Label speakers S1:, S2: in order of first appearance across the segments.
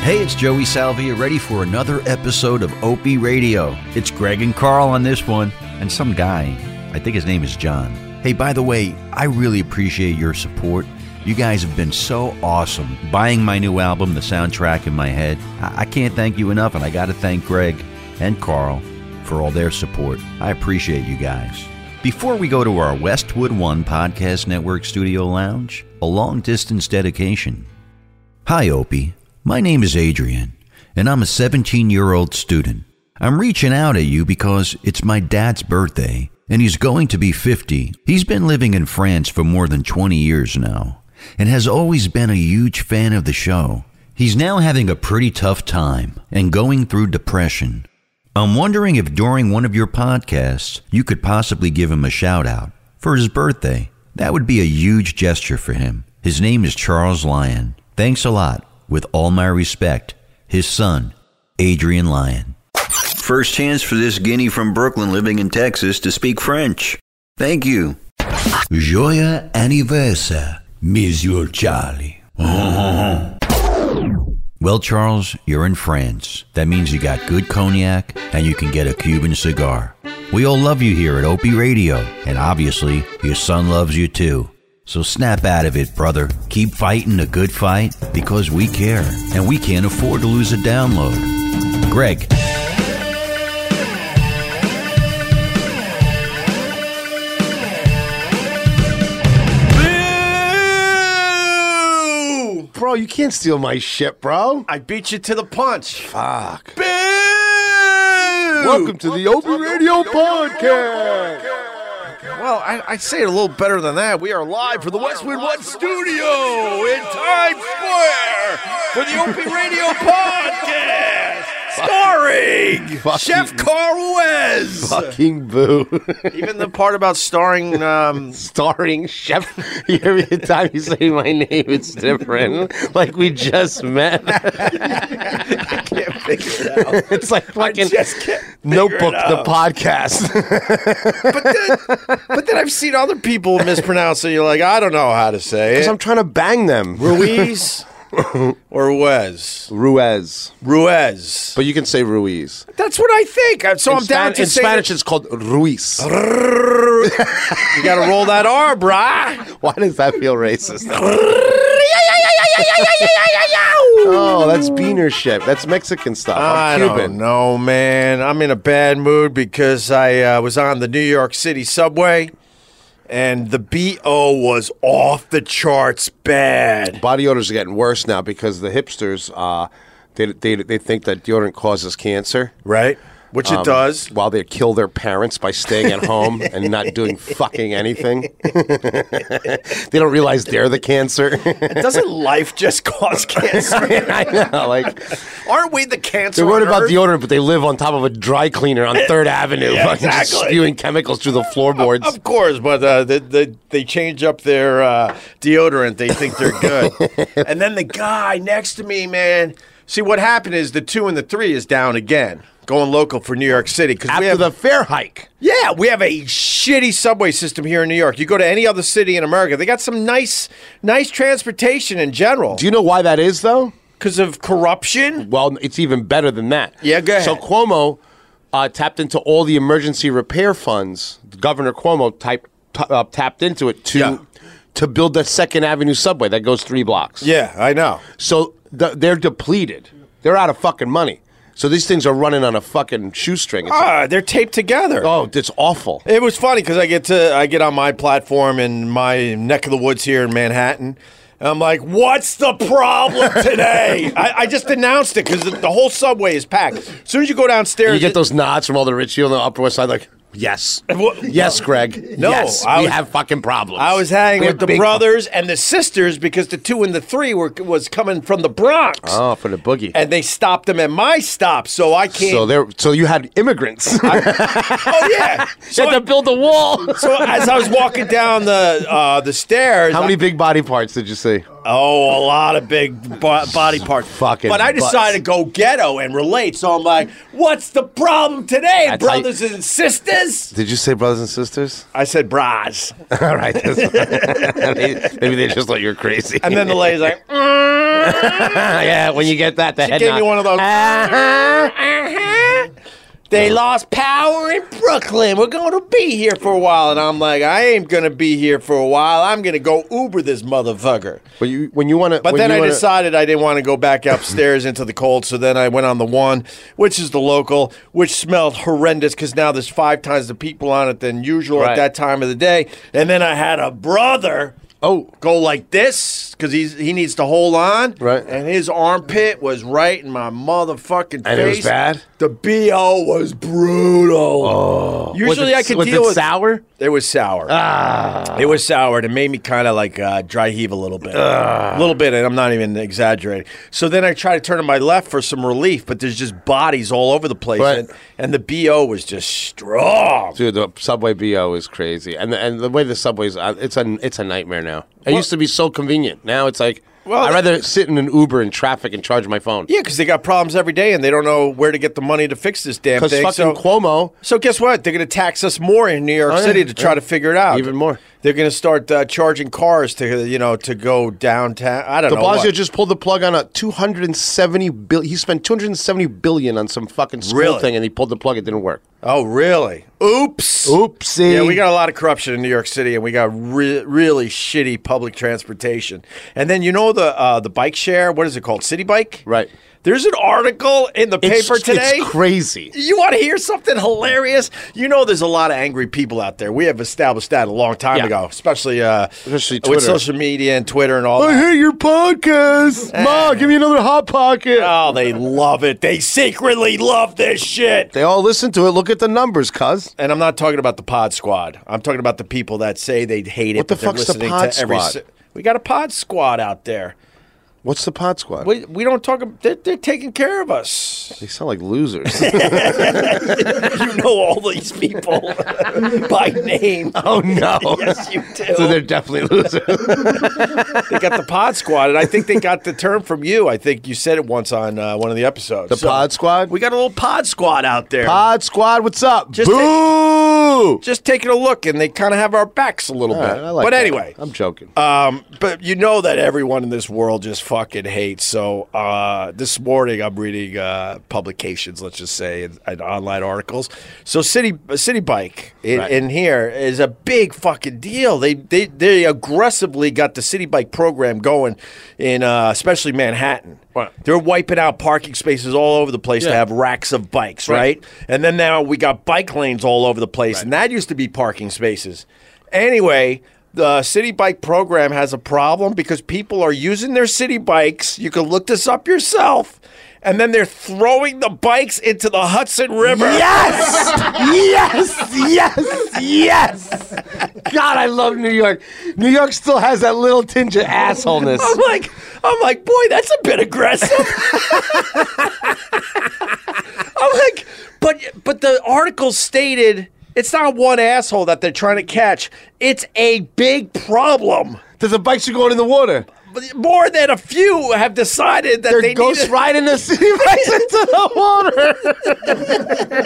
S1: Hey, it's Joey Salvia, ready for another episode of Opie Radio. It's Greg and Carl on this one, and some guy. I think his name is John. Hey, by the way, I really appreciate your support. You guys have been so awesome buying my new album, The Soundtrack in My Head. I, I can't thank you enough, and I got to thank Greg and Carl for all their support. I appreciate you guys. Before we go to our Westwood One Podcast Network Studio Lounge, a long distance dedication. Hi, Opie. My name is Adrian, and I'm a 17 year old student. I'm reaching out at you because it's my dad's birthday, and he's going to be 50. He's been living in France for more than 20 years now, and has always been a huge fan of the show. He's now having a pretty tough time and going through depression. I'm wondering if during one of your podcasts you could possibly give him a shout out for his birthday. That would be a huge gesture for him. His name is Charles Lyon. Thanks a lot. With all my respect, his son, Adrian Lyon. First chance for this guinea from Brooklyn living in Texas to speak French. Thank you. Joyeux anniversaire, Monsieur Charlie. Well, Charles, you're in France. That means you got good cognac and you can get a Cuban cigar. We all love you here at Opie Radio, and obviously, your son loves you too. So snap out of it, brother. Keep fighting a good fight because we care, and we can't afford to lose a download. Greg.
S2: Boo!
S3: Bro, you can't steal my shit, bro.
S2: I beat you to the punch.
S3: Fuck.
S2: Boo!
S3: Welcome to the Open Radio Podcast.
S2: Well, I, I say it a little better than that. We are live from the Westwood One Studio in Times Square for the Open Radio Podcast, starring
S3: Fuck
S2: Chef
S3: you.
S2: Carl Wes.
S3: King Boo.
S2: Even the part about starring, um,
S3: Starring Chef. Every time you say my name, it's different. Like we just met.
S2: can't figure it out.
S3: It's like fucking
S2: just can't
S3: Notebook,
S2: it
S3: the
S2: out.
S3: podcast.
S2: But then, but then I've seen other people mispronounce it. You're like, I don't know how to say
S3: Because
S2: it.
S3: I'm trying to bang them.
S2: Ruiz or Wes.
S3: Ruiz.
S2: Ruiz.
S3: But you can say Ruiz.
S2: That's what I think. I'm- So I'm
S3: in
S2: down
S3: Span-
S2: to
S3: in
S2: say
S3: Spanish, it's called Ruiz.
S2: that- you got to roll that R, brah.
S3: Why does that feel racist? Oh, that's beaner shit. That's Mexican stuff.
S2: I
S3: I'm Cuban.
S2: don't know, man. I'm in a bad mood because I uh, was on the New York City subway, and the BO was off the charts bad.
S3: body odors are getting worse now because the hipsters uh, they, they, they think that deodorant causes cancer
S2: Right? Which it
S3: Um,
S2: does.
S3: while they kill their parents by staying at home and not doing fucking anything they don't realize they're the cancer
S2: Doesn't life just cause cancer?
S3: i know like
S2: Aren't we the cancer?
S3: they're worried
S2: on
S3: about
S2: Earth?
S3: deodorant but they live on top of a dry cleaner on third avenue
S2: Yeah,
S3: fucking just
S2: exactly.
S3: spewing chemicals through the floorboards
S2: Of course, but uh, they, they, they change up their uh, deodorant. They think they're good. and then the guy next to me, man. See, what happened is the two and the three is down again, going local for New York City. Because we
S3: after
S2: have,
S3: the fair hike
S2: yeah, we have a shitty subway system here in New York. You go to any other city in America, they got some nice, nice transportation in general.
S3: do you know why that is though
S2: Because of corruption?
S3: Well, it's even better than that.
S2: Yeah, go
S3: So
S2: ahead.
S3: Cuomo uh, tapped into all the emergency repair funds. Governor Cuomo type, t- uh, tapped into it to
S2: Yeah.
S3: to build the Second Avenue subway that goes three blocks.
S2: Yeah, I know.
S3: So th- they're depleted. They're out of fucking money. So these things are running on a fucking shoestring. It's,
S2: Ah, they're taped together.
S3: oh, it's awful.
S2: It was funny because I get to I get on my platform in my neck of the woods here in Manhattan. And I'm like, what's the problem today? I, I just announced it because the, the whole subway is packed. As soon as you go downstairs,
S3: You get
S2: it-
S3: those nods from all the rich people on the Upper West Side, like, yes,
S2: Well,
S3: yes, Greg,
S2: No,
S3: yes,
S2: I
S3: we
S2: was-
S3: have fucking problems.
S2: I was hanging
S3: We
S2: with
S3: have
S2: the
S3: big-
S2: brothers and the sisters because the two and the three were was coming from the Bronx,
S3: Oh, for the boogie.
S2: and they stopped them at my stop, so I can't.
S3: so there, so you had immigrants.
S2: oh yeah. So,
S3: had to
S2: I-
S3: build a wall.
S2: so as I was walking down the uh, the stairs,
S3: How
S2: I-
S3: many big body parts did you see?
S2: Oh, a lot of big bo- body parts.
S3: Fucking
S2: But I
S3: butts.
S2: decided to go ghetto and relate. So I'm like, what's the problem today,
S3: That's how you-
S2: brothers and sisters?
S3: Did you say brothers and sisters?
S2: I said, bras.
S3: All right. Maybe they just thought you were crazy.
S2: And then the lady's like, mm.
S3: yeah, when you get that, the
S2: She
S3: head
S2: gave
S3: nod.
S2: me one of those.
S3: Uh-huh, uh-huh.
S2: They lost power in Brooklyn. We're going to be here for a while. And I'm like, I ain't going to be here for a while. I'm going to go Uber this motherfucker.
S3: But you, when you want to,
S2: But then I
S3: wanna,
S2: decided I didn't want to go back upstairs into the cold. So then I went on the one, which is the local, which smelled horrendous because now there's five times the people on it than usual at
S3: Right.
S2: that time of the day. And then I had a brother.
S3: Oh.
S2: go like this because he's he needs to hold on.
S3: Right.
S2: and his armpit was right in my motherfucking
S3: And it was
S2: face.
S3: bad?
S2: The bo was brutal.
S3: Oh. Was
S2: Usually
S3: it,
S2: I could
S3: was
S2: deal
S3: it
S2: with
S3: sour.
S2: it was sour.
S3: Ah.
S2: It was sour. and It made me kind of like uh, dry heave a little bit.
S3: Ah.
S2: A little bit, and I'm not even exaggerating. So then I try to turn to my left for some relief, but there's just bodies all over the place.
S3: Right.
S2: And, and the BO was just strong.
S3: Dude, the subway bo is crazy, and the, and the way the subways, uh, it's a it's a nightmare now. It used to be so convenient. Now it's like
S2: Well,
S3: I'd rather sit in an Uber in traffic and charge my phone.
S2: Yeah, because they got problems every day and they don't know where to get the money to fix this damn
S3: because
S2: thing.
S3: fucking
S2: so,
S3: Cuomo.
S2: so guess what? They're going to tax us more in New York
S3: Oh, yeah,
S2: City to try
S3: yeah.
S2: to figure it out.
S3: Even more.
S2: They're going to start uh, charging cars to you know to go downtown. I don't
S3: De
S2: know. what.
S3: Blasio just pulled the plug on a 270 bill. He spent 270 billion on some fucking school
S2: Really?
S3: thing, and he pulled the plug. It didn't work.
S2: oh, really? Oops.
S3: Oopsie.
S2: Yeah, we got a lot of corruption in New York City, and we got re- really shitty public transportation. And then you know the uh, the bike share. What is it called? City Bike.
S3: Right.
S2: There's an article in the
S3: It's-
S2: paper today.
S3: It's crazy.
S2: you want to hear something hilarious? You know, there's a lot of angry people out there. We have established that a long time
S3: Yeah.
S2: ago, especially, uh,
S3: Especially
S2: with
S3: Twitter.
S2: social media and Twitter and all.
S3: I
S2: that.
S3: hate your podcast. Ma, give me another hot pocket.
S2: Oh, they love it. They secretly love this shit.
S3: They all listen to it. Look at the numbers, cuz.
S2: And I'm not talking about the pod squad. I'm talking about the people that say they hate it.
S3: What the
S2: but they're
S3: fuck's the
S2: listening
S3: pod
S2: to every
S3: squad?
S2: si- we got a pod squad out there.
S3: What's the pod squad?
S2: We, we don't talk. ab- They're, they're taking care of us.
S3: They sound like losers.
S2: You know all these people by name.
S3: oh no.
S2: Yes, you do.
S3: So they're definitely losers.
S2: they got the pod squad, and I think they got the term from you. I think you said it once on uh, one of the episodes.
S3: The pod squad?
S2: We got a little pod squad out there.
S3: pod squad, what's up?
S2: Just
S3: Boo!
S2: take- Just taking a look, and they kind of have our backs a little
S3: All
S2: bit.
S3: right, I like
S2: but
S3: that.
S2: anyway,
S3: I'm joking.
S2: Um, but you know that everyone in this world just fucking hates. So uh, this morning I'm reading uh, publications, let's just say, and, and online articles. So City uh, City Bike in,
S3: Right.
S2: in here is a big fucking deal. They they they aggressively got the City Bike program going in uh, especially Manhattan.
S3: Right.
S2: They're wiping out parking spaces all over the place to
S3: Yeah.
S2: have racks of bikes, right?
S3: Right.
S2: And then now we got bike lanes all over the place, and that used to be parking spaces. Anyway, the city bike program has a problem because people are using their city bikes. You can look this up yourself. And then they're throwing the bikes into the Hudson River.
S3: Yes! yes! Yes! Yes! God, I love New York. New York still has that little tinge of assholeness.
S2: I'm like, I'm like, boy, that's a bit aggressive. I'm like, but but the article stated it's not one asshole that they're trying to catch. It's a big problem.
S3: There's a bikes are going in the water.
S2: more than a few have decided that
S3: They're
S2: they
S3: ghost
S2: need to-
S3: riding the city bikes into the water.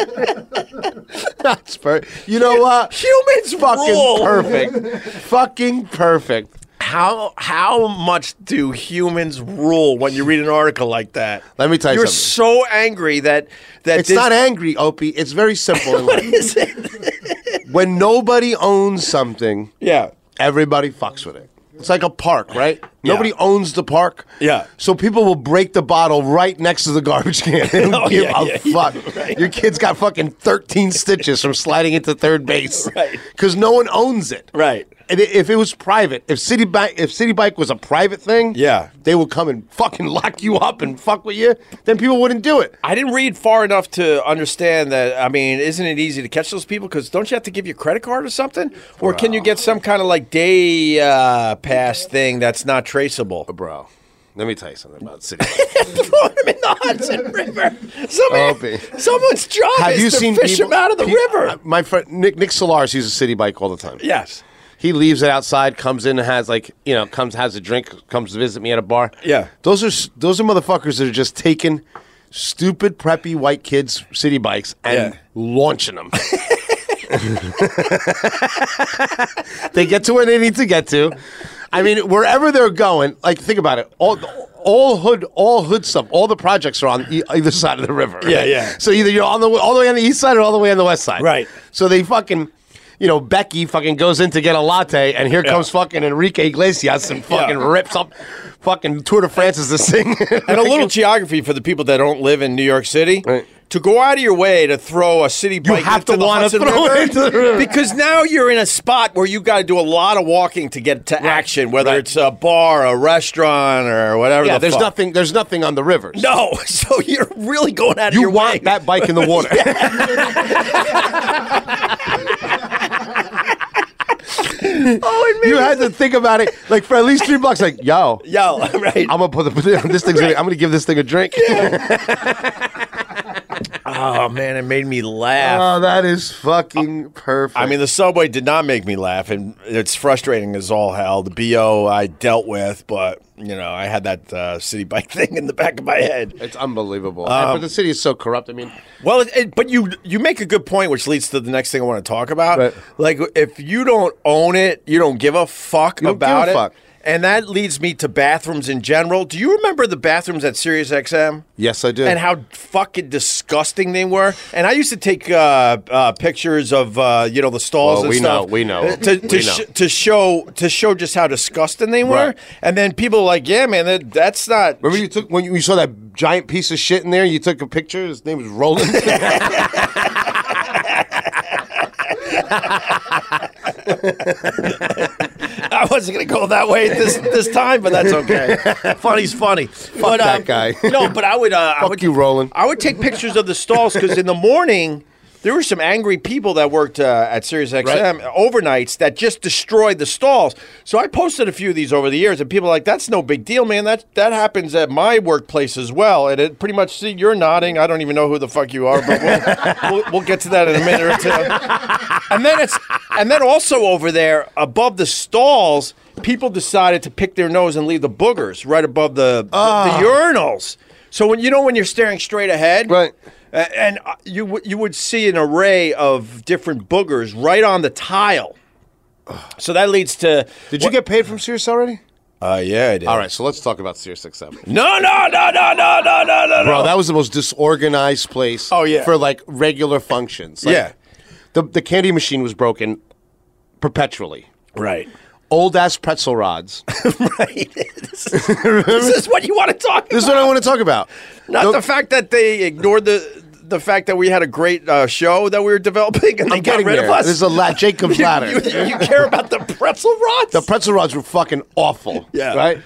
S3: That's perfect. You know what?
S2: humans
S3: Fucking
S2: rule.
S3: perfect. Fucking perfect.
S2: How how much do humans rule when you read an article like that?
S3: Let me tell you
S2: You're
S3: something.
S2: so angry that that
S3: It's
S2: this-
S3: not angry, Opie. It's very simple. in life.
S2: is it?
S3: when nobody owns something,
S2: Yeah.
S3: everybody fucks with it. It's like a park, right? Nobody owns the park.
S2: Yeah.
S3: So people will break the bottle right next to the garbage can. They don't
S2: Oh,
S3: give
S2: yeah,
S3: a
S2: yeah,
S3: fuck. Your kid's got fucking 13 stitches from sliding into third base.
S2: Right.
S3: Because no one owns it.
S2: Right.
S3: And i- if it was private, if City Bike, if City Bike was a private thing,
S2: Yeah.
S3: they would come and fucking lock you up and fuck with you. Then people wouldn't do it.
S2: I didn't read far enough to understand that. I mean, isn't it easy to catch those people? Because don't you have to give your credit card or something, or can you get some kind of like day uh, pass thing that's not traceable?
S3: Bro, let me tell you something about City.
S2: throwing him in the Hudson River.
S3: Opie.
S2: Somebody, someone's job
S3: Have
S2: is
S3: you
S2: to
S3: seen
S2: fish him
S3: people-
S2: out of the
S3: pe-
S2: river.
S3: uh, My friend Nick Nick Solaris uses City Bike all the time.
S2: yes.
S3: He leaves it outside, comes in and has like you know comes has a drink, comes to visit me at a bar.
S2: Yeah.
S3: those are s- those are motherfuckers that are just taking stupid preppy white kids city bikes and
S2: Yeah.
S3: launching them. they get to where they need to get to. I mean, wherever they're going, like think about it. All all hood, all hood stuff. All the projects are on e- either side of the river.
S2: Yeah,
S3: right?
S2: yeah.
S3: So either you're on the all the way on the east side or all the way on the west side.
S2: Right.
S3: So they fucking. You know, Becky fucking goes in to get a latte, and here comes fucking Enrique Iglesias and fucking rips up fucking Tour de France is the thing.
S2: And a little geography for the people that don't live in New York City.
S3: Right.
S2: To go out of your way to throw a city bike
S3: have
S2: into
S3: to
S2: the
S3: wanna
S2: Hudson
S3: throw it
S2: River,
S3: into the river.
S2: because now you're in a spot where you got to do a lot of walking to get to action, whether
S3: Right.
S2: it's a bar, a restaurant, or whatever.
S3: Yeah,
S2: the
S3: there's
S2: fuck.
S3: nothing. There's nothing on the rivers.
S2: No, so you're really going out of
S3: you
S2: your
S3: want
S2: way.
S3: that bike in the water.
S2: Oh,
S3: you had to think about it, like for at least three bucks. Like, yo,
S2: yo, right?
S3: I'm gonna put the, this thing's. Gonna, I'm gonna give this thing a drink.
S2: Oh man, it made me laugh.
S3: Oh, that is fucking perfect.
S2: I mean, the subway did not make me laugh, and it's frustrating as all hell. The BO I dealt with, but you know, I had that uh, city bike thing in the back of my head.
S3: it's unbelievable.
S2: Um,
S3: but the city is so corrupt. I mean,
S2: Well, it, it, but you you make a good point, which leads to the next thing I want to talk about.
S3: Right.
S2: Like, if you don't own it, you don't give a fuck
S3: don't give a
S2: about it.
S3: fuck.
S2: And that leads me to bathrooms in general. Do you remember the bathrooms at SiriusXM?
S3: yes, I do.
S2: and how fucking disgusting they were. And I used to take uh, uh, pictures of uh, you know the stalls.
S3: Well,
S2: and
S3: we know,
S2: stuff,
S3: we know.
S2: uh, to, to,
S3: We
S2: sh-
S3: know.
S2: to show to show just how disgusting they were.
S3: Right.
S2: And then people were like, yeah, man, that, that's not.
S3: remember you took when you, you saw that giant piece of shit in there? You took a picture. His name was Roland.
S2: I wasn't gonna go that way this this time, but that's okay. Funny's funny. but,
S3: that
S2: um,
S3: guy.
S2: no, but I would. Uh, I
S3: Fuck
S2: would,
S3: you, Roland.
S2: I would take pictures of the stalls because in the morning. There were some angry people that worked uh, at SiriusXM overnights that just destroyed the stalls. So I posted a few of these over the years, and people are like, "That's no big deal, man. That that happens at my workplace as well." And it pretty much see you're nodding. I don't even know who the fuck you are, but we'll, we'll, we'll get to that in a minute or two. And then it's and then also over there above the stalls, people decided to pick their nose and leave the boogers right above the the,
S3: Ah.
S2: the urinals. So when you know when you're staring straight ahead,
S3: Right.
S2: a- And uh, you w- you would see an array of different boogers right on the tile. So that leads to
S3: Did you get paid from Sirius already?
S2: Uh, yeah, I did.
S3: All right, so let's talk about Sirius XM.
S2: No, no, no, no, no, no, no, no.
S3: Bro,
S2: no.
S3: that was the most disorganized place.
S2: Oh, yeah.
S3: for like regular functions. Like,
S2: Yeah.
S3: the the candy machine was broken perpetually.
S2: right.
S3: Old ass pretzel rods.
S2: Right. this, is, this is what you want to talk
S3: this is
S2: about.
S3: what I want to talk about.
S2: Not
S3: No-
S2: the fact that they ignored the the fact that we had a great uh, show that we were developing and they
S3: I'm
S2: got
S3: getting
S2: rid
S3: there.
S2: of us.
S3: This is a la- Jacob's
S2: You-
S3: ladder.
S2: You, you care about the pretzel rods?
S3: The pretzel rods were fucking awful.
S2: Yeah.
S3: Right?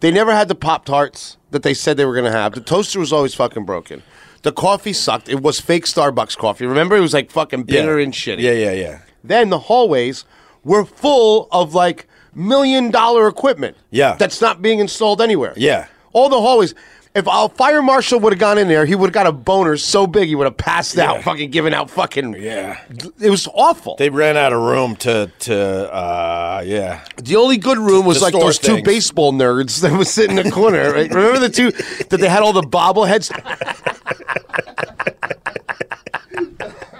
S3: They never had the Pop Tarts that they said they were going to have. The toaster was always fucking broken. The coffee sucked. It was fake Starbucks coffee. Remember? It was like fucking bitter and shitty.
S2: Yeah, yeah, yeah.
S3: Then the hallways were full of like million dollar equipment.
S2: Yeah.
S3: That's not being installed anywhere.
S2: Yeah.
S3: All the hallways. If our fire marshal would have gone in there, he would have got a boner so big he would have passed out, fucking giving out fucking.
S2: Yeah.
S3: It was awful.
S2: They ran out of room to to uh, yeah.
S3: The only good room was
S2: To
S3: like
S2: store
S3: those two
S2: things.
S3: baseball nerds that was sitting in the corner. Right? Remember the two that they had all the bobbleheads?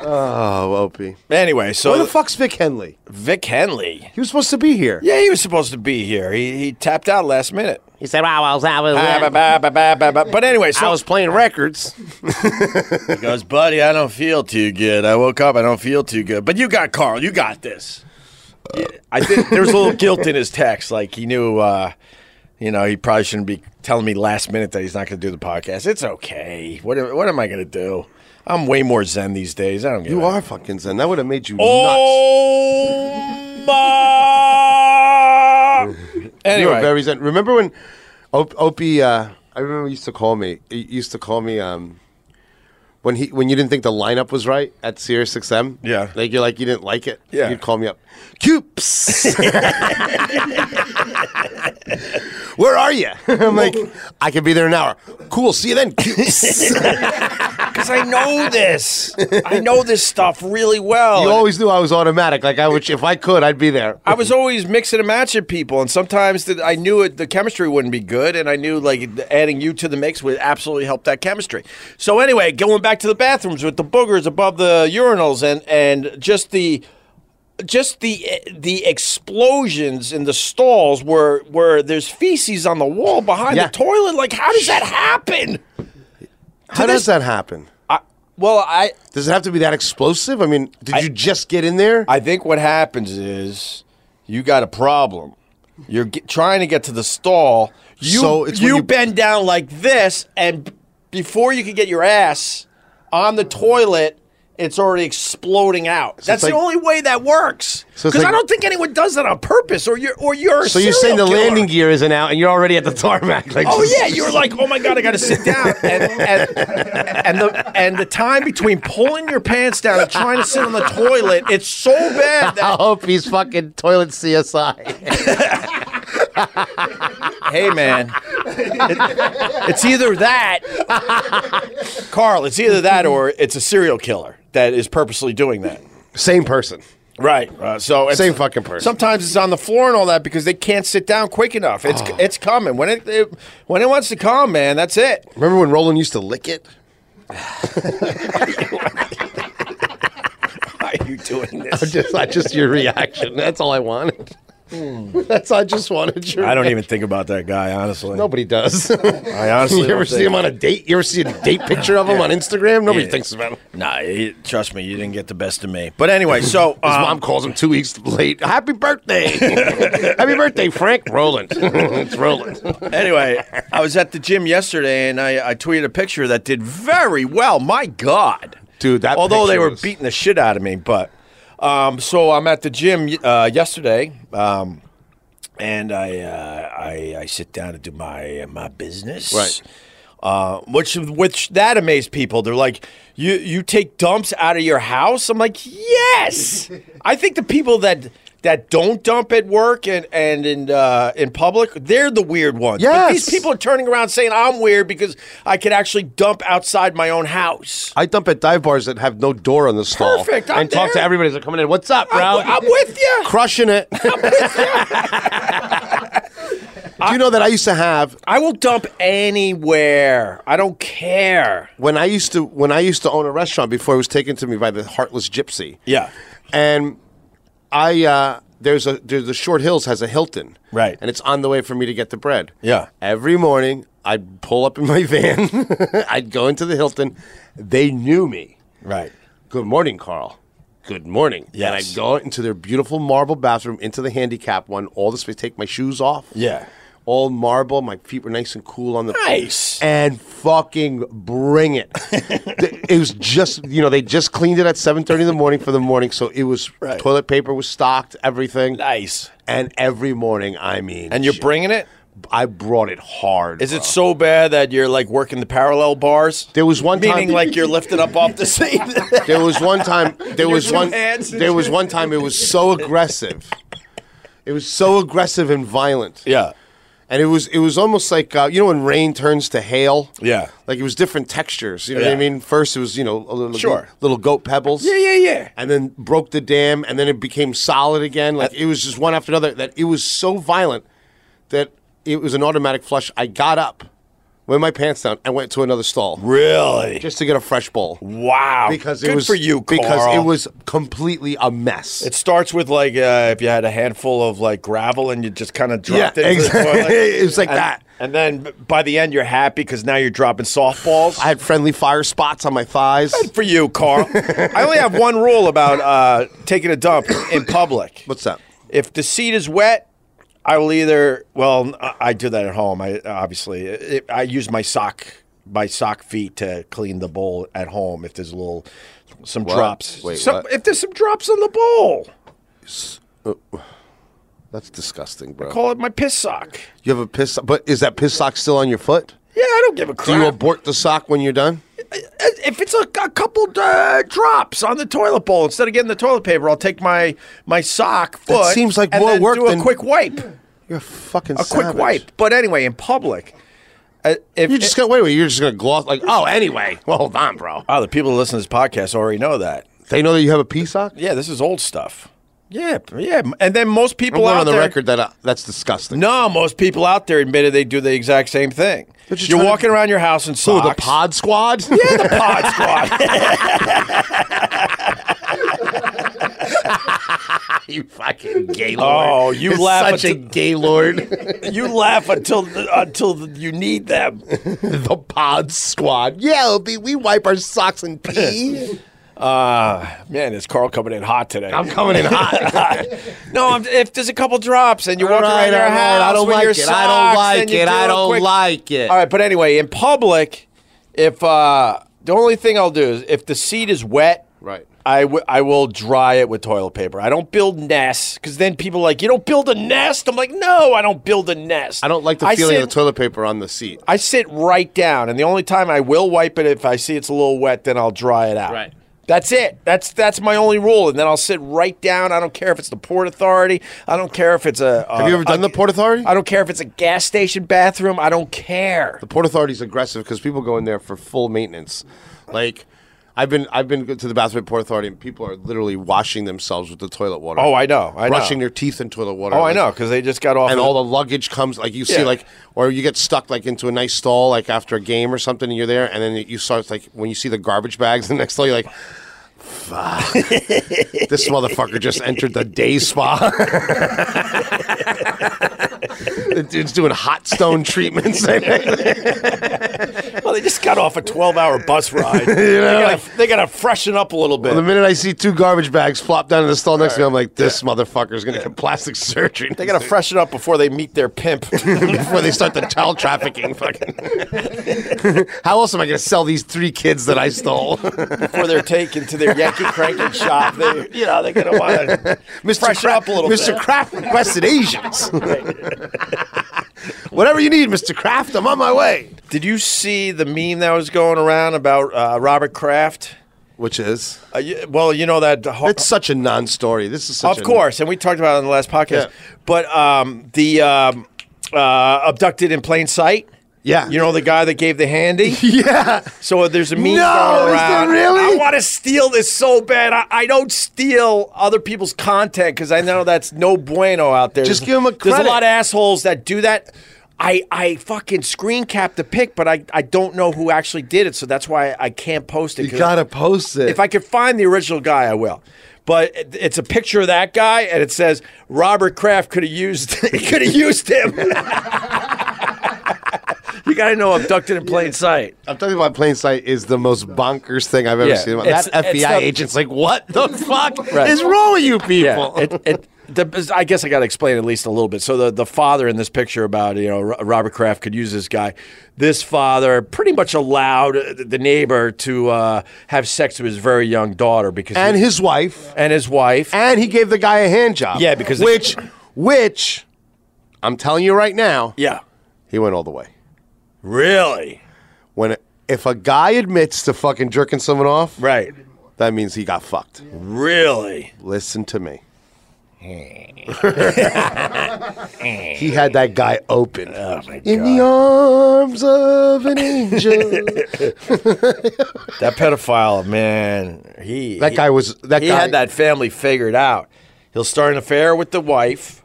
S3: oh, Opie.
S2: Anyway, so
S3: Where the fuck's Vic Henley?
S2: Vic Henley.
S3: He was supposed to be here.
S2: Yeah, he was supposed to be here. He, he tapped out last minute.
S3: He said, "Wow, I was, I was,
S2: Ba, ba, ba, ba, ba, ba, ba. But anyway, so
S3: playing records."
S2: he goes, buddy, I don't feel too good. I woke up, I don't feel too good. But you got Carl, you got this. Yeah, I think there was a little guilt in his text. Like he knew, uh, you know, he probably shouldn't be telling me last minute that he's not going to do the podcast. It's okay. What am- what am I going to do? I'm way more zen these days. I don't. Give
S3: You
S2: a-
S3: are fucking zen. That would have made you nuts.
S2: Oh my!
S3: You
S2: Anyway,
S3: were very zen. Remember when Op- Opie? Uh, I remember he used to call me. He used to call me. Um, when he when you didn't think the lineup was right at Sirius XM,
S2: Yeah.
S3: like you're like you didn't like it,
S2: Yeah.
S3: you'd call me up, Coops, where are you? I'm like, I could be there in an hour. Cool, see you then, Coops.
S2: because I know this, I know this stuff really well.
S3: you always knew I was automatic. Like I would, if I could, I'd be there.
S2: I was always mixing and matching people, and sometimes that I knew it, the chemistry wouldn't be good, and I knew like adding you to the mix would absolutely help that chemistry. So anyway, going back to the bathrooms with the boogers above the urinals, and and just the just the the explosions in the stalls where where there's feces on the wall behind
S3: Yeah.
S2: the toilet. Like, how does that happen?
S3: How does that happen?
S2: I, well, I
S3: Does it have to be that explosive? I mean, did you just get in there?
S2: I think what happens is you got a problem. You're get, trying to get to the stall. You
S3: So it's when
S2: you
S3: you-
S2: bend down like this, and before you can get your ass on the toilet, it's already exploding out. That's
S3: like-
S2: the only way that works.
S3: So
S2: Because
S3: it's
S2: I
S3: like-
S2: don't think anyone does that on purpose. Or you're or you're. A
S3: so you're saying the
S2: serial killer.
S3: landing gear isn't out, and you're already at the tarmac? Like,
S2: Oh
S3: just-
S2: yeah, you were like, oh my god, I got to sit down, and and, and the and the time between pulling your pants down and trying to sit on the toilet, it's so bad that
S3: I hope he's fucking toilet CSI.
S2: hey man, It- it's either that, Carl, it's either that or it's a serial killer that is purposely doing that.
S3: Same person.
S2: Right. Uh, so it's-
S3: Same fucking person.
S2: Sometimes it's on the floor and all that because they can't sit down quick enough. It's
S3: Ah.
S2: it's coming when it, it when it wants to come, man. That's it.
S3: Remember when Roland used to lick it?
S2: Why are you doing this?
S3: I just, I just your reaction. That's all I wanted. That's I just wanted your.
S2: Hmm. I don't even think about that guy, honestly.
S3: Nobody does.
S2: I honestly
S3: you ever
S2: don't
S3: see
S2: think-
S3: him on a date? You ever see a date picture of him on Instagram? Nobody thinks about him.
S2: Nah, he- trust me, you didn't get the best of me. But anyway, so um,
S3: His mom calls him two weeks late. Happy birthday! Happy birthday, Frank Roland. it's Roland.
S2: anyway, I was at the gym yesterday and I, I tweeted a picture that did very well. My God,
S3: Dude, that
S2: although they
S3: picture
S2: were
S3: was-
S2: beating the shit out of me, but um, so I'm at the gym uh, yesterday, um, and I, uh, I I sit down to do my my business,
S3: Right.
S2: Uh, which which that amazed people. They're like, you you take dumps out of your house. I'm like, yes. I think the people that that don't dump at work and and in uh, in public, they're the weird ones. But these
S3: Yes.
S2: people are turning around saying I'm weird because I can actually dump outside my own house.
S3: I dump at dive bars that have no door on the stall.
S2: Perfect, I'm
S3: and talk
S2: there.
S3: to everybody that's coming in. What's up, bro?
S2: I'm, I'm with you.
S3: Crushing it. Do you know that I used to have
S2: I will dump anywhere. I don't care.
S3: when I used to when I used to own a restaurant before it was taken to me by the heartless gypsy.
S2: Yeah.
S3: and I uh, there's a there's the Short Hills has a Hilton,
S2: Right.
S3: And it's on the way for me to get the bread.
S2: Yeah.
S3: Every morning I'd pull up in my van, I'd go into the Hilton. They knew me.
S2: Right.
S3: Good morning, Carl. Good morning. And
S2: Yes.
S3: I'd go into their beautiful marble bathroom, into the handicap one. All this space, take my shoes off.
S2: Yeah.
S3: All marble. My feet were nice and cool on the
S2: Nice.
S3: and fucking bring it. it was just you know they just cleaned it at seven thirty in the morning for the morning, so it was
S2: Right.
S3: toilet paper was stocked, everything.
S2: Nice.
S3: And every morning, I mean,
S2: And you're
S3: ju-
S2: bringing it?
S3: I brought it hard.
S2: Is it
S3: bro.
S2: so bad that you're like working the parallel bars?
S3: There was one
S2: meaning
S3: time-
S2: like you're lifting up off the seat.
S3: There was one time. There was
S2: two
S3: one.
S2: hands.
S3: There was one time. It was so aggressive. It was so aggressive and violent.
S2: yeah.
S3: And it was it was almost like uh, you know when rain turns to hail.
S2: Yeah.
S3: Like it was different textures. You know what I
S2: Yeah.
S3: mean? First it was you know a little
S2: Sure.
S3: little goat pebbles.
S2: Yeah, yeah, yeah.
S3: and then broke the dam, and then it became solid again. Like it was just one after another. That it was so violent that it was an automatic flush. I got up, went my pants down, and went to another stall
S2: Really?
S3: just to get a fresh bowl
S2: wow.
S3: because
S2: Oh, Good
S3: it was
S2: for you, Carl.
S3: because it was completely a mess.
S2: It starts with like uh, if you had a handful of like gravel and you just kind of dropped
S3: Yeah,
S2: it. Into
S3: exactly.
S2: the toilet.
S3: It was like
S2: And-
S3: that.
S2: And then by the end, you're happy because now you're dropping softballs.
S3: I had friendly fire spots on my thighs.
S2: for you, Carl. I only have one rule about uh, taking a dump in public.
S3: What's that?
S2: If the seat is wet, I will either. Well, I I do that at home. I obviously it, I use my sock my sock feet to clean the bowl at home. If there's a little some drops,
S3: Wait,
S2: Some-
S3: what?
S2: if there's some drops on the bowl,
S3: That's disgusting, bro.
S2: call it my piss sock.
S3: You have a piss, so- but is that piss sock still on your foot?
S2: Yeah, I don't give a
S3: Do
S2: crap.
S3: you abort the sock when you're done?
S2: if it's a, a couple uh, drops on the toilet bowl instead of getting the toilet paper, I'll take my my sock foot.
S3: That seems like
S2: and
S3: more
S2: then
S3: work
S2: Do a
S3: than-
S2: quick wipe,
S3: You're a fucking
S2: a quick wipe. But anyway, in public, uh, if
S3: You're just gonna wait, wait. You're just gonna gloss like, oh, anyway. Well, hold on, bro.
S2: oh, the people who listen to this podcast already know that.
S3: They know that you have a pee sock.
S2: Yeah, this is old stuff. Yeah, yeah. And then most
S3: I'm
S2: people
S3: going
S2: out
S3: on the
S2: there,
S3: record that uh, that's disgusting.
S2: No, most people out there admitted they do the exact same thing.
S3: They're just
S2: You're
S3: trying to-
S2: walking around your house in
S3: Who,
S2: socks.
S3: the Pod Squad?
S2: Yeah, the pod squad.
S3: you fucking gaylord.
S2: Oh, you
S3: You're
S2: laugh
S3: Such
S2: at
S3: a
S2: the-
S3: gaylord.
S2: You laugh until until you need them.
S3: the pod squad. Yeah, Opie, we wipe our socks and pee.
S2: Uh, man, is Carl coming in hot today?
S3: I'm coming in hot.
S2: no, I'm, if there's a couple drops and you walk
S3: Right,
S2: around your
S3: all right,
S2: house
S3: I don't
S2: with
S3: like
S2: your
S3: it.
S2: socks,
S3: I don't like
S2: and you
S3: it.
S2: do
S3: I
S2: a
S3: don't
S2: quick-
S3: like it.
S2: All right, but anyway, in public, if uh, the only thing I'll do is if the seat is wet,
S3: Right.
S2: I, w- I will dry it with toilet paper. I don't build nests because then people are like you don't build a nest. I'm like no, I don't build a nest.
S3: I don't like the
S2: I
S3: feeling
S2: sit-
S3: of the toilet paper on the seat.
S2: I sit right down, and the only time I will wipe it if I see it's a little wet, then I'll dry it out.
S3: Right.
S2: That's it. That's that's my only rule, and then I'll sit right down. I don't care if it's the port authority. I don't care if it's a.
S3: Have you ever done the Port Authority?
S2: I don't care if it's a gas station bathroom. I don't care.
S3: The Port Authority's aggressive because people go in there for full maintenance. Like, I've been I've been to the bathroom at Port Authority and people are literally washing themselves with the toilet water.
S2: Oh, I know. I
S3: brushing
S2: know.
S3: their teeth in toilet water.
S2: Oh, I
S3: Like,
S2: know because they just got off.
S3: and
S2: the-
S3: all the luggage comes like you see
S2: Yeah.
S3: like or you get stuck like into a nice stall like after a game or something and you're there and then you start like when you see the garbage bags in the next stall you're like fuck this motherfucker just entered the day spa the dude's doing hot stone treatments
S2: well, they just got off a twelve-hour bus ride. you
S3: know,
S2: they gotta, they gotta freshen up a little bit.
S3: the minute I see two garbage bags flop down in the stall next to me, I'm like, this motherfucker's gonna get plastic surgery.
S2: they gotta freshen up before they meet their pimp.
S3: before they start the child trafficking. Fucking. How else am I going to sell these three kids that I stole?
S2: before they're taken to their Yankee cranking shop. They, you know, they're gonna want to freshen up
S3: Kraft-
S2: a little
S3: Mr.
S2: bit.
S3: Kraft requested Asians. Whatever you need, Mr. Kraft, I'm on my way.
S2: Did you see the meme that was going around about uh, Robert Kraft?
S3: Which is,
S2: Uh, y- well, you know that. ho-
S3: it's such a non-story. This is such
S2: of
S3: a-
S2: course, and we talked about it on the last podcast.
S3: Yeah.
S2: But um, the um, uh, abducted in plain sight.
S3: Yeah.
S2: you know the guy that gave the handy.
S3: Yeah.
S2: So there's a meme
S3: No, is
S2: going
S3: there
S2: around. I
S3: really?
S2: want to steal this so bad. I, I don't steal other people's content because I know that's no bueno out there.
S3: Just
S2: There's-
S3: give 'em a
S2: There's
S3: credit.
S2: a lot of assholes that do that. I, I fucking screen cap the pic, but I, I don't know who actually did it, so that's why I can't post it.
S3: You
S2: 'cause
S3: gotta post it.
S2: if I could find the original guy, I will. But it- it's a picture of that guy, and it says Robert Kraft could have used could have used him. you got to know abducted in plain sight.
S3: I'm talking about plain sight is the most bonkers thing I've ever
S2: Yeah.
S3: seen.
S2: It's-
S3: That FBI
S2: it's not-
S3: agent's like, what the fuck
S2: Right.
S3: is wrong with you
S2: Yeah,
S3: people?
S2: it, it, the, I guess I got to explain at least a little bit. So the, the father in this picture about you know Ro- Robert Kraft could use this guy. This father pretty much allowed uh, the neighbor to uh, have sex with his very young daughter because
S3: and
S2: he-
S3: his wife.
S2: and his wife.
S3: and he gave the guy a hand job.
S2: Yeah, because-
S3: which, which, I'm telling you right now,
S2: yeah,
S3: he went all the way.
S2: really,
S3: When if a guy admits to fucking jerking someone off,
S2: right,
S3: that means he got fucked.
S2: really.
S3: Listen to me. he had that guy open
S2: Oh
S3: in the arms of an angel.
S2: That pedophile, man, he
S3: that guy was that
S2: he
S3: guy
S2: had that family figured out. He'll start an affair with the wife,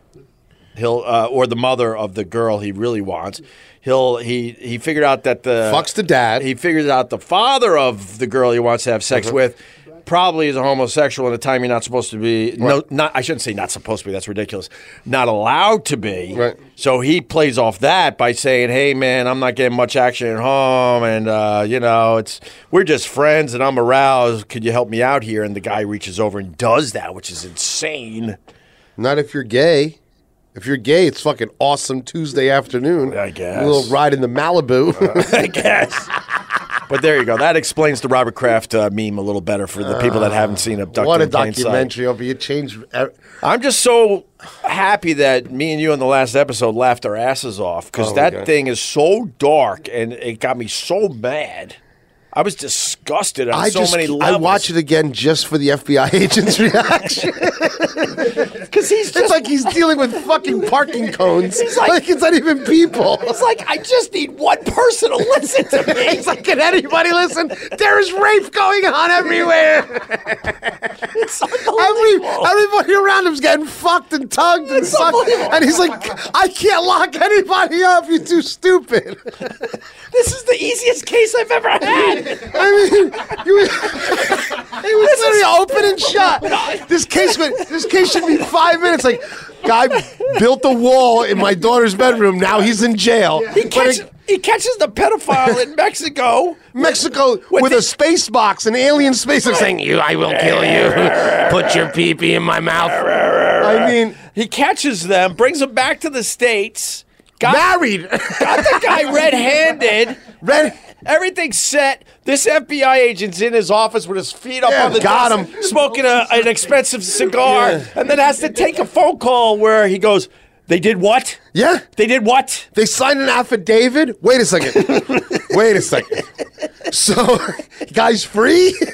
S2: he'll uh, or the mother of the girl he really wants. He'll he he figured out that the
S3: fucks the dad.
S2: he figures out the father of the girl he wants to have sex
S3: Uh-huh.
S2: with probably is a homosexual at a time you're not supposed to be no not I shouldn't say not supposed to be that's ridiculous not allowed to be
S3: Right.
S2: so he plays off that by saying hey man I'm not getting much action at home and uh, you know it's we're just friends and I'm aroused could you help me out here and the guy reaches over and does that which is insane
S3: Not if you're gay. If you're gay, it's fucking awesome Tuesday afternoon.
S2: I guess. Uh.
S3: A little ride in the Malibu.
S2: I guess but there you go that explains the Robert Kraft uh, meme a little better for the people that haven't seen abducted
S3: what a
S2: in Plain Sight.
S3: documentary! Over you changed. e-, ev-
S2: I'm just so happy that me and you on the last episode laughed our asses off because
S3: Oh,
S2: that
S3: okay.
S2: thing is so dark and it got me so mad. I was disgusted on
S3: I
S2: so
S3: just
S2: many
S3: I
S2: levels.
S3: watch it again just for the FBI agent's reaction.
S2: because he's
S3: it's
S2: just
S3: like he's dealing with fucking parking cones. like, it's not even people.
S2: it's like I just need one person to listen to me.
S3: It's like, can anybody listen? There is rape going on everywhere.
S2: It's like a
S3: Every,
S4: unbelievable.
S3: everybody around him's getting fucked and tugged and sucked.
S4: unbelievable.
S3: And he's like, I can't lock anybody up. You're too stupid.
S4: This is the easiest case I've ever had.
S3: I mean, you, it was literally open and shut. This case went, This case should be five minutes. Like, guy built a wall in my daughter's bedroom. Now he's in jail.
S4: He
S3: But
S4: catches,
S3: it-
S4: he catches the pedophile in Mexico.
S3: Mexico
S4: What
S3: with
S4: the-
S3: a space box, an alien space, box saying, "You, I will kill you. Put your pee pee in my mouth." I mean,
S4: He catches them, brings them back to the states. Got,
S3: married.
S4: got the guy red-handed.
S3: Red.
S4: Everything's set. This FBI agent's in his office with his feet up
S3: Yeah,
S4: on the
S3: got
S4: desk,
S3: him.
S4: smoking a, an expensive cigar, and then has to take a phone call where he goes, "They did what?
S3: Yeah.
S4: They did what?
S3: They signed an affidavit. Wait a second. Wait a second. So, guy's free.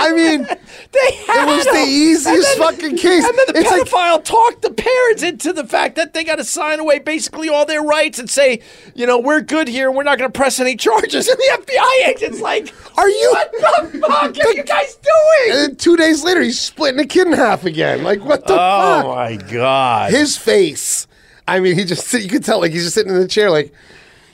S3: I mean,
S4: They had
S3: was the
S4: him.
S3: easiest
S4: And then-
S3: fucking case.
S4: And then the
S3: It's like-
S4: pedophile talked the parents into the fact that they got to sign away basically all their rights and say, you know, we're good here. We're not going to press any charges. And the FBI agent's like,
S3: are you?
S4: what the fuck are you guys doing?
S3: And then two days later, he's splitting a kid in half again. Like, what the fuck?
S4: Oh my god!
S3: his face. I mean, he just you could tell like he's just sitting in the chair like.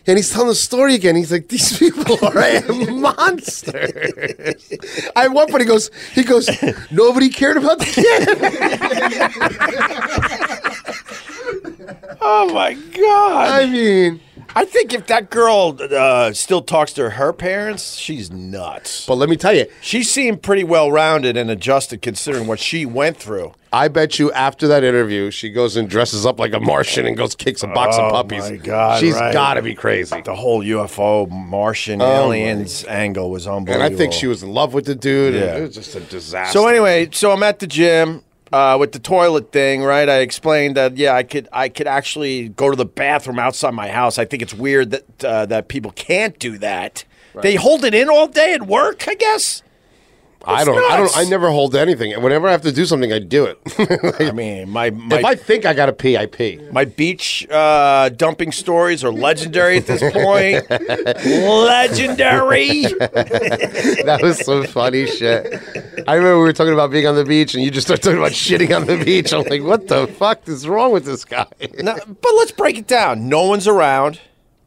S3: And he's telling the story again. He's like, "These people are monsters." At one point, he goes, "He goes, nobody cared about the kid."
S4: oh my god!
S3: I mean,
S4: I think if that girl uh, still talks to her parents, she's nuts.
S3: but let me tell you,
S4: She seemed pretty well rounded and adjusted considering what she went through.
S3: I bet you after that interview, she goes and dresses up like a Martian and goes kicks a box of puppies.
S4: Oh my God,
S3: She's
S4: right.
S3: got to be crazy.
S4: The whole UFO Martian aliens angle was
S3: Oh And
S4: unbelievable.
S3: I think she was in love with the dude.
S4: Yeah.
S3: And it was just a disaster.
S2: So anyway, so I'm at the gym uh, with the toilet thing, right? I explained that yeah, I could I could actually go to the bathroom outside my house. I think it's weird that uh, that people can't do that. They hold it in all day at work, I guess.
S3: I don't, I
S2: nuts.
S3: don't, I never hold anything. And whenever I have to do something, I do it.
S4: I mean, my my,
S3: if I think I got to pee, I pee.
S2: My beach uh, dumping stories are legendary at this point.
S4: legendary.
S3: That was some funny shit. I remember we were talking about being on the beach, and you just started talking about shitting on the beach. I'm like, what the fuck is wrong with this guy? It,
S2: Now, but let's break it down. No one's around.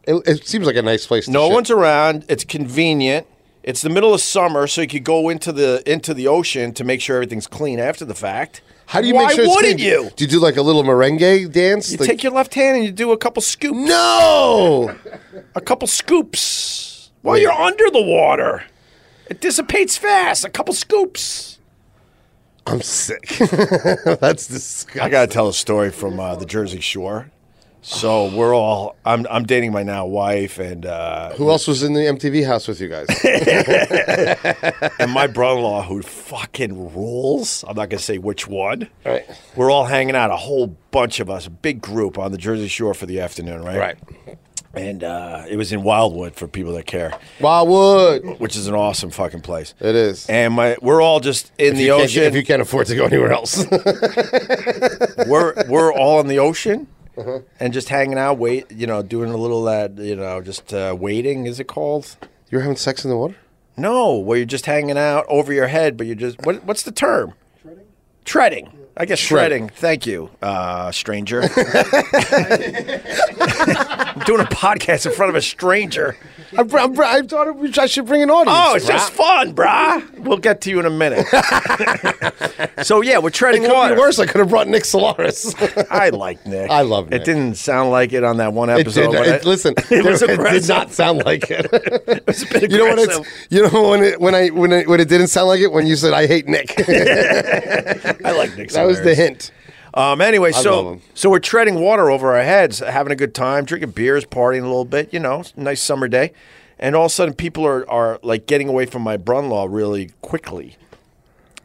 S3: it seems like a nice place. To
S2: No
S3: shit.
S2: one's around. It's convenient. It's the middle of summer, so you could go into the into the ocean to make sure everything's clean after the fact.
S3: How do you
S2: Why
S3: make sure? it's
S2: wouldn't
S3: clean?
S2: you?
S3: Do you do like a little merengue dance?
S2: You
S3: Like-
S2: take your left hand and you do a couple scoops.
S3: no.
S2: A couple scoops while
S3: Wait.
S2: you're under the water. It dissipates fast. A couple scoops.
S3: I'm sick. That's disgusting.
S2: I gotta tell a story from uh, the Jersey Shore. So we're all. I'm I'm dating my now wife and uh,
S3: Who else was in the MTV house with you guys?
S2: and my brother-in-law who fucking rules. I'm not gonna say which one.
S3: Right.
S2: We're all hanging out, a whole bunch of us, a big group on the Jersey Shore for the afternoon, right? And uh, it was in Wildwood for people that care,
S3: Wildwood.
S2: which is an awesome fucking place.
S3: It is.
S2: And my, we're all just in the
S3: You can't-
S2: ocean.
S3: If you can't afford to go anywhere else.
S2: we're we're all in the ocean
S3: Uh-huh.
S2: and just hanging out, wait, you know, doing a little that, you know, just uh, waiting. Is it called?
S3: You're having sex in the water?
S2: No, where you're just hanging out over your head, but you're just what, what's the term? Treading. Treading. I guess treading. Thank you, uh, stranger. I'm doing a podcast in front of a stranger.
S3: I, br- I, br- I thought it was- I should bring an audience.
S2: Oh, it's just
S3: It
S2: fun, brah. We'll get to you in a minute. so yeah, we're treading
S3: could
S2: water.
S3: be worse. I could have brought Nick Solaris.
S2: I like Nick.
S3: I love
S2: It
S3: Nick.
S2: didn't sound like it on that one episode.
S3: It
S2: but
S3: did. It,
S2: I-
S3: listen,
S2: it was
S3: it did
S2: aggressive.
S3: not sound like it.
S2: It's a bit
S3: you know when it's,
S2: aggressive.
S3: you know when it, when I when it, when it didn't sound like it when you said I hate Nick. that
S2: I like Nick.
S3: was the
S2: Solaris.
S3: hint.
S2: Um. Anyway,
S3: love him.
S2: so so we're treading water over our heads, having a good time, drinking beers, partying a little bit. You know, nice summer day, and all of a sudden, people are are like getting away from my brother-in-law really quickly.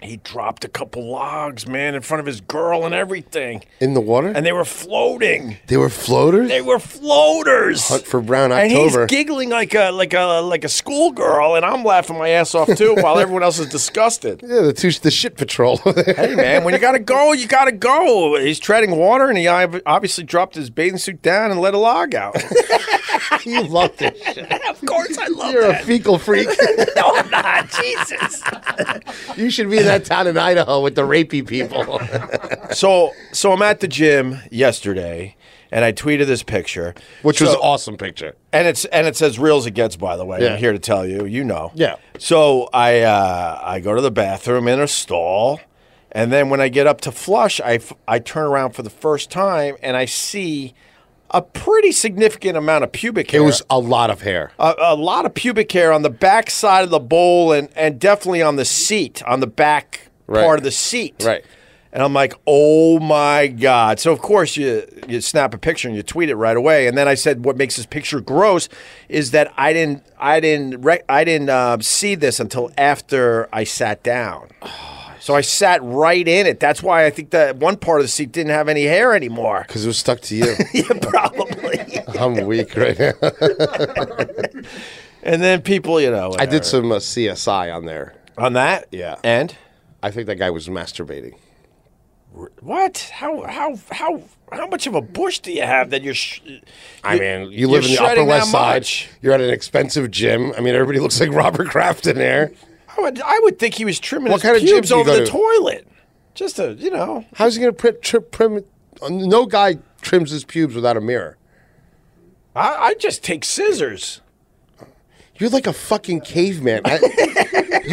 S2: He dropped a couple logs, man, in front of his girl and everything,
S3: In the water,
S2: and they were floating.
S3: they were floaters.
S2: They were floaters.
S3: Hunt for brown October.
S2: And he's giggling like a like a like a schoolgirl, and I'm laughing my ass off too, while everyone else is disgusted.
S3: yeah, the two the shit patrol.
S2: Hey man, when you gotta go, you gotta go. He's treading water, and he ob- obviously dropped his bathing suit down and let a log out.
S3: you love this shit.
S5: of course, I love
S3: You're a
S5: that.
S3: fecal freak.
S5: no, I'm not. Jesus.
S3: you should be in that town in Idaho with the rapey people.
S2: So so I'm at the gym yesterday, and I tweeted this picture,
S3: Which was
S2: So-
S3: an awesome picture.
S2: and it's and it's as real as it gets. By the way,
S3: Yeah.
S2: I'm here to tell you, you know.
S3: Yeah.
S2: So I uh, I go to the bathroom in a stall, and then when I get up to flush, I f- I turn around for the first time, and I see a pretty significant amount of pubic
S3: It
S2: hair. Oh.
S3: was a lot of hair.
S2: a, a lot of pubic hair on the back side of the bowl and, and definitely on the seat, on the back
S3: Right.
S2: part of the seat.
S3: Right.
S2: And I'm like, oh my God. So, of course, you, you snap a picture and you tweet it right away. And then I said, what makes this picture gross is that I didn't, I didn't, rec- I didn't uh, see this until after I sat down. So I sat right in it. That's why I think that one part of the seat didn't have any hair anymore.
S3: Because it was stuck to you.
S2: yeah, probably.
S3: I'm weak right now.
S2: and then people, you know,
S3: I did some uh, CSI on there.
S2: on that.
S3: Yeah.
S2: And
S3: I think that guy was masturbating.
S2: What? How how how how much of a bush do you have that you're? Sh-
S3: I
S2: you're-
S3: mean, you
S2: you're
S3: live in the Upper
S2: shredding that
S3: West Side.
S2: much?
S3: You're at an expensive gym. I mean, everybody looks like Robert Kraft in there.
S2: I would I would think he was trimming
S3: What
S2: his
S3: kind of gym
S2: pubes
S3: do you
S2: over
S3: go
S2: the
S3: to?
S2: toilet, just to you know.
S3: How's he going to pri- tri- prim? No guy trims his pubes without a mirror.
S2: I I just take scissors.
S3: You're like a fucking caveman. I,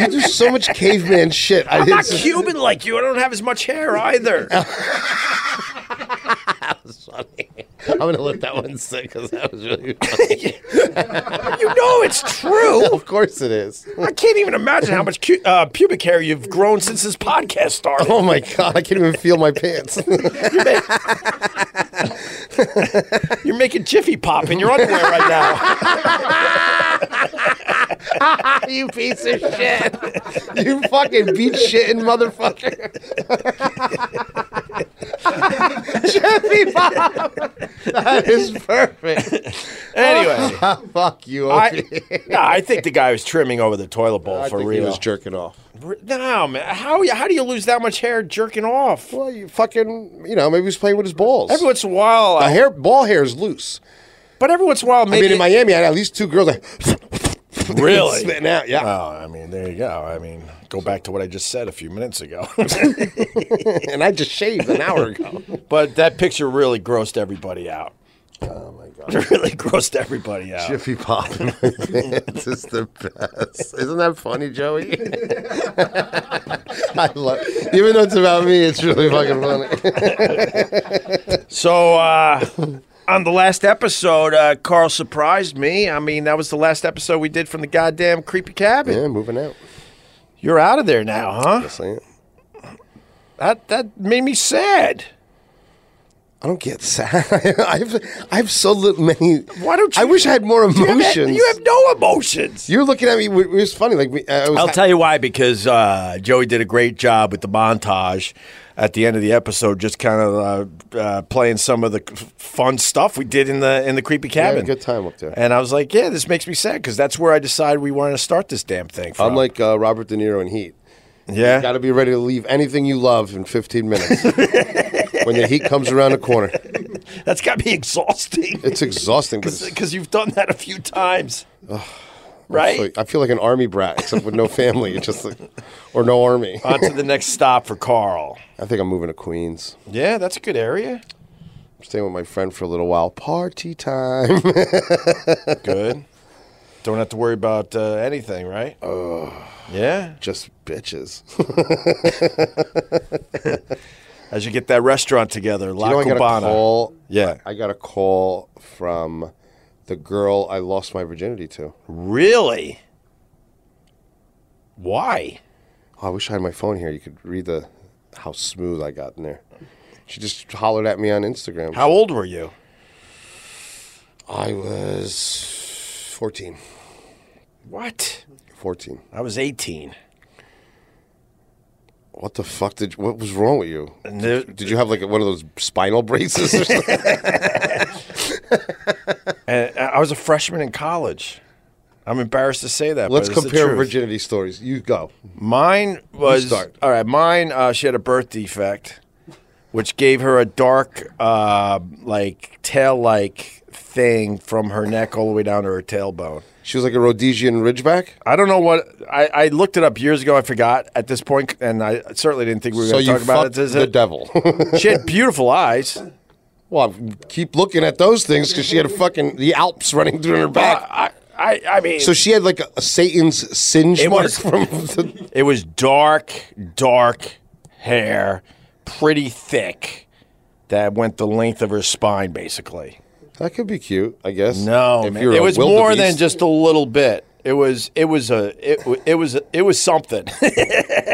S3: you do so much caveman shit. I
S2: I'm not
S3: didn't-
S2: Cuban like you. I don't have as much hair either.
S3: I'm going to let that one sit because that was really funny.
S2: you know it's true.
S3: of course it is.
S2: I can't even imagine how much cu- uh, pubic hair you've grown since this podcast started.
S3: Oh my god, I can't even feel my pants.
S2: You're making Jiffy Pop in your underwear right now.
S3: you piece of shit. you fucking beat shitting motherfucker. Jeffy Bob. That is perfect. Ah,
S2: Anyway,
S3: Fuck you.
S2: I,
S3: Opie.
S2: no, I think the guy was trimming over the toilet bowl
S3: I
S2: for
S3: think
S2: real.
S3: he was jerking off.
S2: No, man. How how do you lose that much hair jerking off?
S3: Well, you fucking, you know, maybe he was playing with his balls.
S2: Every once in a while,
S3: the
S2: I-
S3: hair, ball hair is loose.
S2: but every once in a while,
S3: I
S2: maybe
S3: mean, in Miami, I had at least two girls like
S2: really.
S3: spitting out. Yeah.
S2: Oh, I mean, there you go. I mean, go back to what I just said a few minutes ago.
S3: and I just shaved an hour ago.
S2: but that picture really grossed everybody out. Oh my god! really grossed everybody out.
S3: Jiffy Pop in my pants is the best. Isn't that funny, Joey? I love. Even though it's about me, it's really fucking funny.
S2: So uh, on the last episode, uh, Carl surprised me. I mean, that was the last episode we did from the goddamn creepy cabin.
S3: yeah, moving out.
S2: You're out of there now, huh?
S3: Just saying.
S2: That that made me sad.
S3: I don't get sad. I've I've so little many.
S2: Why don't
S3: I
S2: you-
S3: wish I had more
S2: You have- e-
S3: emotions.
S2: you have no emotions.
S3: You're looking at me. It was funny. Like we- I was.
S2: I'll tell you why because uh, Joey did a great job with the montage at the end of the episode, just kind of uh, uh, playing some of the c- fun stuff we did in the in the creepy
S3: had a
S2: cabin.
S3: good time up there.
S2: And I was like, yeah, this makes me sad because that's where I decided we wanted to start this damn thing. From.
S3: I'm like uh, Robert De Niro in Heat.
S2: yeah,
S3: Got to be ready to leave anything you love in 15 minutes when the heat comes around the corner.
S2: that's got to be exhausting
S3: It's exhausting. But it's,
S2: because you've done that a few times, right?
S3: Like, I feel like an army brat, except with no family, It's just like, or no army.
S2: On to the next stop for Carl.
S3: I think I'm moving to Queens.
S2: Yeah, that's a good area.
S3: I'm staying with my friend for a little while. Party time.
S2: Good. Don't have to worry about uh, anything, right? Oh. Yeah.
S3: just bitches.
S2: as you get that restaurant together, La
S3: you know, I got a
S2: Cubana.
S3: call.
S2: Yeah.
S3: I got a call from the girl I lost my virginity to. Oh,
S2: Really? Why?
S3: Oh, I wish I had my phone here. You could read the how smooth I got in there. She just hollered at me on Instagram.
S2: How old were you?
S3: I was 14.
S2: What?
S3: 14.
S2: I was 18.
S3: What the fuck did? What was wrong with you?
S2: And there-
S3: Did you have like one of those spinal braces or something?
S2: and uh, I was a freshman in college. I'm embarrassed to say that.
S3: Let's
S2: but it's the
S3: compare
S2: truth.
S3: virginity stories. You go.
S2: Mine was
S3: start.
S2: all right. Mine, uh, she had a birth defect, which gave her a dark, uh, like tail, like thing from her neck all the way down to her tailbone.
S3: She was like a Rhodesian Ridgeback.
S2: I don't know what I, I looked it up years ago. I forgot at this point, and I certainly didn't think we were
S3: So
S2: going to
S3: you
S2: talk about
S3: fucked
S2: it. Is
S3: the
S2: it-
S3: devil.
S2: She had beautiful eyes.
S3: well, I keep looking at those things because she had a fucking the Alps running through her back.
S2: I, I, I mean,
S3: So she had like a, a Satan's singe
S2: It
S3: mark
S2: was-
S3: from. The,
S2: it was dark, dark hair, pretty thick, that went the length of her spine, basically.
S3: that could be cute, I guess.
S2: No,
S3: if
S2: man.
S3: you're
S2: it
S3: a
S2: was more than
S3: wildebeest.
S2: just a little bit. It was, it was a, it, wa- it was, it was something.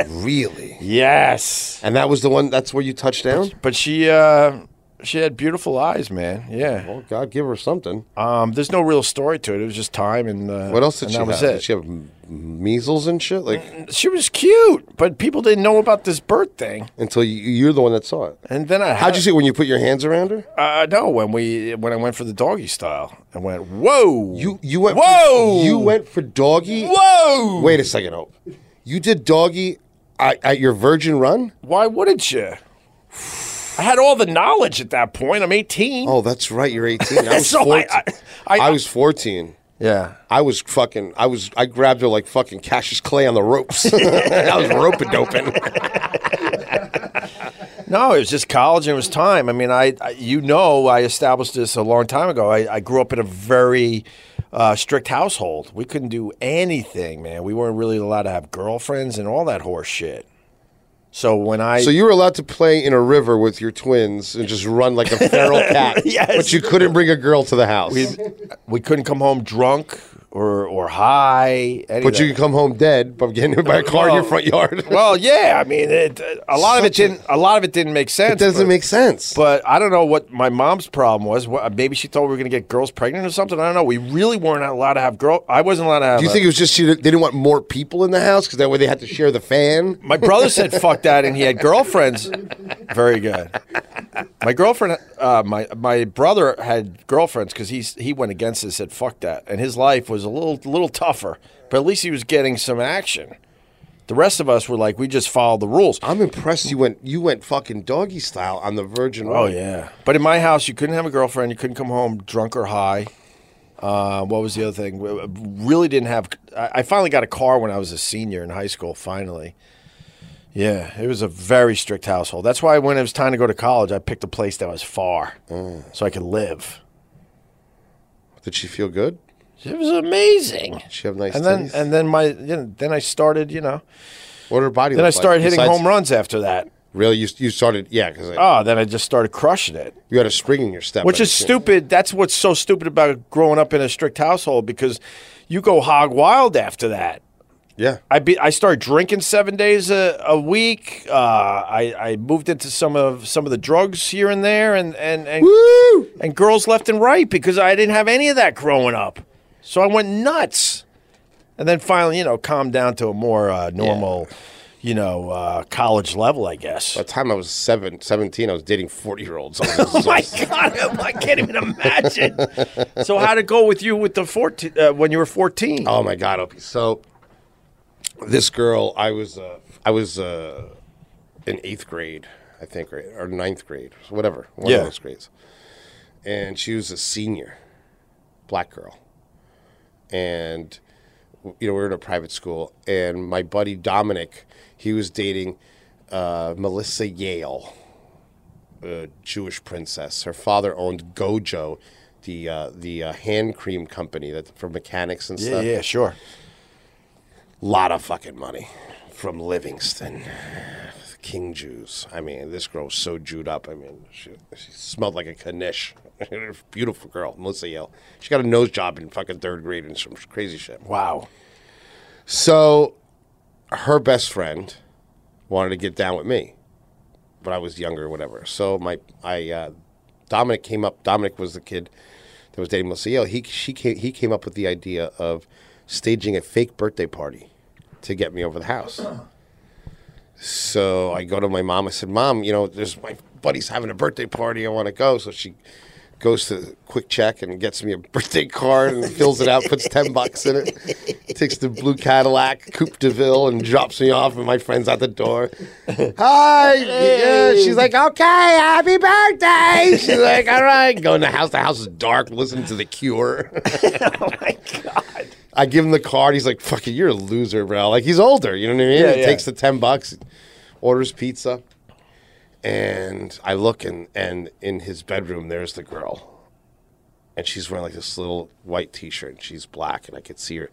S3: really.
S2: yes,
S3: And that was the one. That's where you touched down.
S2: but she, uh, she had beautiful eyes, man. Yeah.
S3: Well, God, give her something.
S2: Um, there's no real story to it. It was just time and uh,
S3: What else did
S2: and
S3: she
S2: that
S3: have?
S2: was
S3: Did
S2: it. Mm,
S3: she have m- measles and shit? Like
S2: She was cute, but people didn't know about this bird thing.
S3: until you, you're the one that saw it.
S2: And then I had,
S3: How'd you see it when you put your hands around her?
S2: Uh, no, when we when I went for the doggy style, I went whoa.
S3: You you went.
S2: whoa.
S3: For, you went for doggy.
S2: whoa.
S3: Wait a second, Hope. You did doggy at, at your Virgin Run?
S2: Why wouldn't you? I had all the knowledge at that point. I'm 18.
S3: Oh, that's right. You're 18. I was
S2: So I-
S3: 14.
S2: I-
S3: Oh, I,
S2: I-
S3: was 14.
S2: Yeah.
S3: I was fucking. I was. I grabbed her like fucking Cassius Clay on the ropes. I was rope doping.
S2: No, it was just college and it was time. I mean, I, I you know, I established this a long time ago. I, I grew up in a very uh, strict household. We couldn't do anything, man. We weren't really allowed to have girlfriends and all that horse shit. So when I
S3: So you were allowed to play in a river with your twins and just run like a feral cat.
S2: Yes.
S3: But you couldn't bring a girl to the house.
S2: we couldn't come home drunk or or high. any of
S3: but you
S2: that.
S3: could come home dead by getting hit by a car in your
S2: Well-
S3: front yard.
S2: Well, yeah, I mean, it, a lot of it
S3: Such a-
S2: didn't. A lot of it didn't make sense.
S3: it doesn't
S2: but-
S3: make sense.
S2: But I don't know what my mom's problem was. What, maybe she thought we were going to get girls pregnant or something. I don't know. We really weren't allowed to have girl. I wasn't allowed to have.
S3: Do you
S2: a-
S3: think it was just she, they didn't want more people in the house because that way they had to share the fan?
S2: my brother said fuck that, and he had girlfriends. Very good. My girlfriend, uh, my my brother had girlfriends because he he went against it, said fuck that, and his life was a little little tougher. But at least he was getting some action. The rest of us were like, we just followed the rules.
S3: I'm impressed you went you went fucking doggy style on the Virgin.
S2: Oh
S3: Road.
S2: yeah, but in my house, you couldn't have a girlfriend. You couldn't come home drunk or high. Uh, what was the other thing? We- we Really didn't have. I I finally got a car when I was a senior in high school. Finally, yeah, it was a very strict household. That's why when it was time to go to college, I picked a place that was far
S3: Mm.
S2: so I could live.
S3: Did she feel good?
S2: It was amazing.
S3: She have nice
S2: and then
S3: titties?
S2: and then my you know, then I started you know
S3: What her body?
S2: then I
S3: look like?
S2: started hitting
S3: Besides-
S2: home runs after that.
S3: Really, you you started yeah because
S2: Oh, then I just started crushing it.
S3: you had a spring in your step,
S2: Which
S3: I
S2: is
S3: think.
S2: stupid. That's what's so stupid about growing up in a strict household because you go hog wild after that.
S3: Yeah,
S2: I be, I started drinking seven days a, a week. Uh, I, I moved into some of some of the drugs here and there, and and and, and girls left and right because I didn't have any of that growing up. So I went nuts, and then finally, you know, calmed down to a more uh, normal, you know, uh, college level, I guess.
S3: by the time I was seven, 17, I was dating forty year olds.
S2: Oh my god! I can't even imagine. so how to go with you with the fourteen uh, when you were fourteen?
S3: Oh my god, Opie. So this girl, I was uh, I was uh, in eighth grade, I think, or, or ninth grade, whatever, one
S2: Yeah.
S3: of those grades. And she was a senior, black girl, and you know we were in a private school, and my buddy Dominic, he was dating uh, Melissa Yale, a Jewish princess. Her father owned Gojo. The, uh, the uh, hand cream company that for mechanics and
S2: yeah,
S3: stuff
S2: yeah, sure.
S3: lot of fucking money from Livingston. King Jews. I mean, this girl was so Jewed up. I mean, she, she smelled like a Kanish. Beautiful girl, Melissa Yale. She got a nose job in fucking third grade and some crazy shit.
S2: Wow.
S3: So her best friend wanted to get down with me, but I was younger, whatever. So my I uh, Dominic came up. Dominic was the kid that was dating Melissa Yale. He she came, he came up with the idea of staging a fake birthday party to get me over the house. So I go to my mom. I said, "Mom, you know, there's my buddy's having a birthday party. I want to go." So she goes to Quick Check and gets me a birthday card and fills it out, puts 10 bucks in it, takes the blue Cadillac, Coupe de Ville, and drops me off, and my friend's at the door. Hi. Yeah, she's like, okay, happy birthday. She's like, all right. Go in the house. The house is dark. Listen to The Cure. Oh I give him the card. He's like, "Fucking, you're a loser, bro." Like he's older, you know what I mean.
S2: Yeah,
S3: he
S2: yeah.
S3: takes the ten bucks, orders pizza, and I look and and in his bedroom there's the girl, and she's wearing like this little white T-shirt and she's black, and I could see her.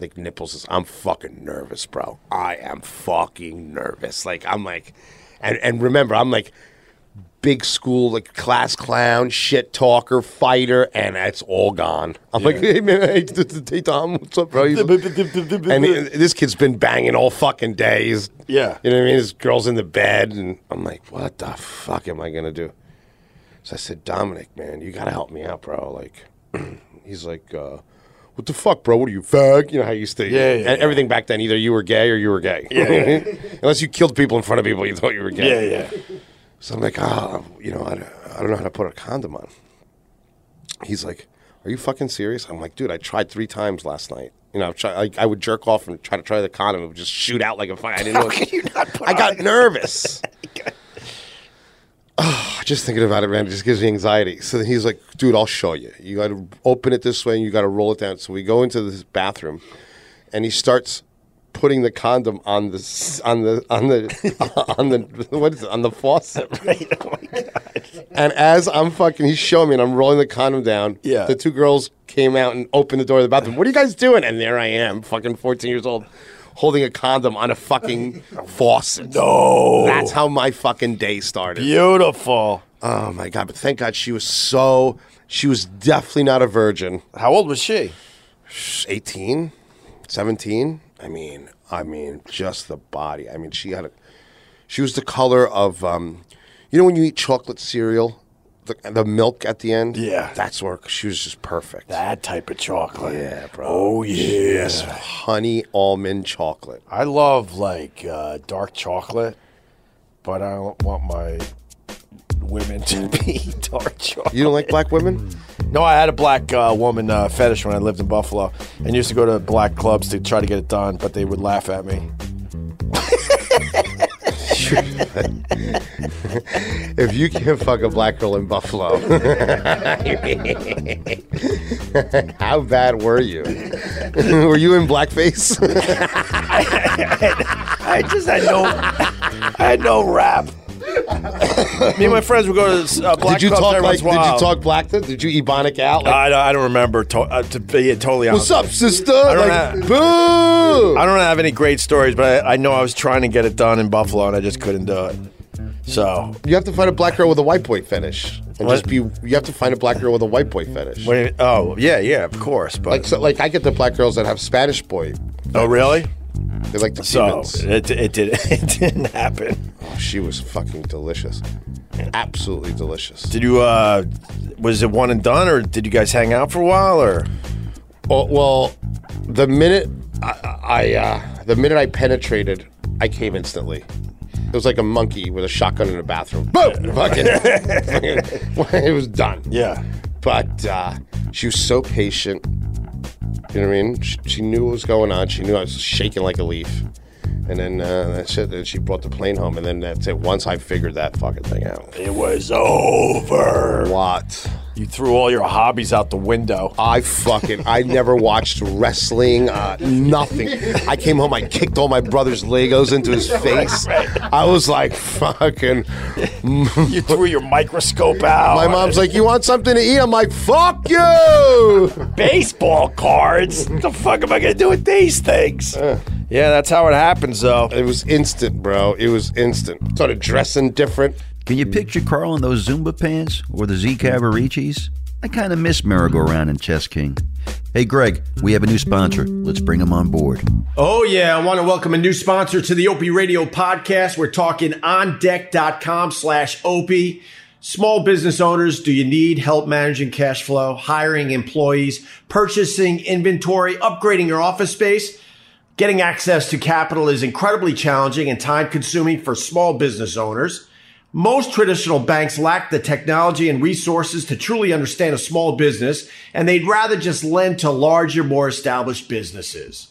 S3: Like nipples is, I'm fucking nervous, bro. I am fucking nervous. Like I'm like, and and remember, I'm like big school, like class clown, shit talker, fighter, and it's all gone. I'm like, hey man, hey, t- t- hey Tom, what's up, bro? He's- and he- this kid's been banging all fucking days.
S2: Yeah.
S3: you know what I mean. This girl's in the bed, and I'm like, what the fuck am I gonna do? So I said, Dominic, man, you gotta help me out, bro. Like, he's like, uh, what the fuck, bro? What are you, fag? You know how you used to.
S2: Yeah, yeah,
S3: and everything back then, either you were gay or you were gay. Unless you killed people in front of people, you thought you were gay.
S2: Yeah, yeah.
S3: So I'm like, ah, you know, I don't, I don't know how to put a condom on. He's like, are you fucking serious? I'm like, dude, I tried three times last night. You know, I've tried, I, I would jerk off and try to try the condom. It would just shoot out like a fire. I didn't know.
S2: Can you not put
S3: I got nervous. Ah, just thinking about it, man, it just gives me anxiety. So then he's like, dude, I'll show you. You got to open it this way and you got to roll it down. So we go into this bathroom and he starts putting the condom on the s- on the on the on the what is it on the faucet and as i'm fucking he's showing me and i'm rolling the condom down
S2: Yeah.
S3: the two girls came out and opened the door of the bathroom what are you guys doing and there i am fucking 14 years old holding a condom on a fucking faucet
S2: No.
S3: that's how my fucking day started
S2: beautiful.
S3: Oh my god! But thank God she was so. She was definitely not a virgin.
S2: How old was she?
S3: 18, 17. I mean, I mean, just the body. I mean, she had a. She was the color of, um, you know, when you eat chocolate cereal, the, the milk at the end.
S2: Yeah.
S3: that's where she was just perfect.
S2: That type of chocolate.
S3: Yeah, bro.
S2: Oh yeah.
S3: Yes, honey almond chocolate.
S2: I love like uh, dark chocolate, but I don't want my women to be dark chocolate.
S3: You don't like black women?
S2: No, I had a black uh, woman uh, fetish when I lived in Buffalo, and used to go to black clubs to try to get it done, but they would laugh at me.
S3: If you can't fuck a black girl in Buffalo, how bad were you? were you in blackface?
S2: I just had no, I had no rap. me and my friends would go to uh, black
S3: did you
S2: clubs
S3: talk
S2: every once
S3: like? Did
S2: in a while.
S3: you talk black? then? Did you ebonic out? Like,
S2: I, don't- I don't remember. To, uh, to be totally honest,
S3: What's up, sister?
S2: don't
S3: Like,
S2: have-
S3: boo!
S2: I don't have any great stories, but I, I know I was trying to get it done in Buffalo, and I just couldn't do it. So,
S3: you have to find a black girl with a white boy fetish, and
S2: What?
S3: just be. You have to find a black girl with a white boy fetish.
S2: when, oh yeah, yeah, of course. But
S3: Like, so, like I get the black girls that have Spanish boy.
S2: oh really?
S3: They like the
S2: So
S3: demons.
S2: it, it did it didn't happen.
S3: Oh, she was fucking delicious, absolutely delicious.
S2: Did you? uh Was it one and done, or did you guys hang out for a while? Or
S3: Oh, well, the minute I, I uh, the minute I penetrated, I came instantly. It was like a monkey with a shotgun in a bathroom. Boom! Fucking, it was done.
S2: yeah,
S3: But uh, she was so patient. You know what I mean? She, she knew what was going on. She knew I was shaking like a leaf. And then uh, that's it. And she brought the plane home. And then that's it. Once I figured that fucking thing out.
S2: it was over.
S3: What?
S2: You threw all your hobbies out the window.
S3: I fucking I never watched wrestling, uh, nothing. I came home, I kicked all my brother's Legos into his face. I was like, fucking.
S2: You threw your microscope out.
S6: Oh,
S3: My mom's like, you want something to eat? I'm like, fuck you.
S2: baseball cards. what the fuck am I gonna do with these things?
S3: Uh.
S2: yeah, that's how it happens, though.
S3: It was instant, bro. It was instant. Started dressing different.
S1: Can you picture Carl in those Zumba pants or the Z Cavaricis? I kind of miss merry-go-round and Chess King. Hey, Greg, we have a new sponsor. Let's bring him on board.
S7: Oh, yeah. I want to welcome a new sponsor to the Opie Radio podcast. We're talking ondeck.com slash Opie. Small business owners, do you need help managing cash flow, hiring employees, purchasing inventory, upgrading your office space? Getting access to capital is incredibly challenging and time consuming for small business owners. Most traditional banks lack the technology and resources to truly understand a small business, and they'd rather just lend to larger, more established businesses.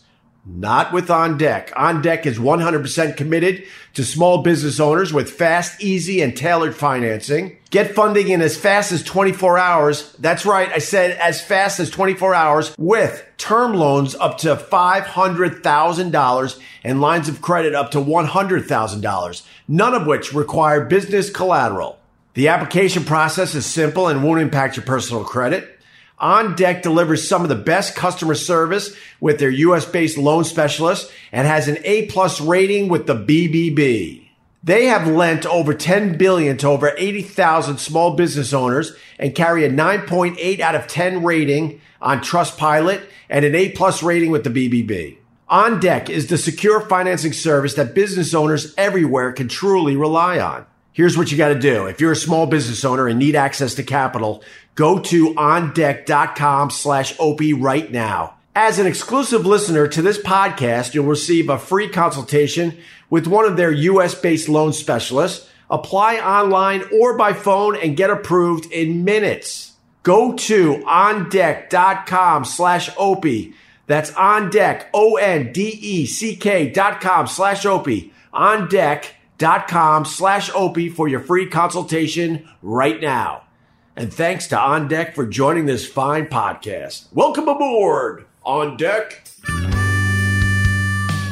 S7: Not with On Deck. On Deck is 100% committed to small business owners with fast, easy, and tailored financing. Get funding in as fast as 24 hours. That's right. I said as fast as 24 hours with term loans up to $500,000 and lines of credit up to $100,000, none of which require business collateral. The application process is simple and won't impact your personal credit. On Deck delivers some of the best customer service with their US based loan specialist and has an A plus rating with the BBB. They have lent over 10 billion to over 80,000 small business owners and carry a 9.8 out of 10 rating on Trustpilot and an A plus rating with the BBB. On Deck is the secure financing service that business owners everywhere can truly rely on. Here's what you got to do. If you're a small business owner and need access to capital, go to ondeck.com slash OP right now. As an exclusive listener to this podcast, you'll receive a free consultation with one of their US based loan specialists. Apply online or by phone and get approved in minutes. Go to ondeck.com slash OP. That's on deck, O-N-D-E-C-K E dot com slash OP. On deck dot com slash opie for your free consultation right now. And thanks to On Deck for joining this fine podcast. Welcome aboard, On Deck.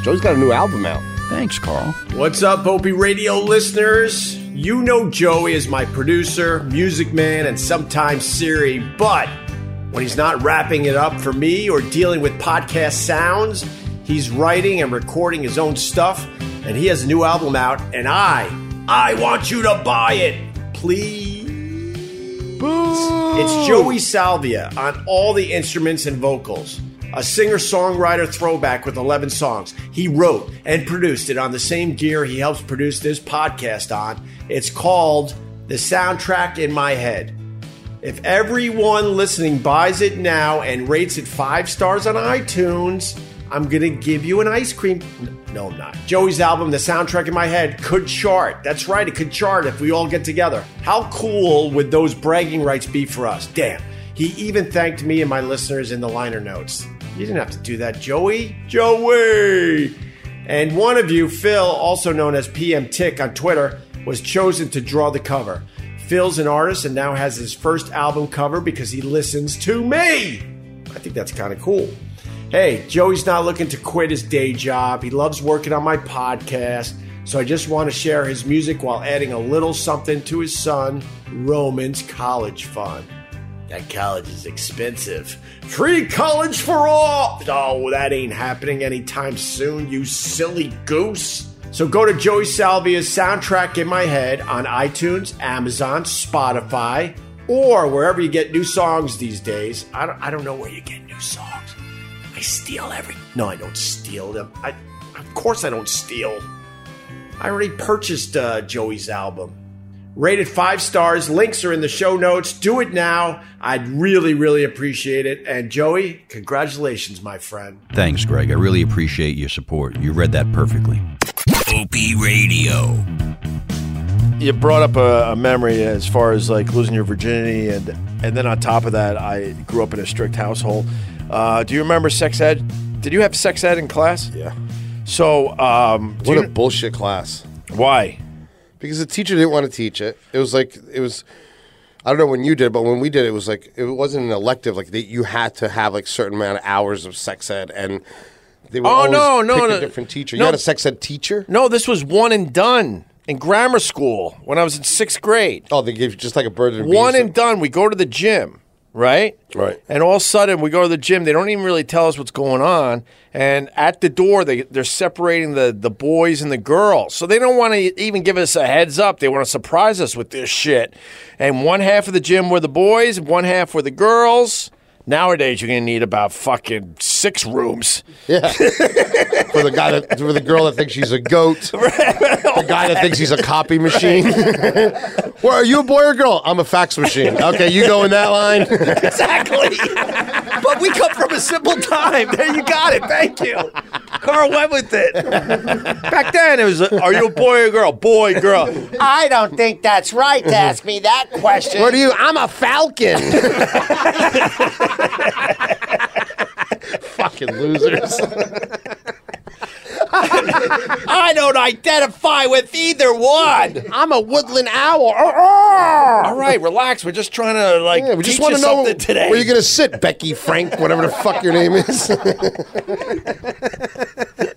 S3: Joe's got a new album out.
S1: Thanks, Carl.
S7: What's up, Opie Radio listeners? You know Joey is my producer, music man, and sometimes Siri, but when he's not wrapping it up for me or dealing with podcast sounds, he's writing and recording his own stuff, and he has a new album out, and I, I want you to buy it, please. It's Joey Salvia on all the instruments and vocals. A singer songwriter throwback with 11 songs. He wrote and produced it on the same gear he helps produce this podcast on. It's called The Soundtrack in My Head. If everyone listening buys it now and rates it five stars on iTunes, I'm going to give you an ice cream. No, I'm not. Joey's album, The Soundtrack in My Head, could chart. That's right, it could chart if we all get together. How cool would those bragging rights be for us? Damn. He even thanked me and my listeners in the liner notes. You didn't have to do that, Joey. Joey! And one of you, Phil, also known as PM Tick on Twitter, was chosen to draw the cover. Phil's an artist and now has his first album cover because he listens to me. I think that's kind of cool. Hey, Joey's not looking to quit his day job. He loves working on my podcast. So I just want to share his music while adding a little something to his son, Roman's college fund. That college is expensive. Free college for all! Oh, that ain't happening anytime soon, you silly goose. So go to Joey Salvia's soundtrack in my head on iTunes, Amazon, Spotify, or wherever you get new songs these days. I don't, I don't know where you get new songs. I steal every. No, I don't steal them. I, of course, I don't steal. I already purchased uh, Joey's album. Rated five stars. Links are in the show notes. Do it now. I'd really, really appreciate it. And Joey, congratulations, my friend.
S1: Thanks, Greg. I really appreciate your support. You read that perfectly. OP Radio.
S6: you brought up a, a memory as far as like losing your virginity, and and then on top of that, I grew up in a strict household. Uh, do you remember sex ed? Did you have sex ed in class?
S3: Yeah.
S6: So, um, do
S3: What a
S6: you-
S3: bullshit class.
S6: why?
S3: because the teacher didn't want to teach it. It was like it was. I don't know when you did, but when we did, it was like it wasn't an elective. Like they, you had to have like certain amount of hours of sex ed, and they would
S6: Oh,
S3: always
S6: no, no,
S3: pick
S6: no.
S3: a different teacher.
S6: No.
S3: You had a sex ed teacher?
S6: No, this was one and done in grammar school when I was in sixth grade.
S3: Oh, they gave you just like a bird and bees.
S6: One and done. We go to the gym, right?
S3: Right.
S6: And all of a sudden, we go to the gym. They don't even really tell us what's going on. And at the door, they they're separating the the boys and the girls. So they don't want to even give us a heads up. They want to surprise us with this shit. And one half of the gym were the boys, one half were the girls. Nowadays, you're gonna need about fucking six rooms.
S3: yeah. for the guy that for the girl that thinks she's a goat. the guy that thinks he's a copy machine. Well, are you a boy or girl? I'm a fax machine. Okay, you go in that line.
S2: Exactly. but we come from a simple time. There you got it. Thank you. Carl went with it. Back then, it was, uh, are you a boy or a girl? Boy, girl.
S8: I don't think that's right to ask me that question.
S3: What do you? I'm a falcon. Fucking losers.
S8: I don't identify with either one.
S3: I'm a woodland owl. Uh, Arr,
S2: All
S3: arr.
S2: right, relax. We're just trying to like
S3: Yeah, we just
S2: teach
S3: want
S2: you
S3: to know
S2: something today.
S3: where you're gonna sit, Becky Frank, whatever the fuck your name is.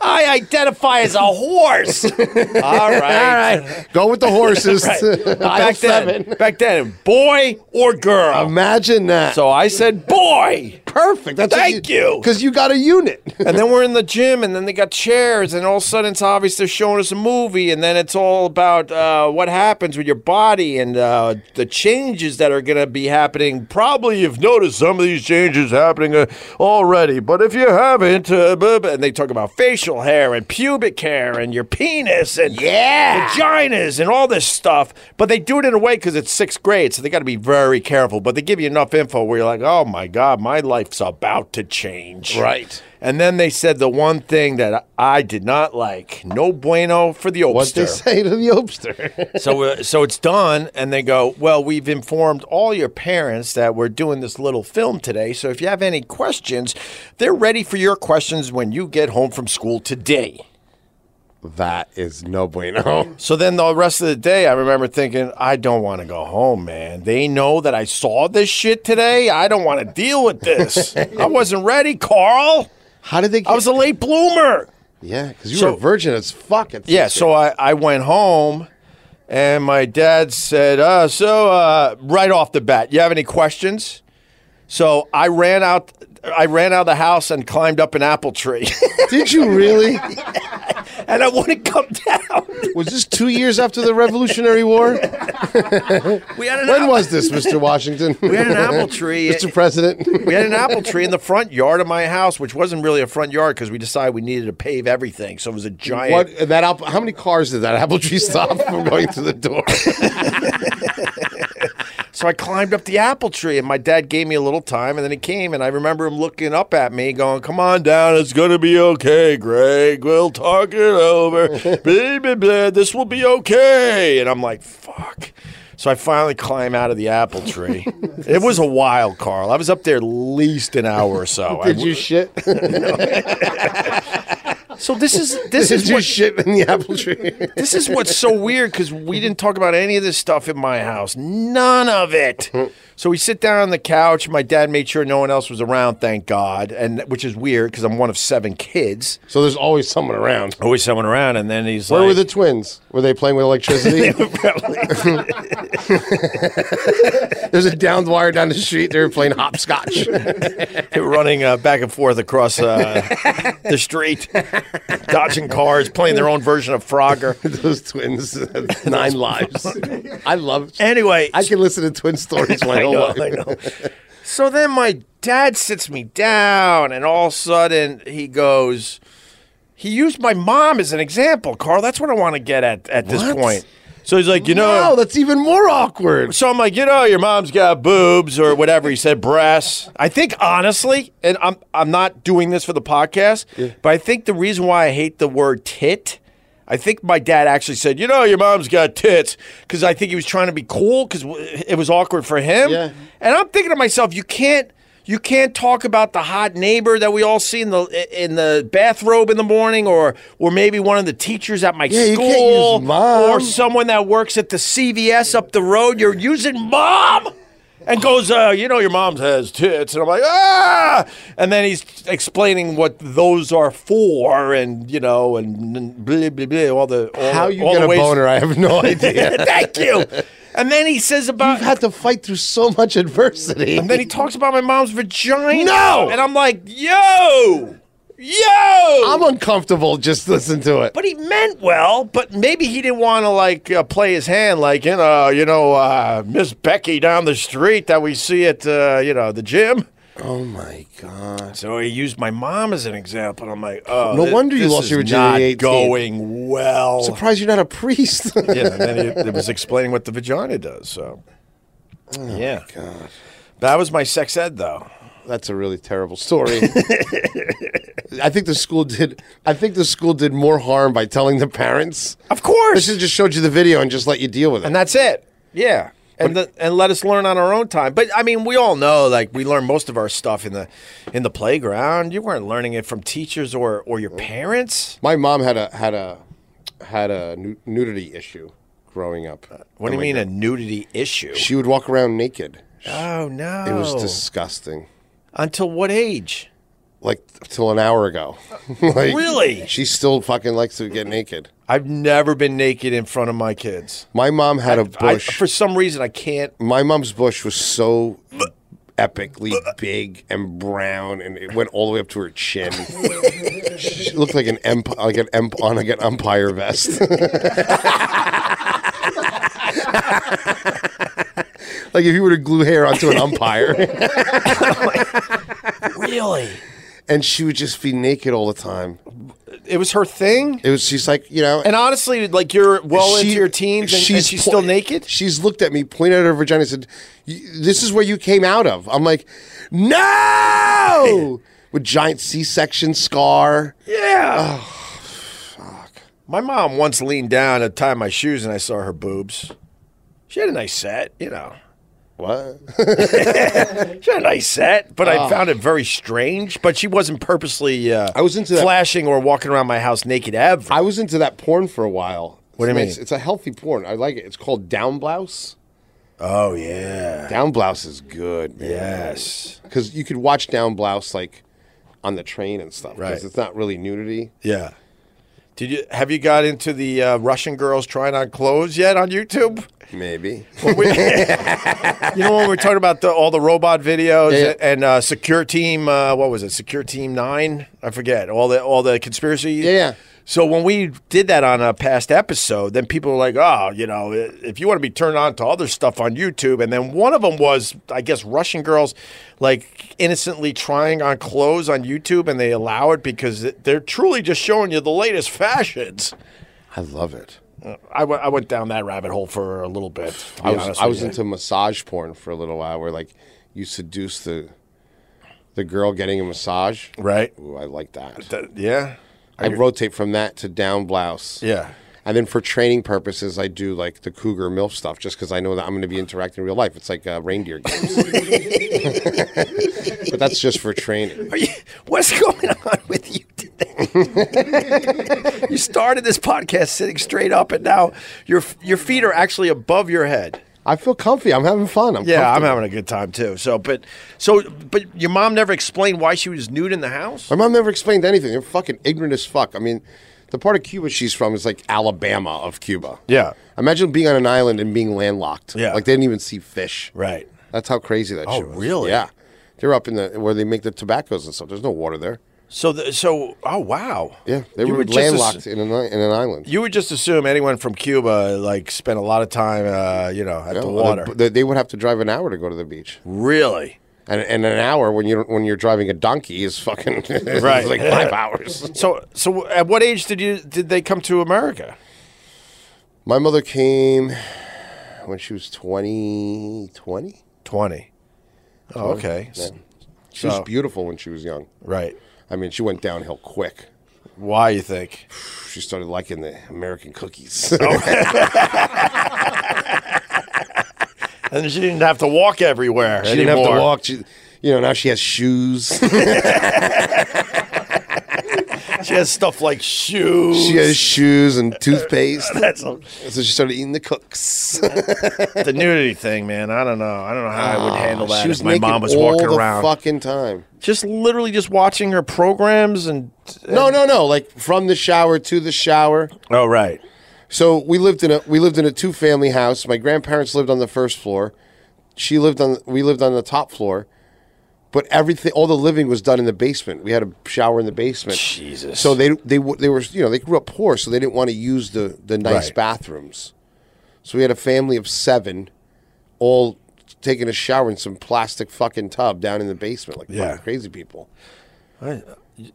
S8: I identify as a horse.
S2: All right.
S3: All right, go with the horses. Aisle
S2: Back then,
S3: seven.
S2: back then, boy or girl.
S3: Imagine that.
S2: so I said boy.
S3: perfect. That's
S2: Thank you.
S3: Because you got a unit.
S2: and then we're in the gym, and then they got chairs, and all of a sudden it's obvious they're showing us a movie, and then it's all about uh, what happens with your body and uh, the changes that are going to be happening. Probably you've noticed some of these changes happening uh, already, but if you haven't, uh, blah, blah, and they talk about facial hair and pubic hair and your penis and
S8: Yeah.
S2: vaginas and all this stuff, but they do it in a way because it's sixth grade, so they got to be very careful. But they give you enough info where you're like, oh my god, my life's about to change.
S3: Right.
S2: And then they said the one thing that I did not like: no bueno for the
S3: What they
S2: oldster.
S3: say to the obster.
S2: so, uh, so it's done, and they go, "Well, we've informed all your parents that we're doing this little film today. So if you have any questions, they're ready for your questions when you get home from school today."
S3: that is no bueno.
S2: So then the rest of the day, I remember thinking, I don't want to go home, man. They know that I saw this shit today. I don't want to deal with this. I wasn't ready, Carl.
S3: How did they? Get,
S2: I was a late bloomer.
S3: yeah, because you
S2: So-
S3: were a virgin as fuck. At
S2: Yeah,
S3: sixteen.
S2: so I, I went home and my dad said, uh, so uh, right off the bat, you have any questions? So I ran out I ran out of the house and climbed up an apple tree
S3: did you really?
S2: and I wouldn't come down.
S3: Was this two years after the Revolutionary War?
S2: We had an
S3: When
S2: apple-
S3: was this, Mr. Washington?
S2: we had an apple tree.
S3: Mr. President.
S2: we had an apple tree in the front yard of my house, which wasn't really a front yard because we decided we needed to pave everything. So it was a giant.
S3: What and that apple, how many cars did that apple tree stop from going through the door?
S2: So I climbed up the apple tree, and my dad gave me a little time, and then he came, and I remember him looking up at me, going, "Come on down, it's gonna be okay, Greg. We'll talk it over. blah, blah, blah. This will be okay." And I'm like, "Fuck." So I finally climb out of the apple tree. it was a while, Carl. I was up there at least an hour or so. I-
S3: Did you shit?
S2: so this is this
S3: Did
S2: is
S3: you
S2: what
S3: shit in the apple tree?
S2: This is what's so weird because we didn't talk about any of this stuff in my house. None of it.
S3: Mm-hmm.
S2: So we sit down on the couch. My dad made sure no one else was around, thank God, and which is weird because I'm one of seven kids.
S3: so there's always someone around.
S2: Always someone around, and then he's
S3: Where
S2: like,
S3: were the twins? Were they playing with electricity? There's a downed wire down the street. They were playing hopscotch.
S2: they were running uh, back and forth across uh, the street, dodging cars, playing their own version of Frogger.
S3: Those twins, have nine lives. I love. It.
S2: Anyway,
S3: I can listen to twin stories my whole life.
S2: I know. oh, so then my dad sits me down, and all of a sudden he goes, he used my mom as an example, Carl. That's what I want to get at at this
S3: What?
S2: point. So he's like, you know,
S3: No, that's even more awkward.
S2: so I'm like, you know, your mom's got boobs or whatever he said, breasts. I think honestly, and I'm I'm not doing this for the podcast, but I think the reason why I hate the word tit, I think my dad actually said, you know, your mom's got tits, because I think he was trying to be cool, because it was awkward for him.
S3: Yeah.
S2: And I'm thinking to myself, you can't. You can't talk about the hot neighbor that we all see in the in the bathrobe in the morning, or or maybe one of the teachers at my
S3: you
S2: school,
S3: can't use mom.
S2: or someone that works at the CVS up the road. You're using mom. And goes, uh, you know, your mom has tits, and I'm like, ah! And then he's explaining what those are for, and you know, and, and blah blah blah, all the all,
S3: How you
S2: all
S3: get
S2: the
S3: a
S2: ways-
S3: boner? I have no idea.
S2: Thank you. And then he says about
S3: I've had to fight through so much adversity.
S2: and then he talks about my mom's vagina.
S3: No!
S2: And I'm like, yo, yo.
S3: I'm uncomfortable. Just listen to it.
S2: but he meant well, but maybe he didn't want to like uh, play his hand, like uh, you know, you know, uh, Miss Becky down the street that we see at uh, you know the gym.
S3: Oh my god.
S2: So he used my mom as an example. I'm like, oh,
S3: No
S2: thi-
S3: wonder you
S2: this
S3: lost
S2: is
S3: your virginity
S2: Not
S3: at 18.
S2: going well.
S3: Surprised you're not a priest.
S2: yeah, and then it, it was explaining what the vagina does. So, yeah,
S3: Oh, God.
S2: that was my sex ed though.
S3: That's a really terrible story. I think the school did. I think the school did more harm by telling the parents.
S2: Of course,
S3: They should have just showed you the video and just let you deal with it.
S2: and that's it. Yeah. And, the, and let us learn on our own time. But I mean, we all know like we learn most of our stuff in the in the playground. You weren't learning it from teachers or or your parents.
S3: My mom had a had a had a nu- nudity issue growing up. Oh
S2: What do you mean a nudity issue?
S3: She would walk around naked.
S2: Oh no!
S3: It was disgusting.
S2: until what age?
S3: Like till an hour ago. Like,
S2: Really?
S3: She still fucking likes to get naked.
S2: I've never been naked in front of my kids.
S3: My mom had a
S2: I,
S3: bush.
S2: for some reason, I can't.
S3: my mom's bush was so epically big and brown, and it went all the way up to her chin. she looked like an emp- like an emp- on like an umpire vest. like if you were to glue hair onto an umpire,
S2: Really?
S3: and she would just be naked all the time.
S2: It was her thing.
S3: It was she's like you know.
S2: And honestly, like you're well
S3: she-
S2: into your teens, and and she's,
S3: po-
S2: still naked.
S3: She's looked at me, pointed at her vagina, and said, "Y- "This is where you came out of." I'm like, "No!" With giant C-section scar.
S2: Yeah. Oh, My mom once leaned down to tie my shoes, and I saw her boobs. She had a nice set, you know.
S3: What?
S2: She had a nice set, but I found it very strange. But she wasn't purposely. Uh,
S3: Oh. I was into that-
S2: flashing or walking around my house naked ever.
S3: I was into that porn for a while.
S2: What do you mean?
S3: It's, it's a healthy porn. I like it. It's called Down Blouse.
S2: oh yeah.
S3: Down Blouse is good, man.
S2: Yes.
S3: Because you could watch Down Blouse like on the train and stuff. 'cause
S2: Right.
S3: It's not really nudity.
S2: Yeah. Did you have you got into the uh, Russian girls trying on clothes yet on YouTube?
S3: Maybe.
S2: We- you know when we are talking about the, all the robot videos
S3: Yeah, yeah.
S2: and uh, Secure Team, uh, what was it? Secure Team Nine? I forget. All the all the conspiracy.
S3: Yeah, yeah.
S2: So when we did that on a past episode, then people were like, "Oh, you know, i- if you want to be turned on to other stuff on YouTube," and then one of them was, I guess, Russian girls like innocently trying on clothes on YouTube, and they allow it because th- they're truly just showing you the latest fashions.
S3: I love it.
S2: I went- I went down that rabbit hole for a little bit. to be
S3: I was
S2: honest
S3: I
S2: with
S3: was
S2: you.
S3: into massage porn for a little while, where like you seduce the the girl getting a massage.
S2: right.
S3: Ooh, I like that.
S2: Th- yeah.
S3: I rotate from that to down blouse.
S2: Yeah.
S3: And then for training purposes, I do like the cougar milf stuff, just because I know that I'm going to be interacting in real life. It's like uh, reindeer games, but that's just for training.
S2: Are you, what's going on with you today? you started this podcast sitting straight up, and now your your feet are actually above your head.
S3: I feel comfy. I'm having fun. I'm
S2: Yeah, I'm
S3: comfortable.
S2: having a good time too. So, but so, but your mom never explained why she was nude in the house.
S3: My mom never explained anything. They're fucking ignorant as fuck. I mean, the part of Cuba she's from is like Alabama of Cuba.
S2: Yeah.
S3: Imagine being on an island and being landlocked.
S2: Yeah.
S3: Like they didn't even see fish.
S2: Right.
S3: That's how crazy that
S2: Oh,
S3: shit was.
S2: really?
S3: Yeah. They're up in the where they make the tobaccos and stuff. There's no water there.
S2: So, the, so, oh wow.
S3: Yeah. They
S2: You
S3: were,
S2: just as-
S3: landlocked in an i- in an island.
S2: you would just assume anyone from Cuba like spent a lot of time, uh, you know, at the
S3: Well,
S2: water.
S3: They, they would have to drive an hour to go to the beach,
S2: really.
S3: and, and an hour when you're when you're driving a donkey is fucking it's
S2: Right.
S3: like five hours.
S2: So, so at what age did you did they come to America?
S3: My mother came when she was 20, 20?
S2: Twenty. Oh, okay. S-
S3: She was beautiful when she was young.
S2: Right.
S3: I mean, she went downhill quick.
S2: Why you think?
S3: She started liking the American cookies.
S2: Oh, And she didn't have to walk everywhere.
S3: She didn't have to walk. She, you know, now she has shoes.
S2: She has stuff like shoes.
S3: she has shoes and toothpaste.
S2: That's a-
S3: so she started eating the cooks.
S2: the nudity thing, man. I don't know. I don't know how I would handle that
S3: she
S2: if my mom Ah, was walking around.
S3: the fucking time.
S2: Just literally just watching her programs and.
S3: No, no, no. Like from the shower to the shower.
S2: Oh right.
S3: So we lived in a we lived in a two family house. My grandparents lived on the first floor. She lived on we lived on the top floor. But everything, all the living was done in the basement. We had a shower in the basement.
S2: Jesus.
S3: So they they w- they were you know they grew up poor, so they didn't want to use the the nice
S2: Right.
S3: bathrooms. So we had a family of seven, all taking a shower in some plastic fucking tub down in the basement like
S6: Yeah.
S3: fucking crazy people.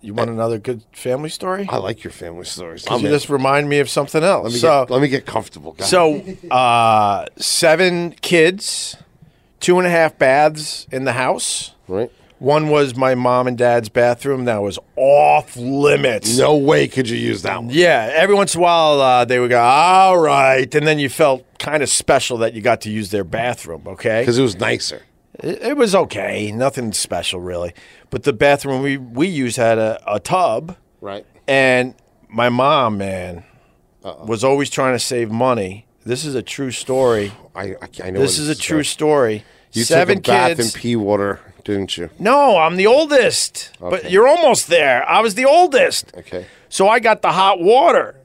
S2: You want another good family story?
S3: I like your family stories. I'm
S2: you
S3: in.
S2: just remind me of something
S3: let
S2: else.
S3: me
S2: so
S3: get, let me get comfortable. God.
S2: So, uh, seven kids, two and a half baths in the house.
S3: right?
S2: One was my mom and dad's bathroom that was off limits.
S3: No way could you use that one.
S2: Yeah, every once in a while uh, they would go, all right. And then you felt kind of special that you got to use their bathroom, okay?
S3: Because it was nicer.
S2: It, it was okay, nothing special really. But the bathroom we, we used had a, a tub.
S3: Right.
S2: And my mom, man, was always trying to save money. This is a true story.
S3: I, I, I know
S2: This
S3: what
S2: is a true story.
S3: You
S2: Seven
S3: took a bath
S2: kids.
S3: in pee water, didn't you?
S2: no, I'm the oldest, but
S3: Okay.
S2: you're almost there. I was the oldest.
S3: Okay.
S2: So I got the hot water.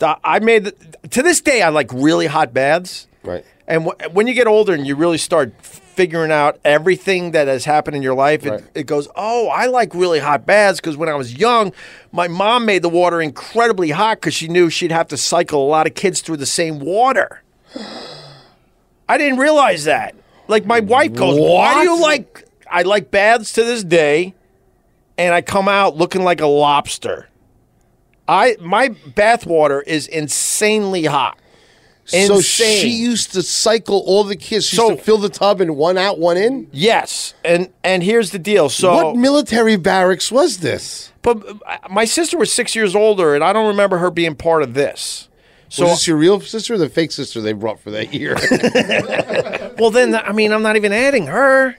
S2: The- I made the, to this day I like really hot baths.
S3: Right.
S2: And w- when you get older and you really start f- figuring out everything that has happened in your life, it,
S3: Right.
S2: it goes, oh, I like really hot baths because when I was young, my mom made the water incredibly hot because she knew she'd have to cycle a lot of kids through the same water. I didn't realize that. Like my wife goes, why do you like? I like baths to this day, and I come out looking like a lobster. I my bath water is insanely hot.
S3: So
S2: Insane.
S3: she used to cycle all the kids. She
S2: So-
S3: used to fill the tub and one out, one in.
S2: Yes, and and here's the deal. So,
S3: What military barracks was this?
S2: but uh, my sister was six years older, and I don't remember her being part of this. So,
S3: was this your real sister or the fake sister they brought for that year?
S2: well, then I mean, I'm not even adding her.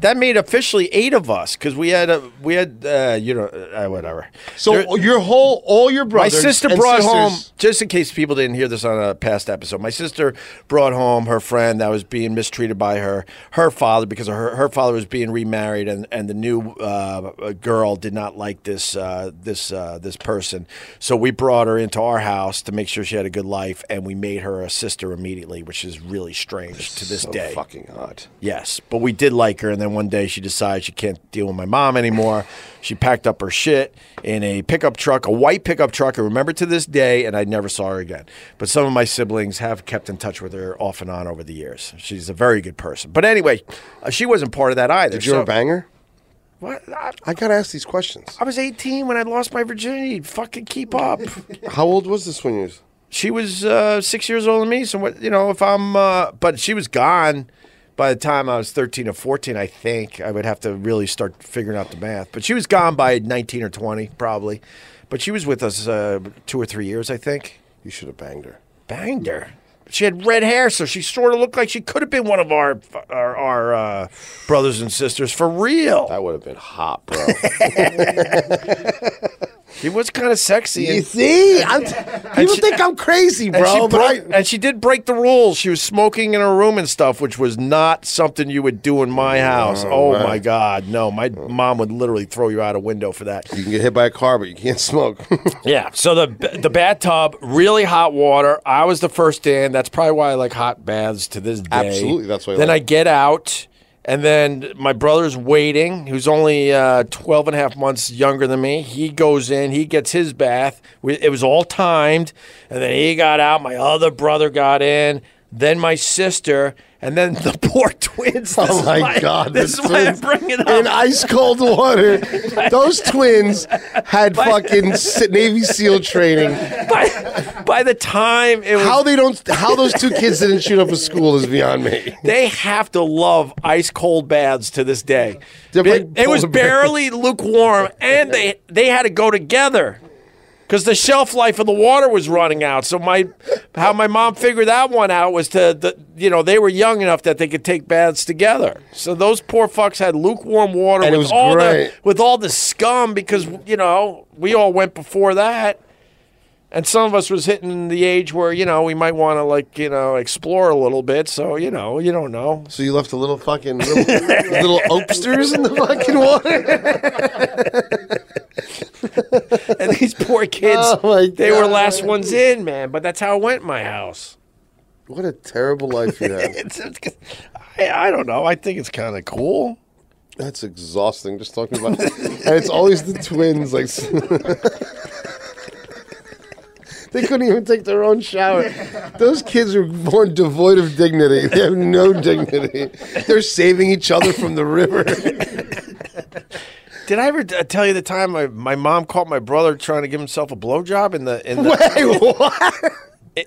S2: That made officially eight of us because we had a we had uh, you know uh, whatever.
S3: so your whole, all your
S2: My
S3: brothers.
S2: sister
S3: and
S2: brought
S3: sisters-
S2: home, just in case people didn't hear this on a past episode, my sister brought home her friend that was being mistreated by her her father because her her father was being remarried and and the new uh, girl did not like this uh, this uh, this person. So we brought her into our house to make sure she had a good life, and we made her a sister immediately, which is really strange to this
S3: so
S2: day.
S3: Oh, fucking odd.
S2: Yes, but we did like her, and then one day she decided she can't deal with my mom anymore. She packed up her shit in a pickup truck, a white pickup truck. I remember to this day, and I never saw her again. But some of my siblings have kept in touch with her off and on over the years. She's a very good person. But anyway, uh, she wasn't part of that either.
S3: Did you ever
S2: so-
S3: bang her?
S2: What? I,
S3: I gotta ask these questions.
S2: I was 18 when I lost my virginity. Fucking keep up.
S3: How old was this when you? was-
S2: she was uh, six years older than me. So what, you know, if I'm, uh, but she was gone by the time I was thirteen or fourteen. I think I would have to really start figuring out the math. But she was gone by nineteen or twenty, probably. But she was with us uh, two or three years, I think.
S3: You should have banged her.
S2: Banged her. She had red hair, so she sort of looked like she could have been one of our our, our uh, brothers and sisters for real.
S3: That would have been hot, bro.
S2: She was kind of sexy.
S3: you
S2: and-
S3: see, I'm t- people think I'm crazy, bro.
S2: And, she
S3: but I-
S2: broke, and she did break the rules. She was smoking in her room and stuff, which was not something you would do in my house. Oh,
S3: right.
S2: my God. No, my mom would literally throw you out a window for that.
S3: you can get hit by a car, but you can't smoke.
S2: Yeah. So the the bathtub, really hot water. I was the first in. That's probably why I like hot baths to this day.
S3: Absolutely, that's why I
S2: Then
S3: like-
S2: I get out, and then my brother's waiting, who's only uh, 12 and a half months younger than me. He goes in, he gets his bath. We, it was all timed, and then he got out. My other brother got in. Then my sister, and then the poor twins. This
S3: Oh
S2: is
S3: my
S2: why-
S3: God!
S2: This is
S3: the
S2: why I
S3: twins
S2: bring it up.
S3: in ice cold water. Those twins had fucking s- Navy SEAL training.
S2: by, by the time it was
S3: How they don't? How those two kids didn't shoot up a school is beyond me.
S2: They have to love ice cold baths to this day.
S3: They're
S2: It,
S3: like
S2: it was
S3: polar bears.
S2: barely lukewarm, and they they had to go together because the shelf life of the water was running out. So my how my mom figured that one out was to the, you know they were young enough that they could take baths together. So those poor fucks had lukewarm water
S3: And it
S2: with
S3: was
S2: all
S3: great.
S2: the with all the scum because you know we all went before that. And some of us was hitting the age where you know we might want to like you know explore a little bit. So you know you don't know.
S3: So you left the little fucking little, little oaksters in the fucking water.
S2: And these poor kids,
S3: Oh, my
S2: they were
S3: God.
S2: last ones in, man. But that's how it went in my house.
S3: What a terrible life you had.
S2: It's, it's, I, I don't know. I think it's kind of cool.
S3: That's exhausting. Just talking about, and it's always the twins. Like They couldn't even take their own shower. Those kids were born devoid of dignity. They have no dignity. They're saving each other from the river.
S2: Did I ever t- uh, tell you the time my, my mom caught my brother trying to give himself a blowjob in the in the,
S3: Wait, what?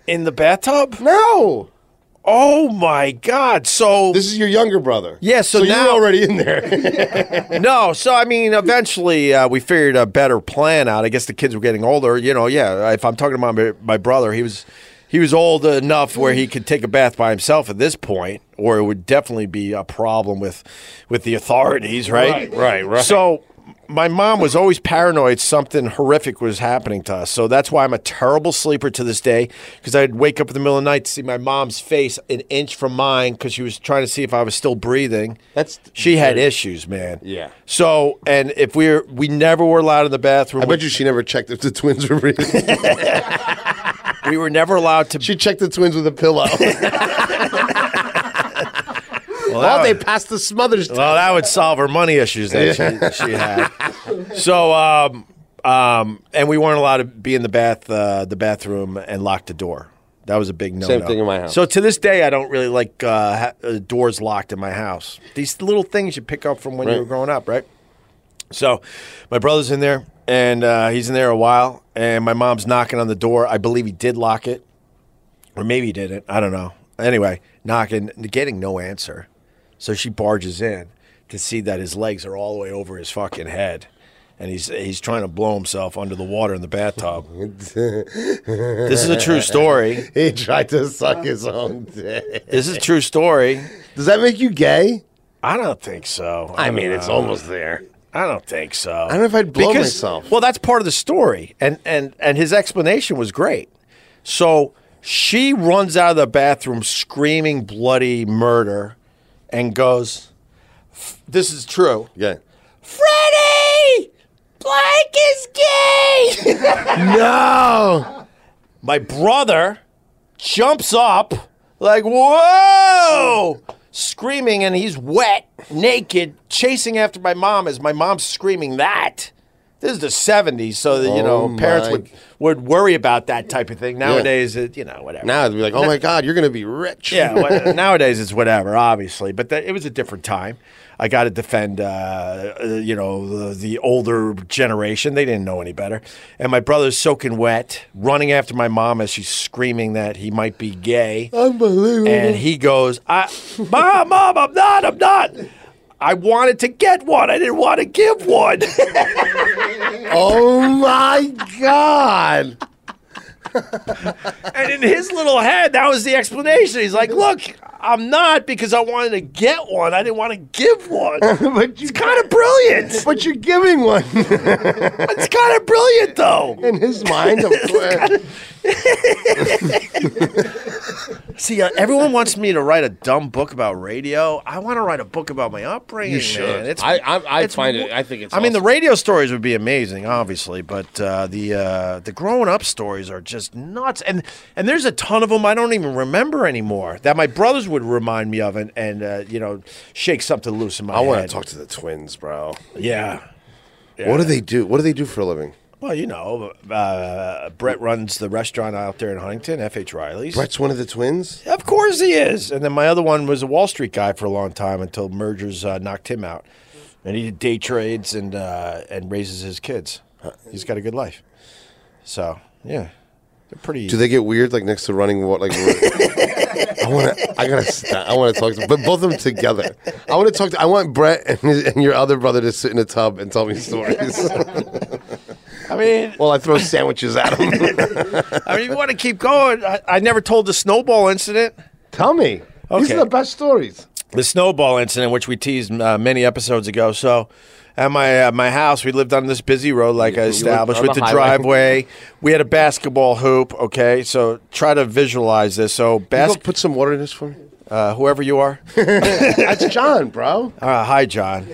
S2: in the bathtub?
S3: No.
S2: Oh my god! So
S3: This is your younger brother.
S2: Yeah, so now-
S3: you're already in there.
S2: no, so I mean, eventually uh, we figured a better plan out. I guess the kids were getting older. You know, yeah. If I'm talking about my, my brother, he was he was old enough where he could take a bath by himself at this point, or it would definitely be a problem with with the authorities, right?
S6: Right, right.
S2: So. My mom was always paranoid something horrific was happening to us. So that's why I'm a terrible sleeper to this day because I'd wake up in the middle of the night to see my mom's face an inch from mine because she was trying to see if I was still breathing.
S3: That's-
S2: she had issues, man.
S3: Yeah.
S2: So, and if we're we never were allowed in the bathroom,
S3: I bet you she never checked if the twins were breathing.
S2: we were never allowed to.
S3: She checked the twins with a pillow.
S2: that
S3: oh, they
S2: would-
S3: passed the Smothers test.
S2: well, that would solve her money issues that she, she had. So, um, um, and we weren't allowed to be in the bath, uh, the bathroom, and lock the door. That was a big no.
S3: Same thing in my house.
S2: So to this day, I don't really like uh, ha- uh, doors locked in my house. These little things you pick up from when you
S3: Right.
S2: were growing up, right? So my brother's in there, and uh, he's in there a while, and my mom's knocking on the door. I believe he did lock it, or maybe he didn't. I don't know. Anyway, knocking, getting no answer. So she barges in to see that his legs are all the way over his fucking head. And he's he's trying to blow himself under the water in the bathtub. this is a true story.
S3: He tried to suck his own dick.
S2: This is a true story.
S3: Does that make you gay?
S2: I don't think so.
S3: I
S2: don't
S3: mean, it's
S2: know.
S3: almost there.
S2: I don't think so. I
S3: don't know if I'd blow myself.
S2: Well, that's part of the story, and and and his explanation was great. So she runs out of the bathroom screaming bloody murder, and goes, "F- "This is true,
S3: Yeah.
S2: Freddie. Blank is gay."
S3: No.
S2: My brother jumps up like, "Whoa!" Screaming, and he's wet, naked, chasing after my mom as my mom's screaming that. This is the 70s, so that, you
S3: Oh,
S2: know, parents
S3: my.
S2: would, would worry about that type of thing. Nowadays, it, you know, whatever.
S3: Now it'd be like, oh my God, you're going to be rich.
S2: yeah, what, nowadays it's whatever, obviously, but that, it was a different time. I got to defend, uh, uh, you know, the, the older generation. They didn't know any better. And my brother's soaking wet, running after my mom as she's screaming that he might be gay.
S3: Unbelievable.
S2: And he goes, I, Mom, Mom, I'm not, I'm not. I wanted to get one. I didn't want to give one.
S3: oh my God.
S2: and in his little head, that was the explanation. He's like, Look, I'm not because I wanted to get one. I didn't want to give one.
S3: but, you,
S2: It's kind of brilliant.
S3: but you're giving one.
S2: It's kind of brilliant, though.
S3: In his mind, of course.
S2: See, uh, everyone wants me to write a dumb book about radio. I want to write a book about my upbringing. You Man. It's,
S3: I, I, I
S2: it's
S3: find
S2: wo-
S3: it, I think it's.
S2: I mean, the
S3: awesome.
S2: radio stories would be amazing, obviously, but uh, the uh, the grown up stories are just nuts, and and there's a ton of them I don't even remember anymore that my brothers would remind me of, and and uh, you know, shake something loose in my
S3: I
S2: head.
S3: want to talk to the twins, bro.
S2: Yeah.
S3: What do they do? What do they do for a living?
S2: Well, you know, uh, Brett runs the restaurant out there in Huntington, FH Riley's.
S3: Brett's one of the twins?
S2: Of course he is. And then my other one was a Wall Street guy for a long time until mergers uh, knocked him out. And he day trades and uh, and raises his kids. He's got a good life. So yeah, they're pretty.
S3: Do they get weird like next to running what like I want to I got to stop. I want to talk to but both of them together. I want to talk to I want Brett and, his, and your other brother to sit in a tub and tell me stories.
S2: I mean,
S3: While I throw sandwiches at them.
S2: I mean, you want to keep going. I, I never told the snowball incident.
S3: tell me. These
S2: Okay.
S3: are the best stories.
S2: the snowball incident, which we teased uh, many episodes ago. So, at my uh, my house, we lived on this busy road, like I established,
S3: on
S2: with
S3: the
S2: the,
S3: highway.
S2: driveway. We had a basketball hoop. Okay, so try to visualize this. So,
S3: Can you
S2: bas-
S3: go put some water in this for me.
S2: uh, whoever you are,
S3: That's John, bro.
S2: uh, hi John.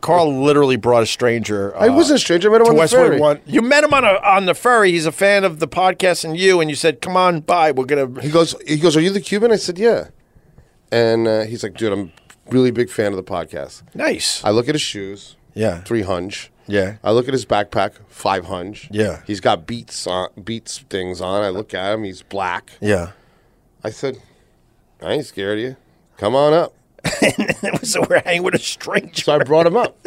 S2: Carl literally brought a stranger. Uh,
S3: I wasn't a stranger. I met him
S2: to
S3: on the
S2: Westwood
S3: ferry.
S2: One. You met him on a, on the ferry. He's a fan of the podcast and you, and you said, "Come on by, we're gonna."
S3: He goes, he goes, are you the Cuban? I said, yeah. And uh, he's like, dude, I'm really big fan of the podcast.
S2: Nice.
S3: I look at his shoes.
S2: Yeah.
S3: Three hunch.
S7: Yeah.
S3: I look at his backpack, five hunch.
S7: Yeah.
S3: He's got beats on beats things on. I look at him, he's black.
S7: Yeah.
S3: I said, I ain't scared of you. Come on up.
S2: so we're hanging with a stranger.
S3: So I brought him up.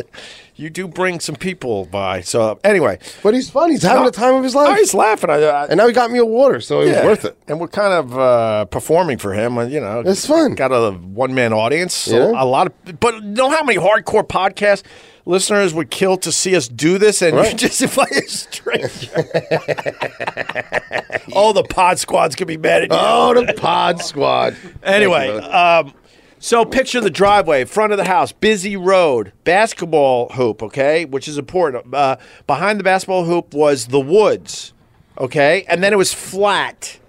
S2: You do bring some people by. So anyway,
S3: But he's fun. He's having the time of his life.
S2: I was laughing. I, I,
S3: And now he got me a water, so it
S2: yeah.
S3: was worth it.
S2: And we're kind of uh, performing for him. uh, You know,
S3: It's fun.
S2: Got a one man audience. So
S3: Yeah.
S2: a lot of, but know how many hardcore podcast listeners would kill to see us do this, and you
S3: Right.
S2: just invite a stranger. All the pod squads could be mad at you.
S3: Oh, the pod squad.
S2: Anyway,
S3: Thank you, brother.
S2: um, so picture the driveway, front of the house, busy road, basketball hoop, okay, which is important. Uh, behind the basketball hoop was the woods, okay, and then it was flat.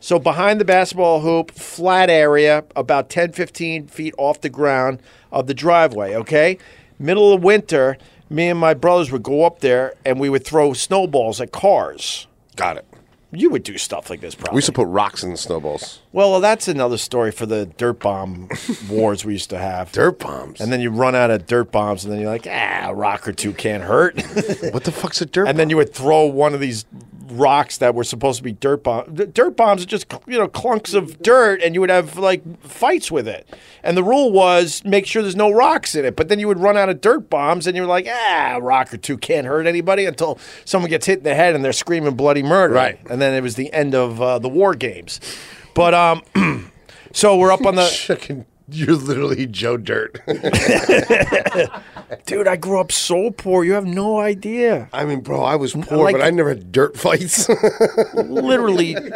S2: So behind the basketball hoop, flat area, about 10, 15 feet off the ground of the driveway, okay? Middle of winter, me and my brothers would go up there and we would throw snowballs at cars.
S3: got it.
S2: You would do stuff like this probably.
S3: We used to put rocks in the snowballs.
S2: Well, well, that's another story for the dirt bomb wars we used to have.
S3: Dirt bombs.
S2: And then you run out of dirt bombs, and then you're like, ah, a rock or two can't hurt.
S3: what the fuck's a dirt?
S2: and then you would throw one of these rocks that were supposed to be dirt bombs. Dirt bombs are just you know clunks of dirt, and you would have like fights with it. And the rule was make sure there's no rocks in it. But then you would run out of dirt bombs, and you're like, ah, a rock or two can't hurt anybody until someone gets hit in the head and they're screaming bloody murder.
S3: Right.
S2: And then it was the end of uh, the war games. But um. So we're up on the
S3: Chicken. You're literally Joe Dirt.
S2: dude. I grew up so poor. You have no idea.
S3: I mean, bro, I was poor,
S2: like-
S3: but I never had dirt fights.
S2: Literally, we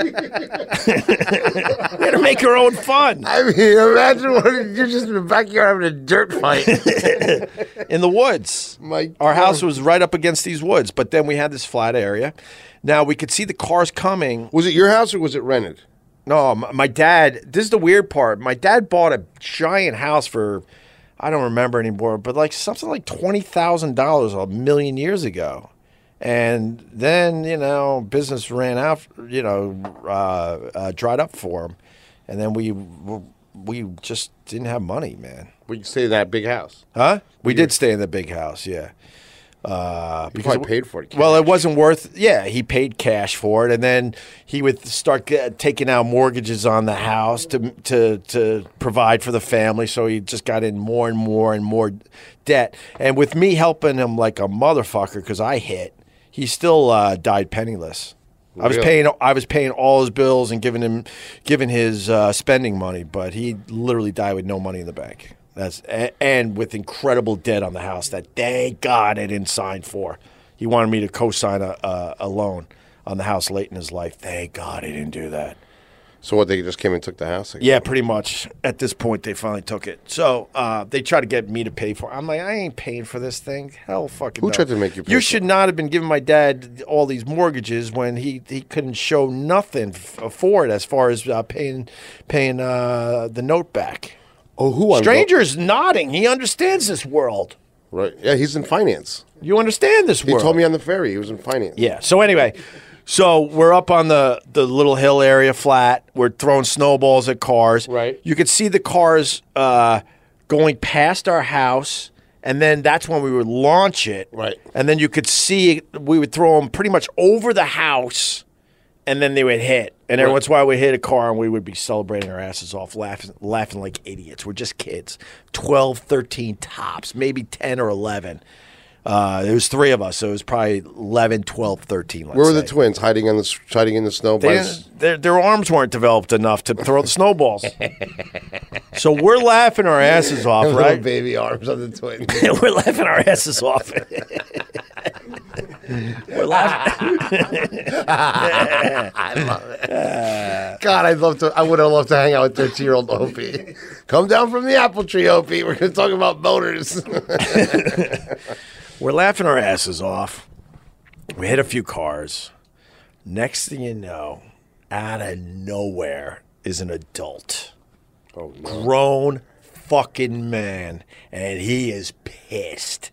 S2: had to make our own fun
S3: I mean, imagine what, you're just in the backyard having a dirt fight.
S2: in the woods.
S3: My
S2: Our house
S3: God.
S2: was right up against these woods, but then we had this flat area. Now we could see the cars coming.
S3: was it your house or was it rented?
S2: No, my, my dad, this is the weird part. My dad bought a giant house for, I don't remember anymore, but like something like $20,000 a million years ago. And then, you know, business ran out, you know, uh, uh, dried up for him. And then we, we just didn't have money, man.
S3: We stayed in that big house.
S2: Huh? We did stay in the big house, yeah. Uh, because
S3: probably paid for it
S2: Well, it wasn't worth. Yeah, he paid cash for it, and then he would start g- taking out mortgages on the house to to to provide for the family. So he just got in more and more and more debt. And with me helping him like a motherfucker because I hit, he still uh, died penniless. I was
S3: Really?
S2: paying. I was paying all his bills and giving him, giving his uh, spending money, but he literally died with no money in the bank. That's and, and with incredible debt on the house that thank God I didn't sign for. He wanted me to co-sign a, a, a loan on the house late in his life. Thank God he didn't do that.
S3: So what? They just came and took the house. Again.
S2: Yeah, pretty much. At this point, they finally took it. So uh, they tried to get me to pay for. it. I'm like, I ain't paying for this thing. Hell, fucking.
S3: Who
S2: no.
S3: tried to make you pay
S2: You
S3: for
S2: should not have been giving my dad all these mortgages when he, he couldn't show nothing f- for it as far as uh, paying paying uh, the note back.
S3: Oh, who? I'm
S2: Stranger's nodding. He understands this world.
S3: Right. Yeah, he's in finance.
S2: You understand this
S3: He
S2: world.
S3: told me on the ferry he was in finance.
S2: Yeah. So anyway, so we're up on the the little hill area flat. We're throwing snowballs at cars.
S3: Right.
S2: You could see the cars uh, going past our house, and then that's when we would launch it.
S3: Right.
S2: And then you could see we would throw them pretty much over the house, and then they would hit. And every once in a while we hit a car and we would be celebrating our asses off, laughing, laughing like idiots. We're just kids, 12, 13 tops, maybe 10 or 11. Uh, there was three of us, so it was probably 11, 12, 13. Let's
S3: Where were the
S2: say.
S3: twins hiding in the s- hiding in the snow?
S2: They
S3: by the s-
S2: didn't- their, their arms weren't developed enough to throw the snowballs. so we're laughing our asses off,
S3: little
S2: right?
S3: baby arms on the twins.
S2: we're laughing our asses off. we're laughing.
S3: God, I'd love to. I would have loved to hang out with thirteen-year-old Opie. Come down from the apple tree, Opie. We're going to talk about motors.
S2: We're laughing our asses off. We hit a few cars. Next thing you know, out of nowhere is an adult. Grown fucking man. And he is pissed.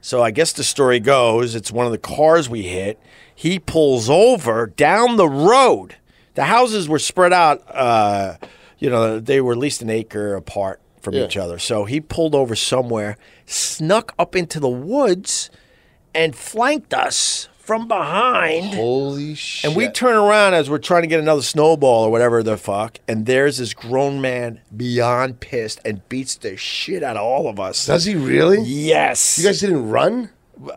S2: So I guess the story goes it's one of the cars we hit. He pulls over down the road. The houses were spread out, uh, you know, they were at least an acre apart from
S3: Yeah.
S2: each other. So he pulled over somewhere, snuck up into the woods, and flanked us from behind.
S3: Holy shit.
S2: And we turn around as we're trying to get another snowball or whatever the fuck, and there's this grown man beyond pissed and beats the shit out of all of us.
S3: Does he really?
S2: yes.
S3: You guys didn't run?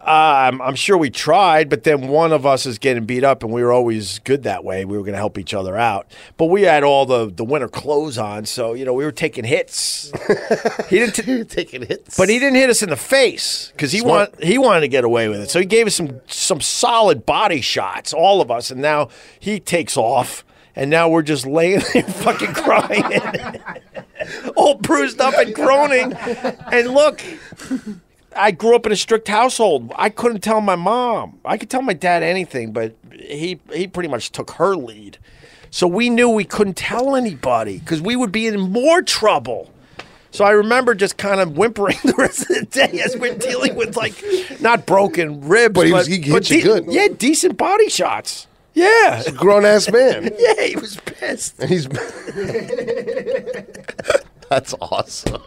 S2: um, I'm sure we tried, but then one of us is getting beat up, and we were always good that way. We were going to help each other out. But we had all the, the winter clothes on, so, you know, we were taking hits. he didn't. t-
S3: Taking hits.
S2: but he didn't hit us in the face because he
S3: Smart.
S2: want he wanted to get away with it. So he gave us some some solid body shots, all of us, and now he takes off, and now we're just laying there fucking crying, all bruised up and groaning. And look, I grew up in a strict household. I couldn't tell my mom. I could tell my dad anything, but he he pretty much took her lead. So we knew we couldn't tell anybody because we would be in more trouble. So I remember just kind of whimpering the rest of the day as we're dealing with like not broken ribs,
S3: But he was- he hit you good.
S2: Yeah, decent body shots. Yeah,
S3: grown ass man.
S2: yeah, he was pissed.
S3: And he's. That's awesome.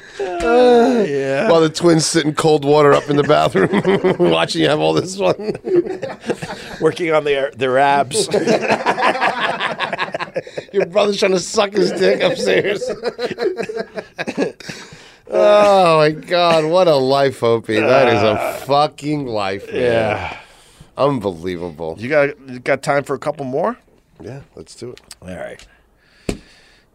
S3: yeah. While the twins sit in cold water up in the bathroom, watching you have all this fun.
S2: Working on their their abs.
S3: Your brother's trying to suck his dick upstairs. oh my god, what a life, Opie. That is a fucking life, man.
S2: yeah.
S3: Unbelievable.
S2: You got you got time for a couple more?
S3: Yeah, let's do it.
S2: All right.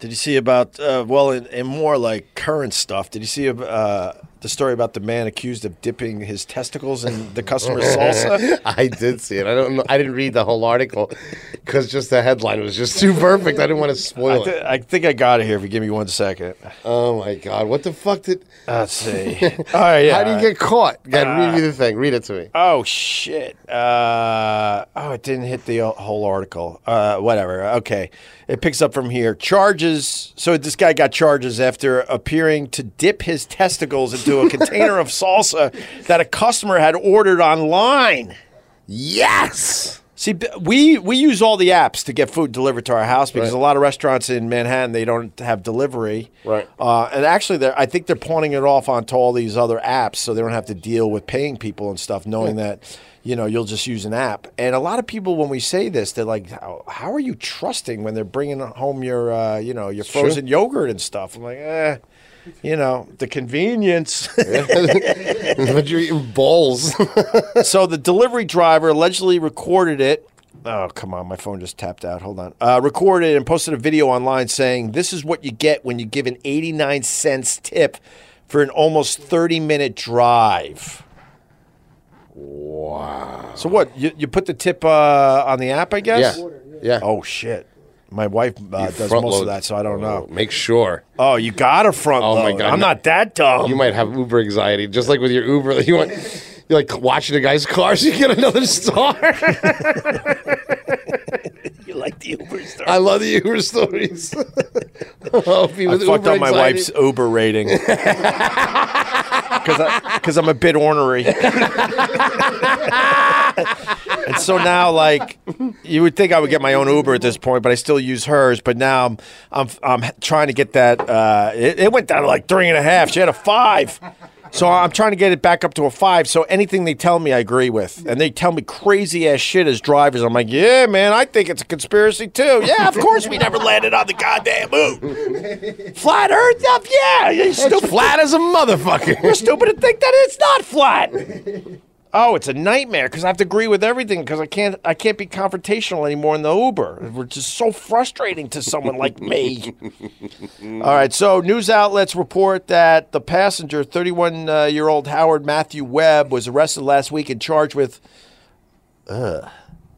S2: Did you see about uh, well, and, and more like current stuff? Did you see uh, the story about the man accused of dipping his testicles in the customer's salsa?
S3: I did see it. I don't know. I didn't read the whole article because just the headline was just too perfect. I didn't want to
S2: I,
S3: spoil
S2: th-
S3: it.
S2: I think I got it here. If you give me one second,
S3: Oh my god, what the fuck did?
S2: let's see. All right, Oh, Uh, yeah.
S3: how do you get caught? God, read me the thing. Read it to me.
S2: Oh shit! Uh, oh, it didn't hit the whole article. Uh, whatever. Okay, it picks up from here. Charges. So this guy got charges after appearing to dip his testicles into a container of salsa that a customer had ordered online.
S3: Yes.
S2: See, b- we we use all the apps to get food delivered to our house because a lot of restaurants in Manhattan they don't have delivery.
S3: Right.
S2: Uh, and actually, they're, I think they're pawning it off onto all these other apps, so they don't have to deal with paying people and stuff, knowing that you know you'll just use an app. And a lot of people, when we say this, they're like, "How, how are you trusting when they're bringing home your uh, you know your frozen yogurt and stuff?" I'm like, eh. You know the convenience.
S3: but you're eating balls.
S2: so the delivery driver allegedly recorded it. Oh, come on. My phone just tapped out. Hold on. Uh, recorded and posted a video online saying, This is what you get when you give an 89 cents tip for an almost 30 minute drive. Wow. So what? You, you put the tip uh, on the app, I
S3: yeah.
S2: guess?
S3: Yeah.
S2: Oh, shit. My wife uh, does
S3: front
S2: most of
S3: load.
S2: that, so I don't know.
S3: Make sure.
S2: Oh, you got a front
S3: Oh,
S2: load.
S3: my God.
S2: I'm not that dumb.
S3: You might have Uber anxiety, just like with your Uber. You want you like watching a guy's car so you get another star.
S2: You like the Uber story.
S3: I love the Uber stories. oh, if he
S2: I
S3: was
S2: fucked
S3: Uber
S2: up my
S3: anxiety-
S2: wife's Uber rating because I'm a bit ornery. and so now, like, you would think I would get my own Uber at this point, but I still use hers. But now I'm I'm, I'm trying to get that. Uh, it, it went down to like three and a half. She had a five. So I'm trying to get it back up to a five. So anything they tell me, I agree with, and they tell me crazy ass shit as drivers. I'm like, yeah, man, I think it's a conspiracy too. Yeah, of course we never landed on the goddamn moon. Flat Earth? Stuff? Yeah, you stupid.
S3: flat as a motherfucker.
S2: You're stupid to think that it's not flat. Oh, it's a nightmare because I have to agree with everything because I can't I can't be confrontational anymore in the Uber, which is so frustrating to someone like me. All right, so news outlets report that the passenger, 31 uh, year old Howard Matthew Webb, was arrested last week and charged with uh,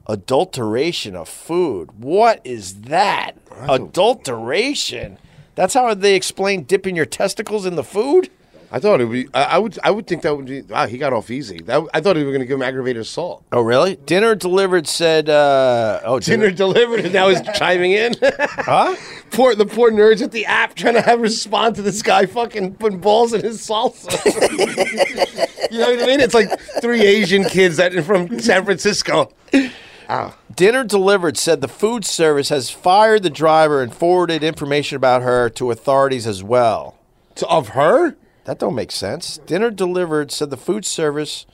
S2: adulteration of food. What is that? Adulteration? That's how they explain dipping your testicles in the food?
S3: I thought it would be. I, I would. I would think that would be. Wow, he got off easy. That, I thought he was going to give him aggravated assault.
S2: Oh, really? Dinner delivered said, uh, oh,
S3: Dinner delivered, and now he's chiming in.
S2: Huh?
S3: poor the poor nerds at the app trying to have respond to this guy fucking putting balls in his salsa. you know what I mean? It's like three Asian kids that from San Francisco.
S2: Dinner delivered said the food service has fired the driver and forwarded information about her to authorities as well.
S3: To, of her?
S2: That don't make sense. Dinner delivered said the food service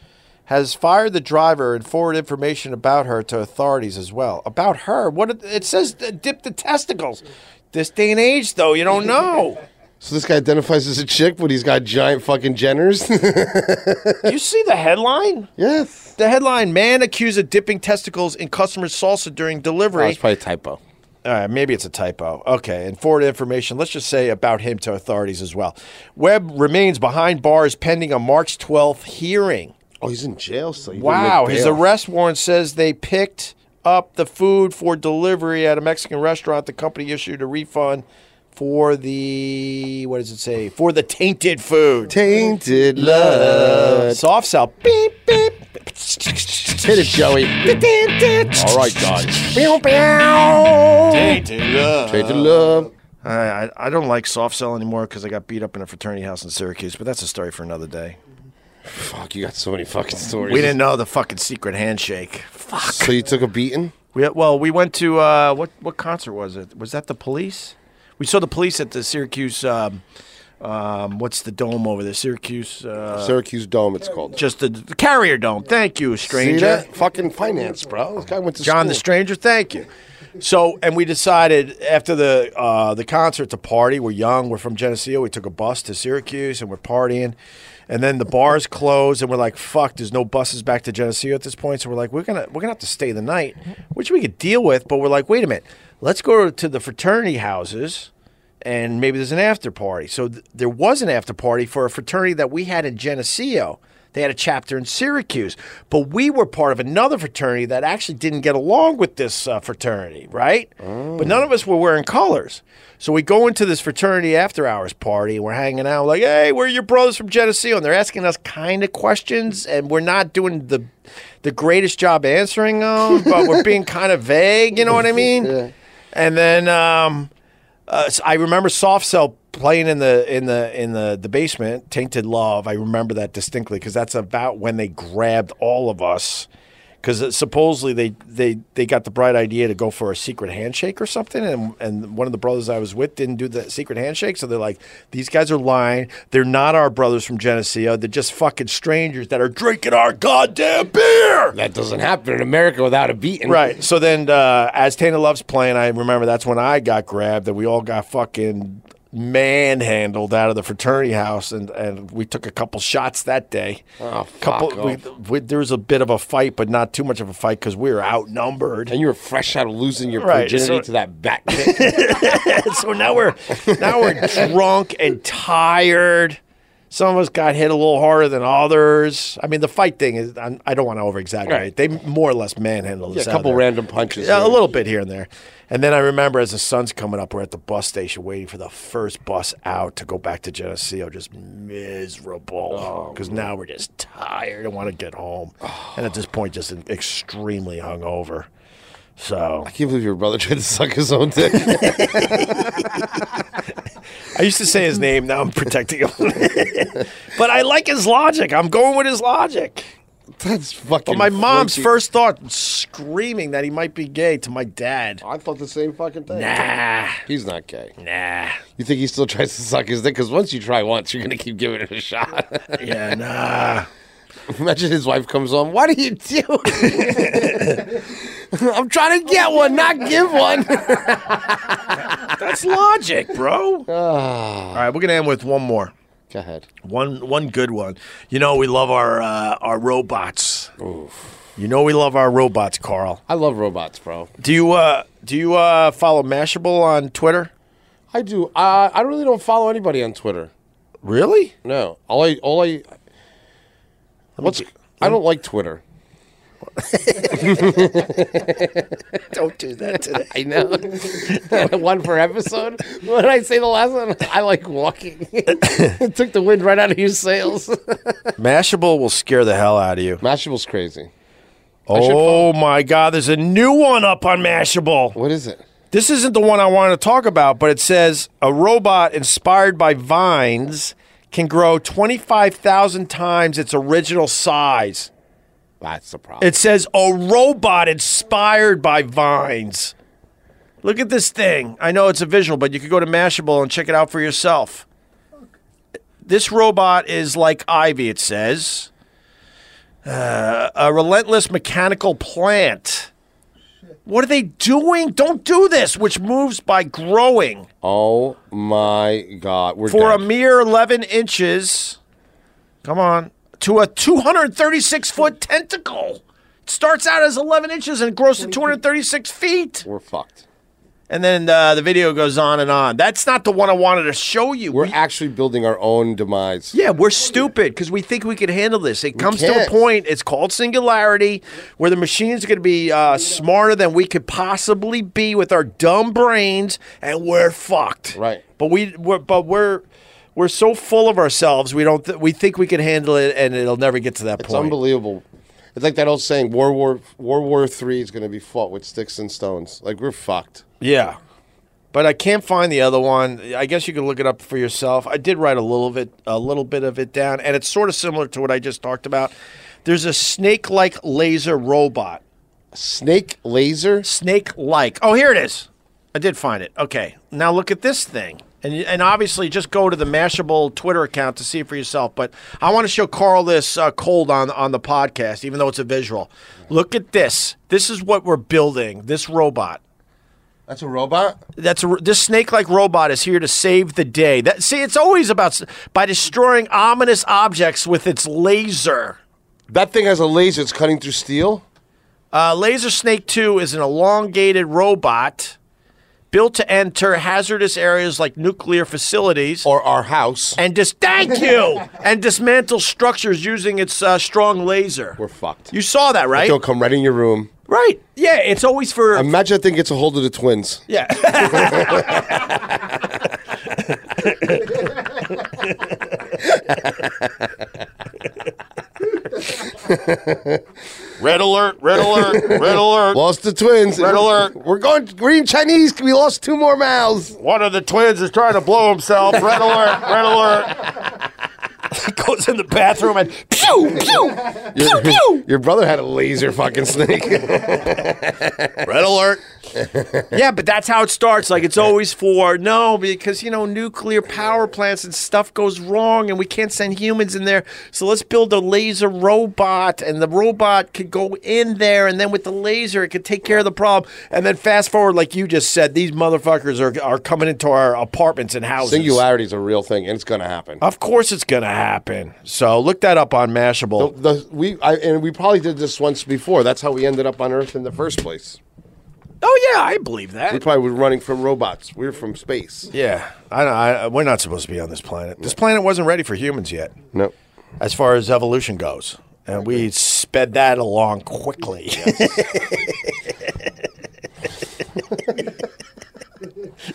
S2: has fired the driver and forwarded information about her to authorities as well. About her? What it, it says? uh, Dip the testicles. This day and age, though, you don't know.
S3: So this guy identifies as a chick, but he's got giant fucking Jenners.
S2: you see the headline?
S3: yes.
S2: The headline: Man accused of dipping testicles in customer's salsa during delivery.
S3: That's probably a typo.
S2: All right, maybe it's a typo. Okay, and forward information, let's just say about him to authorities as well. Webb remains behind bars pending a March 12th hearing.
S3: Oh, he's in jail. So he didn't
S2: Wow,
S3: make
S2: his
S3: bail.
S2: arrest warrant says they picked up the food for delivery at a Mexican restaurant. The company issued a refund for the, what does it say? For the tainted food.
S3: Tainted love.
S2: Soft sell. Beep, beep.
S3: Hit it, Joey.
S2: All right, guys. Pew,
S3: Tainted love.
S2: I, I, I don't like soft sell anymore because I got beat up in a fraternity house in Syracuse, but that's a story for another day.
S3: Fuck, you got so many fucking stories.
S2: We didn't know the fucking secret handshake.
S3: So you took a beating?
S2: We, well, we went to uh, what what concert was it? Was that the Police? We saw the Police at the Syracuse. Um, um, what's the dome over there? Syracuse. Uh,
S3: Syracuse Dome, it's called.
S2: just the, the Carrier Dome. Thank you,
S3: See
S2: stranger.
S3: that? Fucking finance, bro. This guy went to
S2: John the
S3: school.
S2: Stranger. Thank you. So, and we decided after the uh, the concert to party. We're young. We're from Geneseo. We took a bus to Syracuse and we're partying. And then the bars close, and we're like, "Fuck!" There's no buses back to Geneseo at this point. So we're like, "We're gonna we're gonna have to stay the night," which we could deal with. But we're like, "Wait a minute, let's go to the fraternity houses." and maybe there's an after party. So th- there was an after party for a fraternity that we had in Geneseo. They had a chapter in Syracuse, but we were part of another fraternity that actually didn't get along with this uh, fraternity, right? But none of us were wearing colors. So we go into this fraternity after hours party and we're hanging out, like, hey, we're your brothers from Geneseo. And they're asking us kind of questions, and we're not doing the, the greatest job answering them, but we're being kind of vague, you know what I mean? And then um, uh, so I remember Soft Cell playing in the in the in the the basement. Tainted Love. I remember that distinctly because that's about when they grabbed all of us. Because supposedly they, they, they got the bright idea to go for a secret handshake or something, and, and one of the brothers I was with didn't do the secret handshake, so they're like, these guys are lying. They're not our brothers from Geneseo. They're just fucking strangers that are drinking our goddamn beer.
S3: That doesn't happen in America without a beating.
S2: Right. So then, uh, as Tana Love's playing, I remember that's when I got grabbed, and we all got fucking manhandled out of the fraternity house, and, and we took a couple shots that day.
S3: Oh, fuck
S2: couple. We,
S3: off.
S2: we, there was a bit of a fight, but not too much of a fight because we were outnumbered.
S3: And you were fresh out of losing your
S2: Right,
S3: virginity
S2: so-
S3: to that bat chick.
S2: so now we're now we're drunk and tired. Some of us got hit a little harder than others. I mean, the fight thing is, I'm, I don't want to over exaggerate.
S3: Right.
S2: They more or less manhandled
S3: Yeah,
S2: us.
S3: a
S2: out of
S3: couple
S2: there.
S3: random punches.
S2: Yeah,
S3: here.
S2: a little bit here and there. And then I remember as the sun's coming up, we're at the bus station waiting for the first bus out to go back to Geneseo, just miserable.
S3: Oh,
S2: Because now we're just tired and want to get home. And at this point, just extremely hungover. So
S3: I can't believe your brother tried to suck his own dick.
S2: I used to say his name. Now I'm protecting him. but I like his logic. I'm going with his logic.
S3: That's fucking.
S2: But my mom's
S3: freaky.
S2: first thought, screaming that he might be gay to my dad.
S3: I thought the same fucking thing.
S2: Nah,
S3: He's not gay.
S2: nah.
S3: You think he still tries to suck his dick? Because once you try once, you're gonna keep giving it a shot.
S2: Yeah, nah.
S3: Imagine his wife comes home. What are you doing? I'm trying to get one, not give one.
S2: That's logic, bro. All right, we're gonna end with one more,
S3: Go ahead.
S2: one one good one. You know we love our uh, our robots. You know we love our robots, Carl.
S3: I love robots, bro.
S2: Do you uh do you uh follow Mashable on Twitter?
S3: I do. Uh, I really don't follow anybody on Twitter.
S2: Really?
S3: No. All I. All I. What's? I don't like Twitter.
S2: Don't do that today.
S3: I know. one per episode. What did I say the last one? I like walking. it took the wind right out of your sails.
S2: Mashable will scare the hell out of you.
S3: Mashable's crazy.
S2: Oh my God! There's a new one up on Mashable.
S3: What is it?
S2: This isn't the one I wanted to talk about, but it says a robot inspired by vines can grow 25,000 times its original size.
S3: That's the problem.
S2: It says a robot inspired by vines. Look at this thing. I know it's a visual, but you could go to Mashable and check it out for yourself. This robot is like Ivy, it says. Uh, a relentless mechanical plant. What are they doing? Don't do this, which moves by growing.
S3: Oh my God, we're
S2: For a
S3: done.
S2: mere 11 inches, come on, to a 236 foot tentacle. It starts out as 11 inches and grows to 236 feet.
S3: we're fucked.
S2: And then uh, the video goes on and on. That's not the one I wanted to show you.
S3: We're
S2: We-
S3: actually building our own demise.
S2: yeah, we're stupid because we think we can handle this. It comes to a
S3: can't.
S2: point, it's called singularity, where the machine's going to be uh, smarter than we could possibly be with our dumb brains, and we're fucked.
S3: Right.
S2: But we, we're, but we're, we're so full of ourselves. We don't. Th- we think we can handle it, and it'll never get to that
S3: It's
S2: point.
S3: unbelievable. It's like that old saying: World War World War Three is going to be fought with sticks and stones. Like we're fucked.
S2: Yeah. But I can't find the other one. I guess you can look it up for yourself. I did write a little bit a little bit of it down and it's sort of similar to what I just talked about. There's a snake-like laser robot.
S3: Snake laser.
S2: Snake-like. Oh, here it is. I did find it. Okay. Now look at this thing. And, and obviously, just go to the Mashable Twitter account to see for yourself. But I want to show Carl this uh, cold on, on the podcast, even though it's a visual. Look at this. This is what we're building this robot
S3: That's a robot.
S2: that's a, this snake-like robot is here to save the day. That see, it's always about s- by destroying ominous objects with its laser.
S3: That thing has a laser. It's cutting through steel.
S2: Uh, laser Snake Two is an elongated robot built to enter hazardous areas like nuclear facilities.
S3: Or our house.
S2: and dis- thank you and dismantle structures using its uh, strong laser.
S3: We're fucked.
S2: You saw that, right?
S3: They'll come right in your room.
S2: Right. Yeah, it's always for
S3: Imagine that thing gets a hold of the twins.
S2: yeah.
S7: Red alert, red alert, red alert.
S3: Lost the twins. Red
S7: alert.
S3: We're going green Chinese. We lost two more mouths.
S7: One of the twins is trying to blow himself. Red alert, red alert.
S2: goes in the bathroom and pew pew.
S3: Your, your brother had a laser fucking snake.
S7: Red alert.
S2: Yeah, but that's how it starts. Like it's always for no, because you know nuclear power plants and stuff goes wrong, and we can't send humans in there. So let's build a laser robot, and the robot could go in there, and then with the laser, it could take care of the problem. And then fast forward, like you just said, these motherfuckers are are coming into our apartments and houses.
S3: Singularity is a real thing, and it's gonna happen.
S2: Of course, it's gonna happen. So look that up on Mashable.
S3: The, we I, and we probably did this once before. That's how we ended up on Earth in the first place.
S2: Oh yeah, I believe
S3: We
S2: that.
S3: probably were running from robots. We were from space.
S2: Yeah, I, I we're not supposed to be on this planet. This planet wasn't ready for humans yet.
S3: No,
S2: as far as evolution goes. And we sped that along quickly.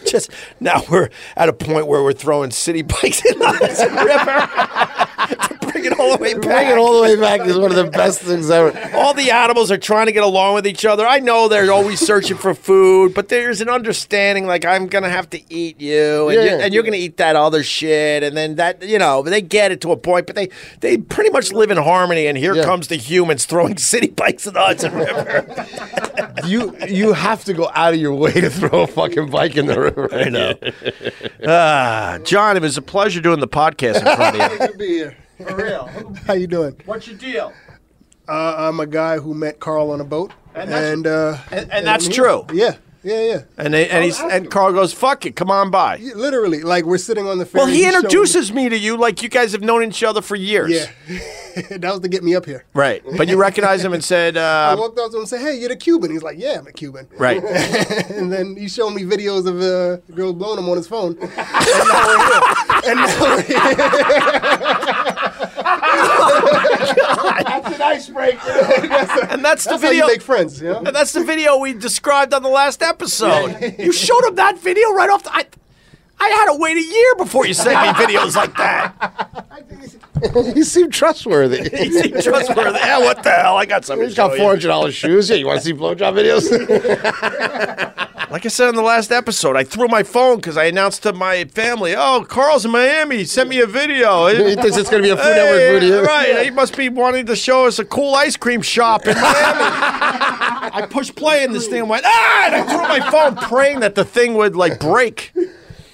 S2: Just now we're at a point where we're throwing city bikes in the river to bring it all the way
S3: bring
S2: back.
S3: it all the way back is one of the best things ever.
S2: All the animals are trying to get along with each other. I know they're always searching for food, but there's an understanding like I'm going to have to eat you and, you,
S3: Yeah.
S2: and you're going to eat that other shit and then that you know, they get it to a point, but they they pretty much live in harmony and here
S3: Yeah.
S2: comes the humans throwing city bikes in the Hudson River.
S3: You you have to go out of your way to throw a fucking bike in the river. I know.
S2: Uh, John, it was a pleasure doing the podcast in front of you.
S9: Good to be here.
S10: For real.
S9: How you doing?
S10: What's your deal?
S9: Uh, I'm a guy who met Carl on a boat,
S10: And
S9: and
S10: that's-
S9: uh,
S2: and- and that's
S9: I'm
S2: true.
S9: Yeah, yeah, yeah.
S2: And they, and he's, and Carl goes, "Fuck it, come on by."
S9: Yeah, Literally, like we're sitting on the ferry.
S2: Well, he
S9: showed me-
S2: introduces me to you like you guys have known each other for years.
S9: Yeah, that was to get me up here.
S2: Right. But you recognize him and said,
S9: I
S2: uh,
S9: walked up to him and said, "Hey, you're the Cuban." He's like, "Yeah, I'm a Cuban."
S2: Right.
S9: and then he showed me videos of uh, girls blowing him on his phone. and now we're here. And now we're here.
S7: That's an icebreaker.
S2: and that's the
S9: That's how
S2: video.
S9: you make friends. You know?
S2: And that's the video we described on the last episode. You showed him that video right off the. I, I had to wait a year before you sent me videos like that.
S3: you seem trustworthy.
S2: He seemed trustworthy. Yeah, what the hell? I got something.
S3: He's got four hundred dollars shoes. Yeah, you want to see blowjob videos?
S2: Like I said in the last episode, I threw my phone because I announced to my family, "Oh, Carl's in Miami. He sent me a video."
S3: he thinks it's gonna be a Food
S2: Hey,
S3: Network video.
S2: Right. He must be wanting to show us a cool ice cream shop in Miami. I pushed play in this thing and went, ah, and I threw my phone praying that the thing would like break.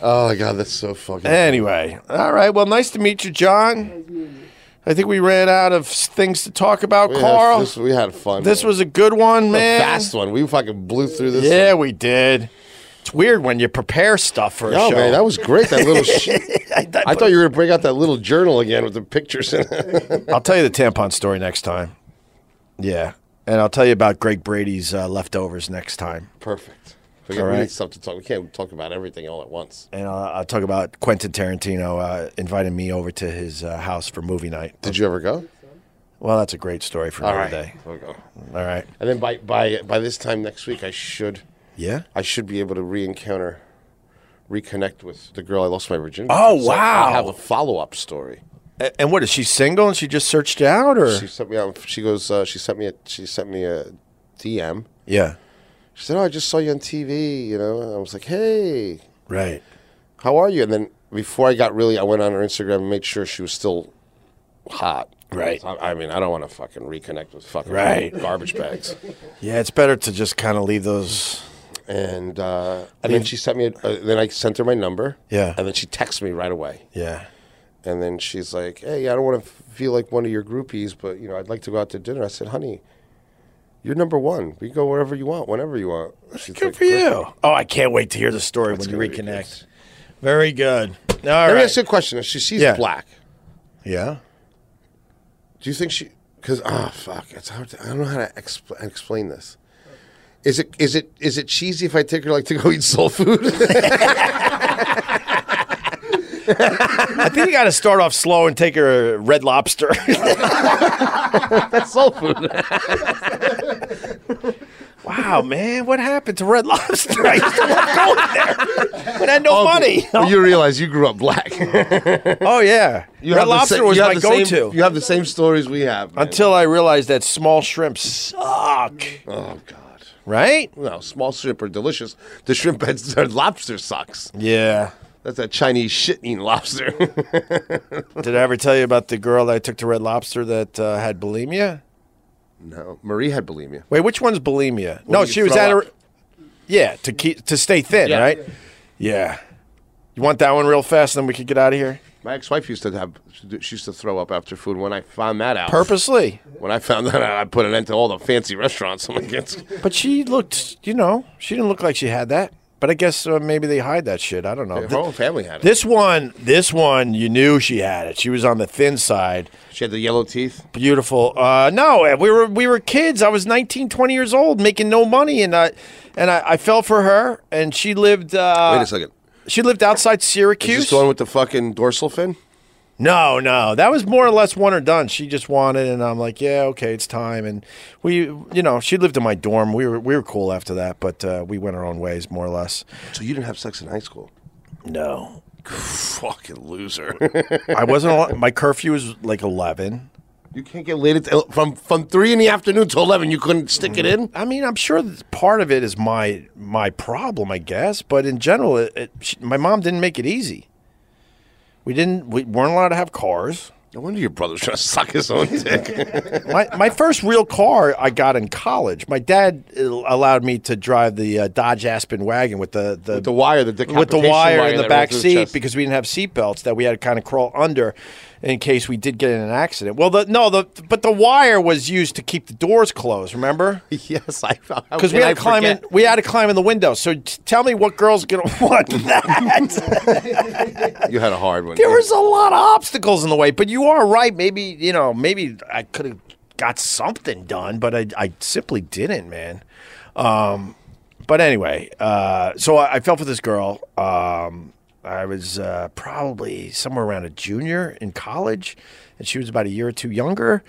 S3: Oh my god, that's so fucking.
S2: Anyway, all right. Well, nice to meet you, John. I think we ran out of s- things to talk about,
S3: We had-
S2: Carl.
S3: this, we had fun.
S2: This
S3: man.
S2: was a good one,
S3: a
S2: man.
S3: fast one. We fucking blew through this.
S2: Yeah,
S3: one.
S2: we did. It's weird when you prepare stuff for a
S3: Yo,
S2: show.
S3: Oh, man, that was great. That little shit. I thought you were gonna bring out that little journal again with the pictures in it.
S2: I'll tell you the tampon story next time. Yeah, and I'll tell you about Greg Brady's uh, leftovers next time,
S3: Perfect. We,
S2: All
S3: we
S2: right.
S3: need stuff to talk. We can't talk about everything all at once.
S2: and I'll, I'll talk about Quentin Tarantino uh, inviting me over to his uh, house for movie night.
S3: Did you ever go?
S2: Well, that's a great story for
S3: All
S2: another
S3: right.
S2: day.
S3: We'll go.
S2: All right.
S3: And then by by by this time next week, I should
S2: Yeah.
S3: I should be able to re-encounter, reconnect with the girl I lost my virginity.
S2: Oh,
S3: with. So I
S2: wow.
S3: have a follow-up story.
S2: A- And what is she single and she just searched you out or?
S3: She sent me out. She goes. Uh, she sent me a. She sent me a DM.
S2: yeah.
S3: She said, "Oh, I just saw you on TV." You know, and I was like, "Hey,
S2: Right.
S3: how are you?" And then before I got really, I went on her Instagram and made sure she was still hot.
S2: Right.
S3: I, I mean, I don't want to fucking reconnect with fucking
S2: Right.
S3: garbage bags.
S2: Yeah, it's better to just kind of leave those.
S3: And uh, and then she sent me. A, uh, then I sent her my number.
S2: Yeah.
S3: And then she texted me right away.
S2: Yeah.
S3: And then she's like, "Hey, I don't want to feel like one of your groupies, but you know, I'd like to go out to dinner." I said, "Honey, you're number one. We go wherever you want, whenever you want." She's
S2: Good
S3: like,
S2: for you. Oh, I can't wait to hear the story when you
S3: gonna be
S2: reconnect.
S3: good.
S2: Very good. All
S3: Let me
S2: right.
S3: ask you a question. If she sees
S2: Yeah.
S3: black,
S2: yeah.
S3: do you think she? Because oh fuck, it's hard. To, I don't know how to expl- explain this. Is it is it is it cheesy if I take her like to go eat soul food?
S2: I think you got to start off slow and take her red lobster.
S3: That's soul food.
S2: wow, man. What happened to red lobster? I used to love going there when I had no Oh, money.
S3: Well, you realize you grew up black.
S2: Oh, yeah.
S3: You
S2: red
S3: have the
S2: lobster
S3: sa-
S2: was
S3: you
S2: my
S3: have the
S2: go
S3: same-
S2: to.
S3: You have the same stories we have. man.
S2: Until I realized that small shrimp suck.
S3: oh god.
S2: Right?
S3: No, small shrimp are delicious. The shrimp heads are lobster sucks.
S2: Yeah.
S3: That's that Chinese shit eating lobster.
S2: Did I ever tell you about the girl that I took to Red Lobster that uh, had bulimia?
S3: no, Marie had bulimia.
S2: Wait, which one's bulimia? no,
S3: you
S2: she was
S3: throw
S2: at her.
S3: up.
S2: Yeah, to keep to stay thin,
S3: Yeah.
S2: right? Yeah. You want that one real fast, and then we could get out of here
S3: My ex-wife used to have. She used to throw up after food. When I found that out,
S2: purposely.
S3: when I found that out, I put an end to all the fancy restaurants. I'm like, it's-
S2: But she looked, you know, she didn't look like she had that. But I guess uh, maybe they hide that shit. I don't know.
S3: her whole family had it.
S2: This one, this one, you knew she had it. She was on the thin side.
S3: She had the yellow teeth.
S2: beautiful uh no we were we were kids i was 19 20 years old making no money and i and i, I fell for her and she lived uh
S3: Wait a second.
S2: she lived outside
S3: Is
S2: syracuse
S3: this the one with the fucking dorsal fin?
S2: no no that was more or less one or done she just wanted and i'm like yeah okay it's time and we you know she lived in my dorm we were we were cool after that but uh, we went our own ways more or less
S3: So you didn't have sex in high school?
S2: no
S3: Fucking loser.
S2: i wasn't al- my curfew was like 11
S3: you can't get laid at the, from from three in the afternoon to eleven. You couldn't stick it in.
S2: I mean, I'm sure that part of it is my my problem, I guess. But in general, it, it, she, my mom didn't make it easy. We didn't. We weren't allowed to have cars.
S3: No wonder your brother's trying to suck his own dick.
S2: My my first real car I got in college. My dad uh, allowed me to drive the uh, Dodge Aspen wagon with the the,
S3: the wire, the
S2: with the
S3: decapitation
S2: wire,
S3: wire
S2: in the
S3: that
S2: back
S3: runs through the
S2: seat
S3: chest.
S2: because we didn't have seat belts that we had to kind of crawl under in case we did get in an accident. Well, the no the but the wire was used to keep the doors closed. Remember?
S3: yes, I
S2: Because we had to climb in, we had to climb in the window. So t- tell me what girl's gonna want that.
S3: You had a hard one.
S2: there was a lot of obstacles in the way, but you are right. Maybe you know, maybe I could have got something done, but I, I simply didn't, man. Um, but anyway, uh, so I, I fell for this girl. Um, I was uh, probably somewhere around a junior in college, and she was about a year or two younger.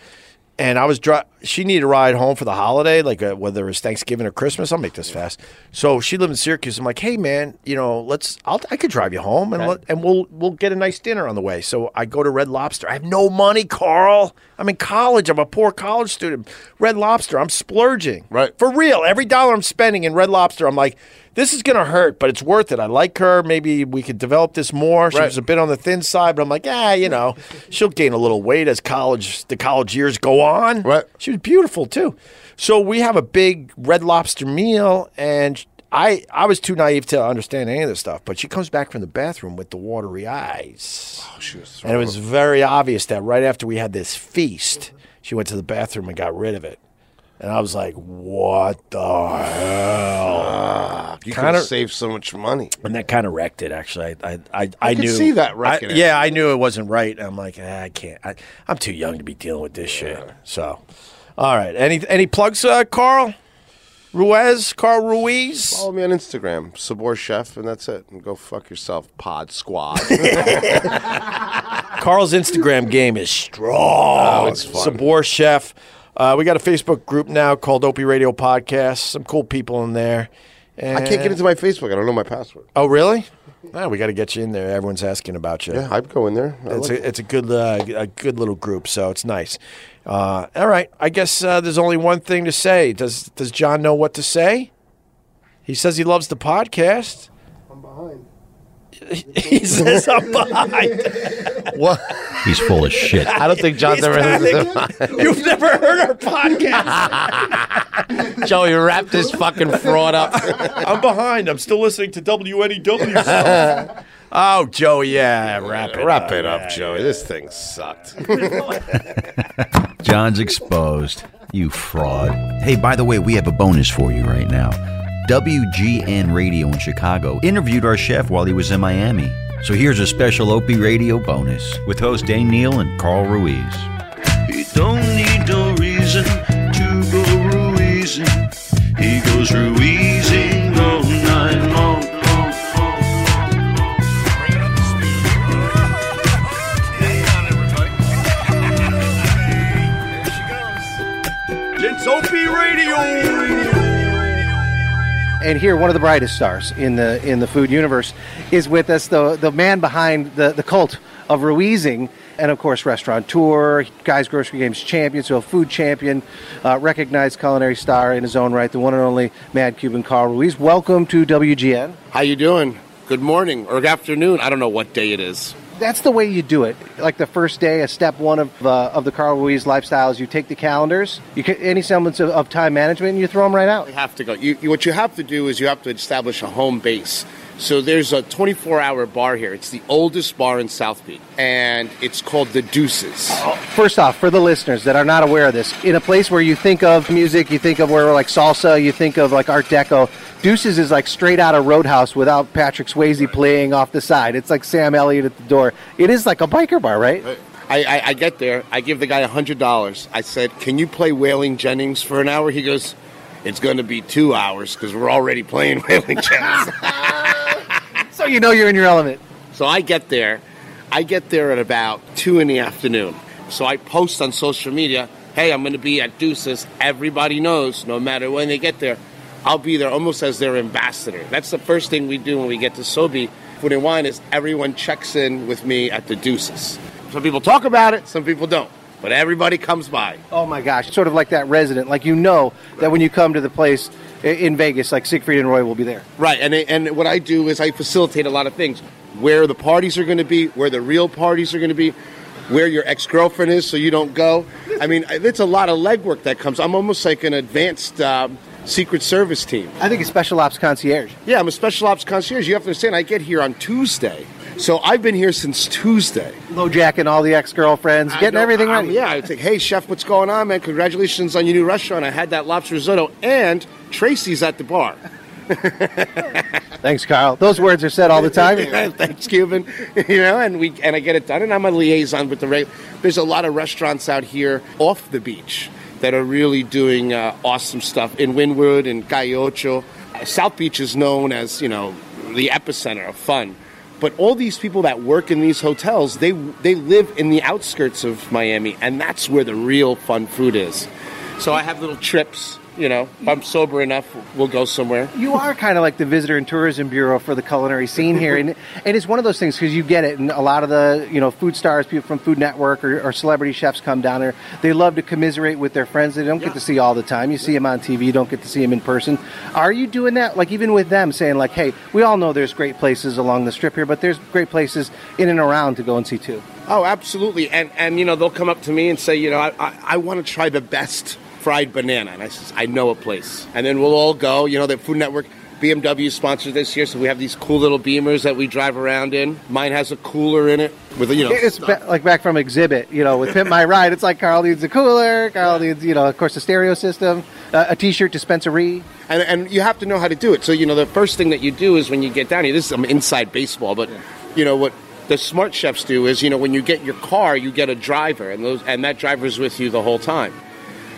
S2: And I was dri She needed a ride home for the holiday, like uh whether it was Thanksgiving or Christmas. I'll make this fast. So she lived in Syracuse. I'm like, hey man, you know, let's. I'll, I could drive you home, and let, and we'll we'll get a nice dinner on the way. So I go to Red Lobster. I have no money, Carl. I'm in college. I'm a poor college student. Red Lobster. I'm splurging.
S3: Right.
S2: For real, every dollar I'm spending in Red Lobster, I'm like, this is gonna hurt, but it's worth it. I like her. Maybe we could develop this more. She
S3: Right.
S2: was a bit on the thin side, but I'm like, ah, you know, she'll gain a little weight as college the college years go on.
S3: Right.
S2: She was beautiful too. So we have a big Red Lobster meal, and I I was too naive to understand any of this stuff, but she comes back from the bathroom with the watery eyes. Oh, she was and it was very obvious that right after we had this feast, she went to the bathroom and got rid of it. And I was like, "What the hell?"
S3: You
S2: Kinda-
S3: could save so much money.
S2: and that kind of wrecked it. Actually, I I I, I
S3: could
S2: knew
S3: see that wrecking
S2: I-
S3: it.
S2: Yeah, I knew it wasn't right. I'm like, ah, I can't. I, I'm too young to be dealing with this shit. So, all right. Any any plugs, uh, Carl Ruiz, Carl Ruiz.
S3: Follow me on Instagram, Sabor Chef, and that's it. And go fuck yourself, Pod Squad.
S2: Carl's Instagram game is strong.
S3: Oh, it's fun.
S2: Sabor Chef. Uh, we got a Facebook group now called Opie Radio Podcast. Some cool people in there.
S3: I can't get
S2: And-
S3: into my Facebook. I don't know my password.
S2: Oh, really? No, we got to get you in there. Everyone's asking about you.
S3: Yeah, I'd go in there. I
S2: It's
S3: like it.
S2: a, it's a good uh, a good little group, so it's nice. Uh, all right, I guess uh, there's only one thing to say. Does does John know what to say? He says he loves the podcast.
S9: I'm behind.
S2: He says I'm behind.
S3: What?
S1: He's full of shit.
S3: I don't think John's ever heard of it.
S2: You've never heard our podcast.
S11: Joey, wrap this fucking fraud up.
S2: I'm behind. I'm still listening to E WNEW. songs. oh, Joey, yeah, wrap it.
S3: Wrap it up, Joey. This thing sucked.
S1: John's exposed. You fraud. Hey, by the way, we have a bonus for you right now. WGN Radio in Chicago interviewed our chef while he was in Miami. So here's a special OP Radio bonus with host Dane Neal and Carl Ruiz.
S12: He don't need no reason to go Ruizing. He goes Ruizing all night long. long, long, long, long.
S13: It's OP Radio.
S14: and here one of the brightest stars in the in the food universe is with us the the man behind the the cult of Ruizing and of course restaurateur guys grocery games champion so a food champion uh, recognized culinary star in his own right the one and only mad cuban carl ruiz welcome to wgn
S11: How you doing? Good morning or afternoon. I don't know what day it is.
S14: that's the way you do it like the first day a step one of uh, of the carl ruiz lifestyle is you take the calendars you ca any semblance of, of time management and you throw them right out
S11: You have to go. You, you, what you have to do is you have to establish a home base. So there's a 24-hour bar here. It's the oldest bar in South Peak, and it's called the Deuces.
S14: First off, for the listeners that are not aware of this, in a place where you think of music, you think of where like salsa, you think of like Art Deco, Deuces is like straight out of Roadhouse without Patrick Swayze playing off the side. It's like Sam Elliott at the door. It is like a biker bar, right?
S11: I, I, I get there. I give the guy hundred dollars. I said, "Can you play Wailing Jennings for an hour?" He goes, "It's going to be two hours because we're already playing Wailing Jennings."
S14: So you know you're in your element.
S11: So I get there. I get there at about two in the afternoon. So I post on social media, hey, I'm going to be at Deuces. Everybody knows, no matter when they get there, I'll be there almost as their ambassador. That's the first thing we do when we get to Sobe Food and Wine is everyone checks in with me at the Deuces. Some people talk about it, some people don't. But everybody comes by.
S14: Oh my gosh, sort of like that resident. Like you know that when you come to the place i- in Vegas, like Siegfried and Roy will be there.
S11: Right, and and what I do is I facilitate a lot of things. Where the parties are going to be, where the real parties are going to be, where your ex girlfriend is, so you don't go. I mean, it's a lot of legwork that comes. I'm almost like an advanced um, Secret Service team.
S14: I think it's special ops concierge.
S11: Yeah, I'm a special ops concierge. You have to understand, I get here on Tuesday, so I've been here since Tuesday.
S14: Lojack and all the ex girlfriends,
S11: I
S14: getting
S11: go-
S14: everything
S11: I'm-
S14: ready.
S11: Yeah, I think, hey, chef, what's going on, man? Congratulations on your new restaurant. I had that lobster risotto, and Tracy's at the bar.
S14: Thanks, Carl. Those words are said all the time.
S11: Thanks, Cuban. You know, and we and I get it done, and I'm a liaison with the. Reg- There's a lot of restaurants out here off the beach that are really doing uh, awesome stuff in Wynwood and Cayocho. Uh, South Beach is known as you know the epicenter of fun, but all these people that work in these hotels, they they live in the outskirts of Miami, and that's where the real fun food is. So I have little trips. You know, if I'm sober enough, we'll go somewhere.
S14: you are kind of like the visitor and tourism bureau for the culinary scene here and, and it's one of those things because you get it and a lot of the you know food stars people from food network or, or celebrity chefs come down there they love to commiserate with their friends they don't get to see all the time you see them on tv you don't get to see them in person are you doing that like even with them saying like hey we all know there's great places along the strip here but there's great places in and around to go and see too
S11: Oh, absolutely. And and you know they'll come up to me and say, you know, I I, I want to try the best fried banana, and I says, I know a place. And then we'll all go. You know, the Food Network. BMW sponsored this year, so we have these cool little Beamers that we drive around in. Mine has a cooler in it with a, you know.
S14: It's ba- like back from exhibit, you know, with Pimp My Ride. It's like Carl needs a cooler. Carl needs, you know, of course, a stereo system, uh, a T-shirt dispensary.
S11: and, and you have to know how to do it. So you know the first thing that you do is when you get down here. This is some inside baseball, but you know what the smart chefs do is you know when you get your car, you get a driver, and those and that driver's with you the whole time.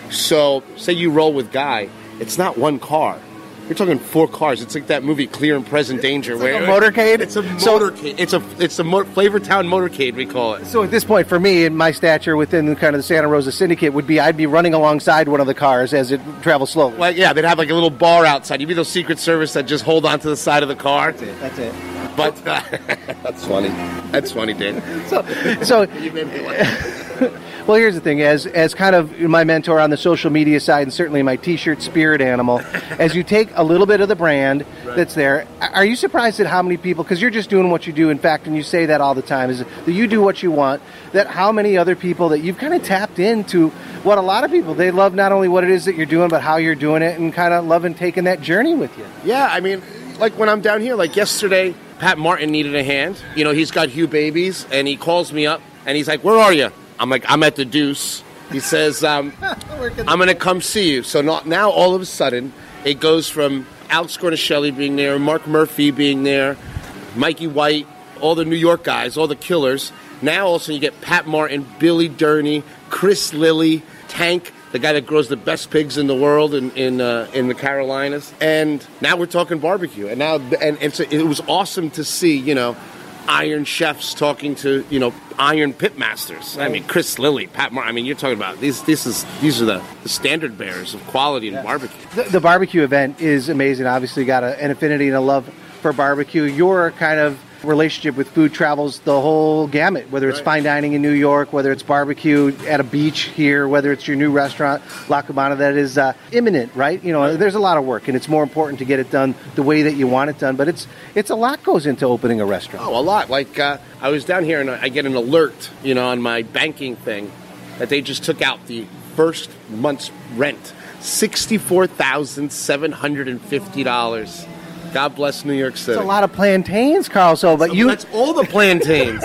S11: So say you roll with Guy, it's not one car. You're talking four cars. It's like that movie Clear and Present Danger,
S14: Like
S11: where
S14: a motorcade.
S11: It's a
S14: So-
S11: motorcade. it's a it's a mo- Flavortown motorcade. We call it.
S14: So at this point, for me, in my stature within kind of the Santa Rosa Syndicate, would be I'd be running alongside one of the cars as it travels slowly.
S11: Like yeah, they'd have like a little bar outside. You'd be those Secret Service that just hold onto the side of the car.
S14: That's it.
S11: But that's funny. That's funny, Dan.
S14: So
S11: You made me laugh.
S14: Well, here's the thing: as as kind of my mentor on the social media side, and certainly my T-shirt spirit animal, as you take a little bit of the brand that's there, a- are you surprised at how many people? Because you're just doing what you do. In fact, and you say that all the time is that you do what you want. That how many other people that you've kind of tapped into what a lot of people they love not only what it is that you're doing, but how you're doing it, and kind of loving taking that journey with you.
S11: Yeah, I mean, like when I'm down here, like yesterday, Pat Martin needed a hand. You know, he's got Hugh Babies, and he calls me up, and he's like, "Where are you?" I'm like, "I'm at the Deuce." He says, um, "I'm gonna come see you." So not, now, all of a sudden, it goes from Alex Cornishelli being there, Mark Murphy being there, Mikey White, all the New York guys, all the killers. Now, also, you get Pat Martin, Billy Durney, Chris Lilly, Tank, the guy that grows the best pigs in the world in in, uh, in the Carolinas. And now we're talking barbecue. And now, and, and so it was awesome to see, you know, Iron chefs talking to you know Iron pit masters. I mean Chris Lilly, Pat Martin. I mean you're talking about these. This is these are the, the standard bearers of quality in barbecue.
S14: The, the barbecue event is amazing. Obviously, got a, an affinity and a love for barbecue. Your kind of relationship with food travels the whole gamut, whether it's fine dining in New York, whether it's barbecue at a beach here, whether it's your new restaurant, La Cabana, that is uh, imminent, right? You know, there's a lot of work, and it's more important to get it done the way that you want it done. But it's it's a lot goes into opening a restaurant.
S11: Oh, a lot. Like uh, I was down here and I I get an alert, you know, on my banking thing that they just took out the first month's rent, sixty-four thousand seven hundred and fifty dollars. God bless New York City.
S14: It's a lot of plantains, Carl. So, but you,
S11: That's all the plantains.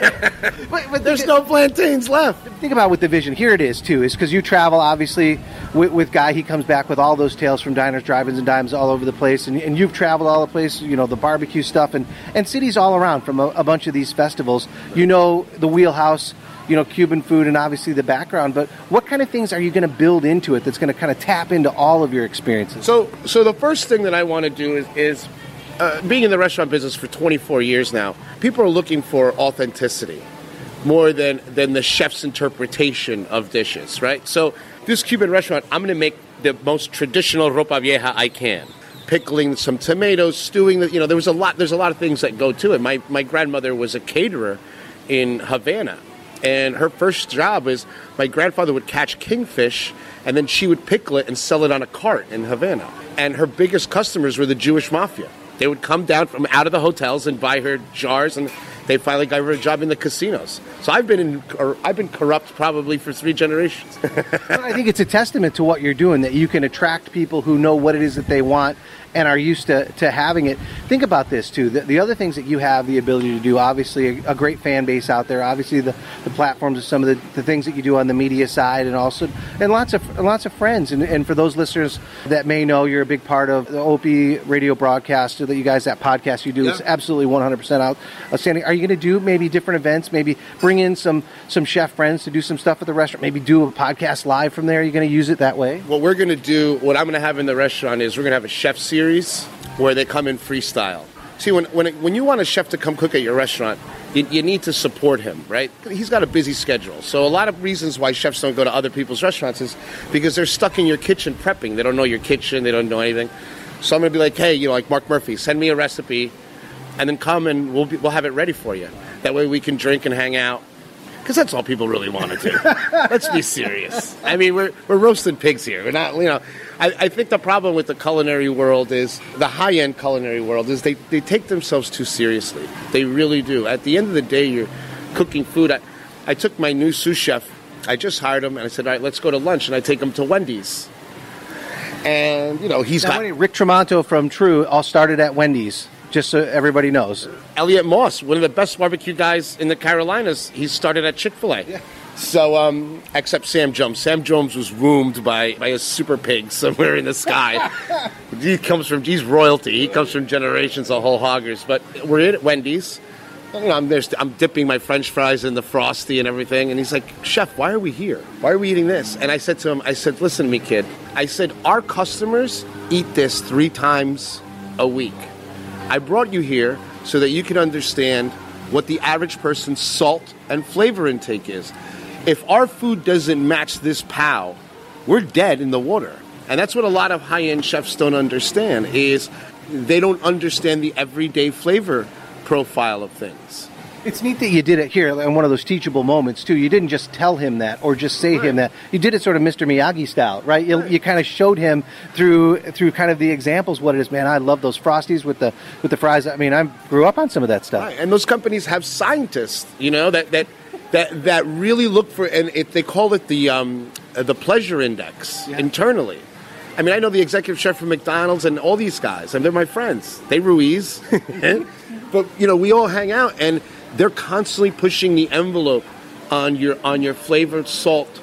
S14: but, but
S11: There's no plantains left.
S14: think about with the vision here it is too is because you travel obviously with, with guy he comes back with all those tales from diners drive-ins and dimes all over the place and, and you've traveled all the place you know the barbecue stuff and and cities all around from a, a bunch of these festivals you know the wheelhouse you know cuban food and obviously the background but what kind of things are you going to build into it that's going to kind of tap into all of your experiences
S11: So, so the first thing that I want to do is, is uh, being in the restaurant business for 24 years now. People are looking for authenticity more than than the chef's interpretation of dishes, right? So, this Cuban restaurant, I'm going to make the most traditional ropa vieja I can. Pickling some tomatoes, stewing. The, you know, there was a lot. There's a lot of things that go to it. My my grandmother was a caterer in Havana, and her first job was my grandfather would catch kingfish and then she would pickle it and sell it on a cart in Havana. And her biggest customers were the Jewish mafia. They would come down from out of the hotels and buy her jars, and they finally got her a job in the casinos. So I've been in, or I've been corrupt probably for three generations.
S14: But I think it's a testament to what you're doing that you can attract people who know what it is that they want and are used to, to having it. Think about this too. The, the other things that you have the ability to do, obviously, a, a great fan base out there. Obviously, the, the platforms of some of the, the things that you do on the media side, and also and lots of and lots of friends. And, and for those listeners that may know, you're a big part of the Opie radio broadcast that you guys that podcast you do is absolutely 100% out outstanding. Are you going to do maybe different events? Maybe bring in some some chef friends to do some stuff at the restaurant. Maybe do a podcast live from there. You're going to use it that way.
S11: what we're going to do, what I'm going to have in the restaurant is we're going to have a chef series where they come in freestyle. See, when, when, when you want a chef to come cook at your restaurant, you, you need to support him, right? He's got a busy schedule. So, a lot of reasons why chefs don't go to other people's restaurants is because they're stuck in your kitchen prepping. They don't know your kitchen, they don't know anything. So, I'm going to be like, hey, you know, like Mark Murphy, send me a recipe and then come and we'll, be, we'll have it ready for you. That way we can drink and hang out. Because that's all people really want to do. Let's be serious. I mean, we're, we're roasting pigs here. We're not, you know. I, I think the problem with the culinary world is, the high end culinary world is they, they take themselves too seriously. They really do. At the end of the day, you're cooking food. I, I took my new sous chef, I just hired him, and I said, all right, let's go to lunch. And I take him to Wendy's And, you know, he's
S14: Now,
S11: got
S14: wait, Rick Tremonto from True all started at Wendy's, just so everybody knows.
S11: Elliot Moss, one of the best barbecue guys in the Carolinas. He started at Chick fil A. So, um, except Sam Jones. Sam Jones was woomed by, by a super pig somewhere in the sky. he comes from, he's royalty. He comes from generations of whole hoggers. But we're in at Wendy's. You know, I'm, there's, I'm dipping my french fries in the frosty and everything. And he's like, Chef, why are we here? Why are we eating this? And I said to him, I said, listen to me, kid. I said, our customers eat this three times a week. I brought you here so that you can understand what the average person's salt and flavor intake is. If our food doesn't match this POW, we're dead in the water. And that's what a lot of high-end chefs don't understand is they don't understand the everyday flavor profile of things.
S14: It's neat that you did it here in one of those teachable moments too. You didn't just tell him that or just say him that. You did it sort of Mr. Miyagi style, right? You, you kind of showed him through through kind of the examples what it is. Man, I love those frosties with the with the fries. I mean, I grew up on some of that stuff.
S11: Right, And those companies have scientists, you know, that that that, that really look for, and it, they call it the um, uh, the pleasure index internally. I mean, I know the executive chef from McDonald's and all these guys, and they're my friends. They Ruiz, but you know, we all hang out, and they're constantly pushing the envelope on your on your flavored salt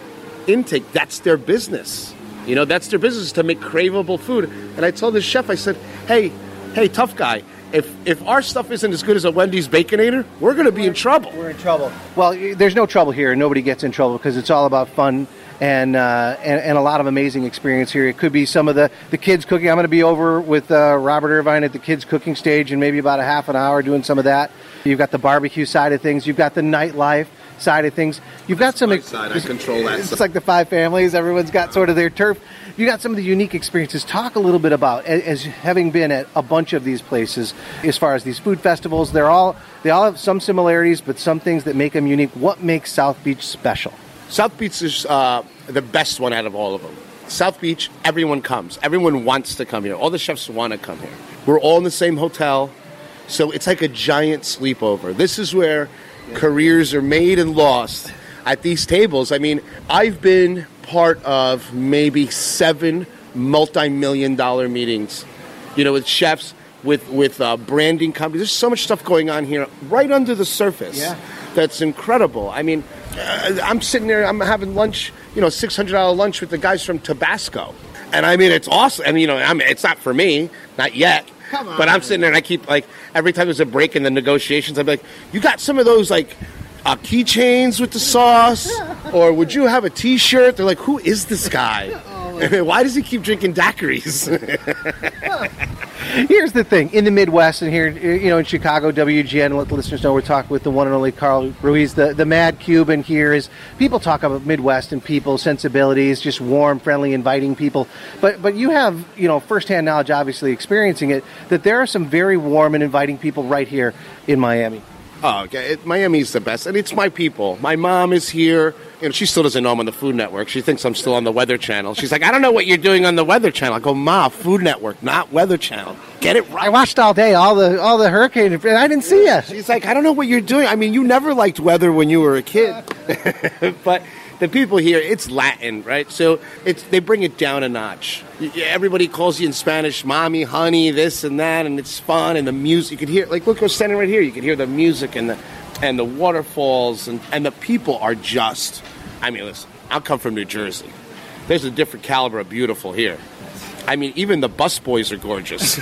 S11: intake. That's their business. You know, that's their business to make craveable food. And I told the chef, I said, "Hey, hey, tough guy, if if our stuff isn't as good as a Wendy's Baconator, we're going to be in trouble."
S14: We're in trouble. Well, y- there's no trouble here. Nobody gets in trouble because it's all about fun and, uh, and and a lot of amazing experience here. It could be some of the the kids cooking. I'm going to be over with uh, Robert Irvine at the kids cooking stage in maybe about a half an hour doing some of that. You've got the barbecue side of things. You've got the nightlife side of things. You've got some
S11: side. I control that
S14: It's
S11: side.
S14: like the five families. Everyone's got sort of their turf. You got some of the unique experiences. Talk a little bit about a- as having been at a bunch of these places. As far as these food festivals, they're all they all have some similarities, but some things that make them unique. What makes South Beach special?
S11: South Beach is uh, the best one out of all of them. South Beach, everyone comes. Everyone wants to come here. All the chefs want to come here. We're all in the same hotel, so it's like a giant sleepover. This is where careers are made and lost at these tables. I mean, I've been part of maybe seven multi-million dollar meetings, you know, with chefs, with with uh, branding companies. There's so much stuff going on here, right under the surface.
S14: Yeah.
S11: That's incredible. I mean, uh, I'm sitting there, I'm having lunch, you know, $600 lunch with the guys from Tabasco. And I mean, it's awesome. I mean, you know, I'm, it's not for me, not yet. Come on. But I'm sitting there and I keep, like, every time there's a break in the negotiations, I'm like, you got some of those, like, uh, keychains with the sauce? Or would you have a t shirt? They're like, who is this guy? Why does he keep drinking daiquiris?
S14: Here's the thing in the Midwest and here, you know, in Chicago, WGN, let the listeners know we're talking with the one and only Carl Ruiz, the, the mad Cuban here is people talk about Midwest and people, sensibilities, just warm, friendly, inviting people. But, but you have, you know, firsthand knowledge, obviously experiencing it, that there are some very warm and inviting people right here in Miami.
S11: Oh, okay. It, Miami's the best, and it's my people. My mom is here, and she still doesn't know I'm on the Food Network. She thinks I'm still on the Weather Channel. She's like, I don't know what you're doing on the Weather Channel. I go, Ma, Food Network, not Weather Channel. Get it
S14: I
S11: right.
S14: watched all day, all the, all the hurricane, and I didn't see you.
S11: She's like, I don't know what you're doing. I mean, you never liked weather when you were a kid, but the people here, it's Latin, right? So it's they bring it down a notch. Y- yeah, Everybody calls you in Spanish, "Mommy," "Honey," this and that, and it's fun. And the music you can hear, like, look, we're standing right here. You can hear the music and the and the waterfalls, and and the people are just. I mean, listen, I come from New Jersey. There's a different caliber of beautiful here. I mean, even the busboys are gorgeous.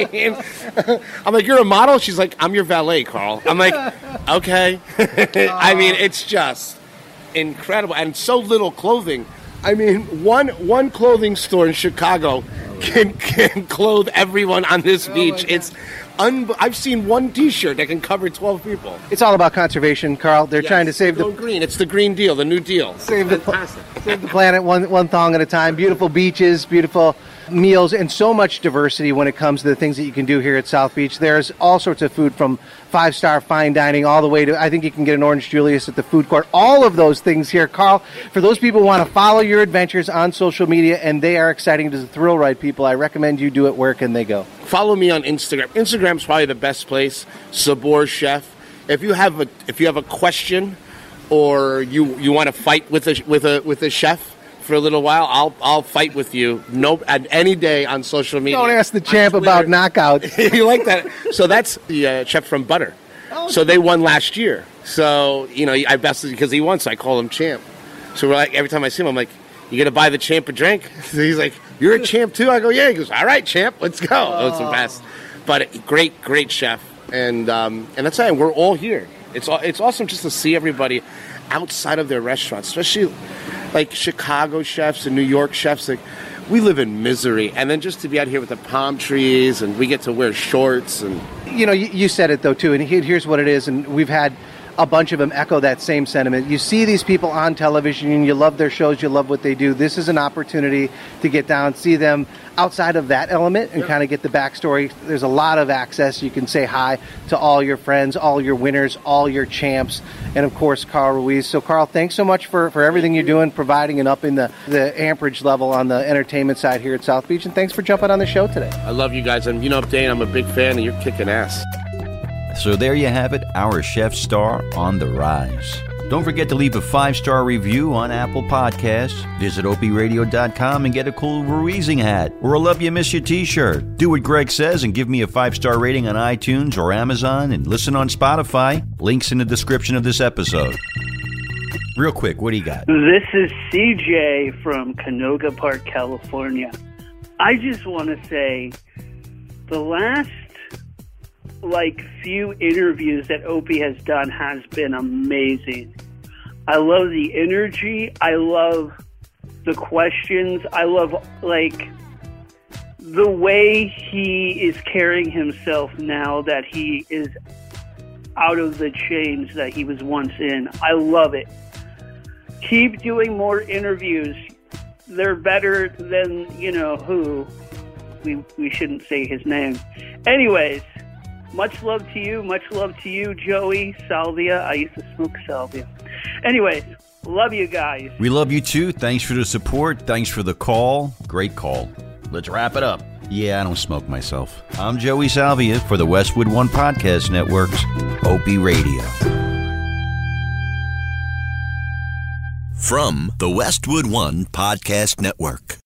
S11: I'm like, you're a model? She's like, I'm your valet, Carl. I'm like, okay. I mean, it's just incredible. And so little clothing. I mean, one one clothing store in Chicago can, can clothe everyone on this beach. It's un- I've seen one t shirt that can cover 12 people.
S14: It's all about conservation, Carl. They're trying to
S11: Yes,
S14: save the
S11: go green. It's the green deal, the new deal.
S14: Save the pla-
S11: Fantastic.
S14: Save the planet one one thong at a time. Beautiful beaches, beautiful meals, and so much diversity when it comes to the things that you can do here at South Beach. There's all sorts of food from five star fine dining all the way to I think you can get an orange Julius at the food court. All of those things here, Carl. For those people who want to follow your adventures on social media, and they are exciting to the thrill ride people. I recommend you do it. Where can they go?
S11: follow me on Instagram. Instagram's probably the best place. Sabor Chef. If you have a if you have a question or you you want to fight with a with a with a chef, for a little while. I'll I'll fight with you. Nope, at any day on social media.
S14: Don't ask the
S11: On
S14: champ
S11: Twitter.
S14: about knockouts.
S11: you like that? So that's the uh, chef from Butter. so they won last year. So you know, I bested because he won, so I call him champ. So we're like, every time I see him, I'm like, "You gonna buy the champ a drink?" So he's like, "You're a champ too." I go, "Yeah." He goes, "All right, champ, let's go." Oh, it's the best. But uh, great, great chef, and um, and that's why we're all here. It's aw- it's awesome just to see everybody outside of their restaurants, especially like Chicago chefs and New York chefs. Like we live in misery, and then just to be out here with the palm trees, and we get to wear shorts and.
S14: you know, you, you said it though too, and here- here's what it is, and we've had a bunch of them echo that same sentiment. You see these people on television, and you love their shows, you love what they do. This is an opportunity to get down, see them outside of that element, and kind of get the backstory. There's a lot of access. You can say hi to all your friends, all your winners, all your champs, and of course Carl Ruiz. So Carl, thanks so much for, for everything you're doing, providing and upping the the amperage level on the entertainment side here at South Beach, and thanks for jumping on the show today.
S11: I love you guys, and you know, Dane, I'm a big fan, and you're kicking ass.
S1: So there you have it, our chef star on the rise. Don't forget to leave a five star review on Apple Podcasts. Visit opradio.com and get a cool Ruizing hat or a Love You Miss You t shirt. Do what Greg says and give me a five star rating on iTunes or Amazon and listen on Spotify. Links in the description of this episode. Real quick, what do you got?
S15: This is CJ from Canoga Park, California. I just want to say the last like few interviews that Opie has done has been amazing. I love the energy. I love the questions. I love like the way he is carrying himself now that he is out of the chains that he was once in. I love it keep doing more interviews. They're better than you know who. We we shouldn't say his name. Anyways, much love to you. Much love to you, Joey Salvia. I used to smoke salvia. Anyways, love you guys.
S1: We love you too. Thanks for the support. Thanks for the call. Great call. Let's wrap it up. Yeah, I don't smoke myself. I'm Joey Salvia for the Westwood One Podcast Network's Opie Radio.
S10: From the Westwood One Podcast Network.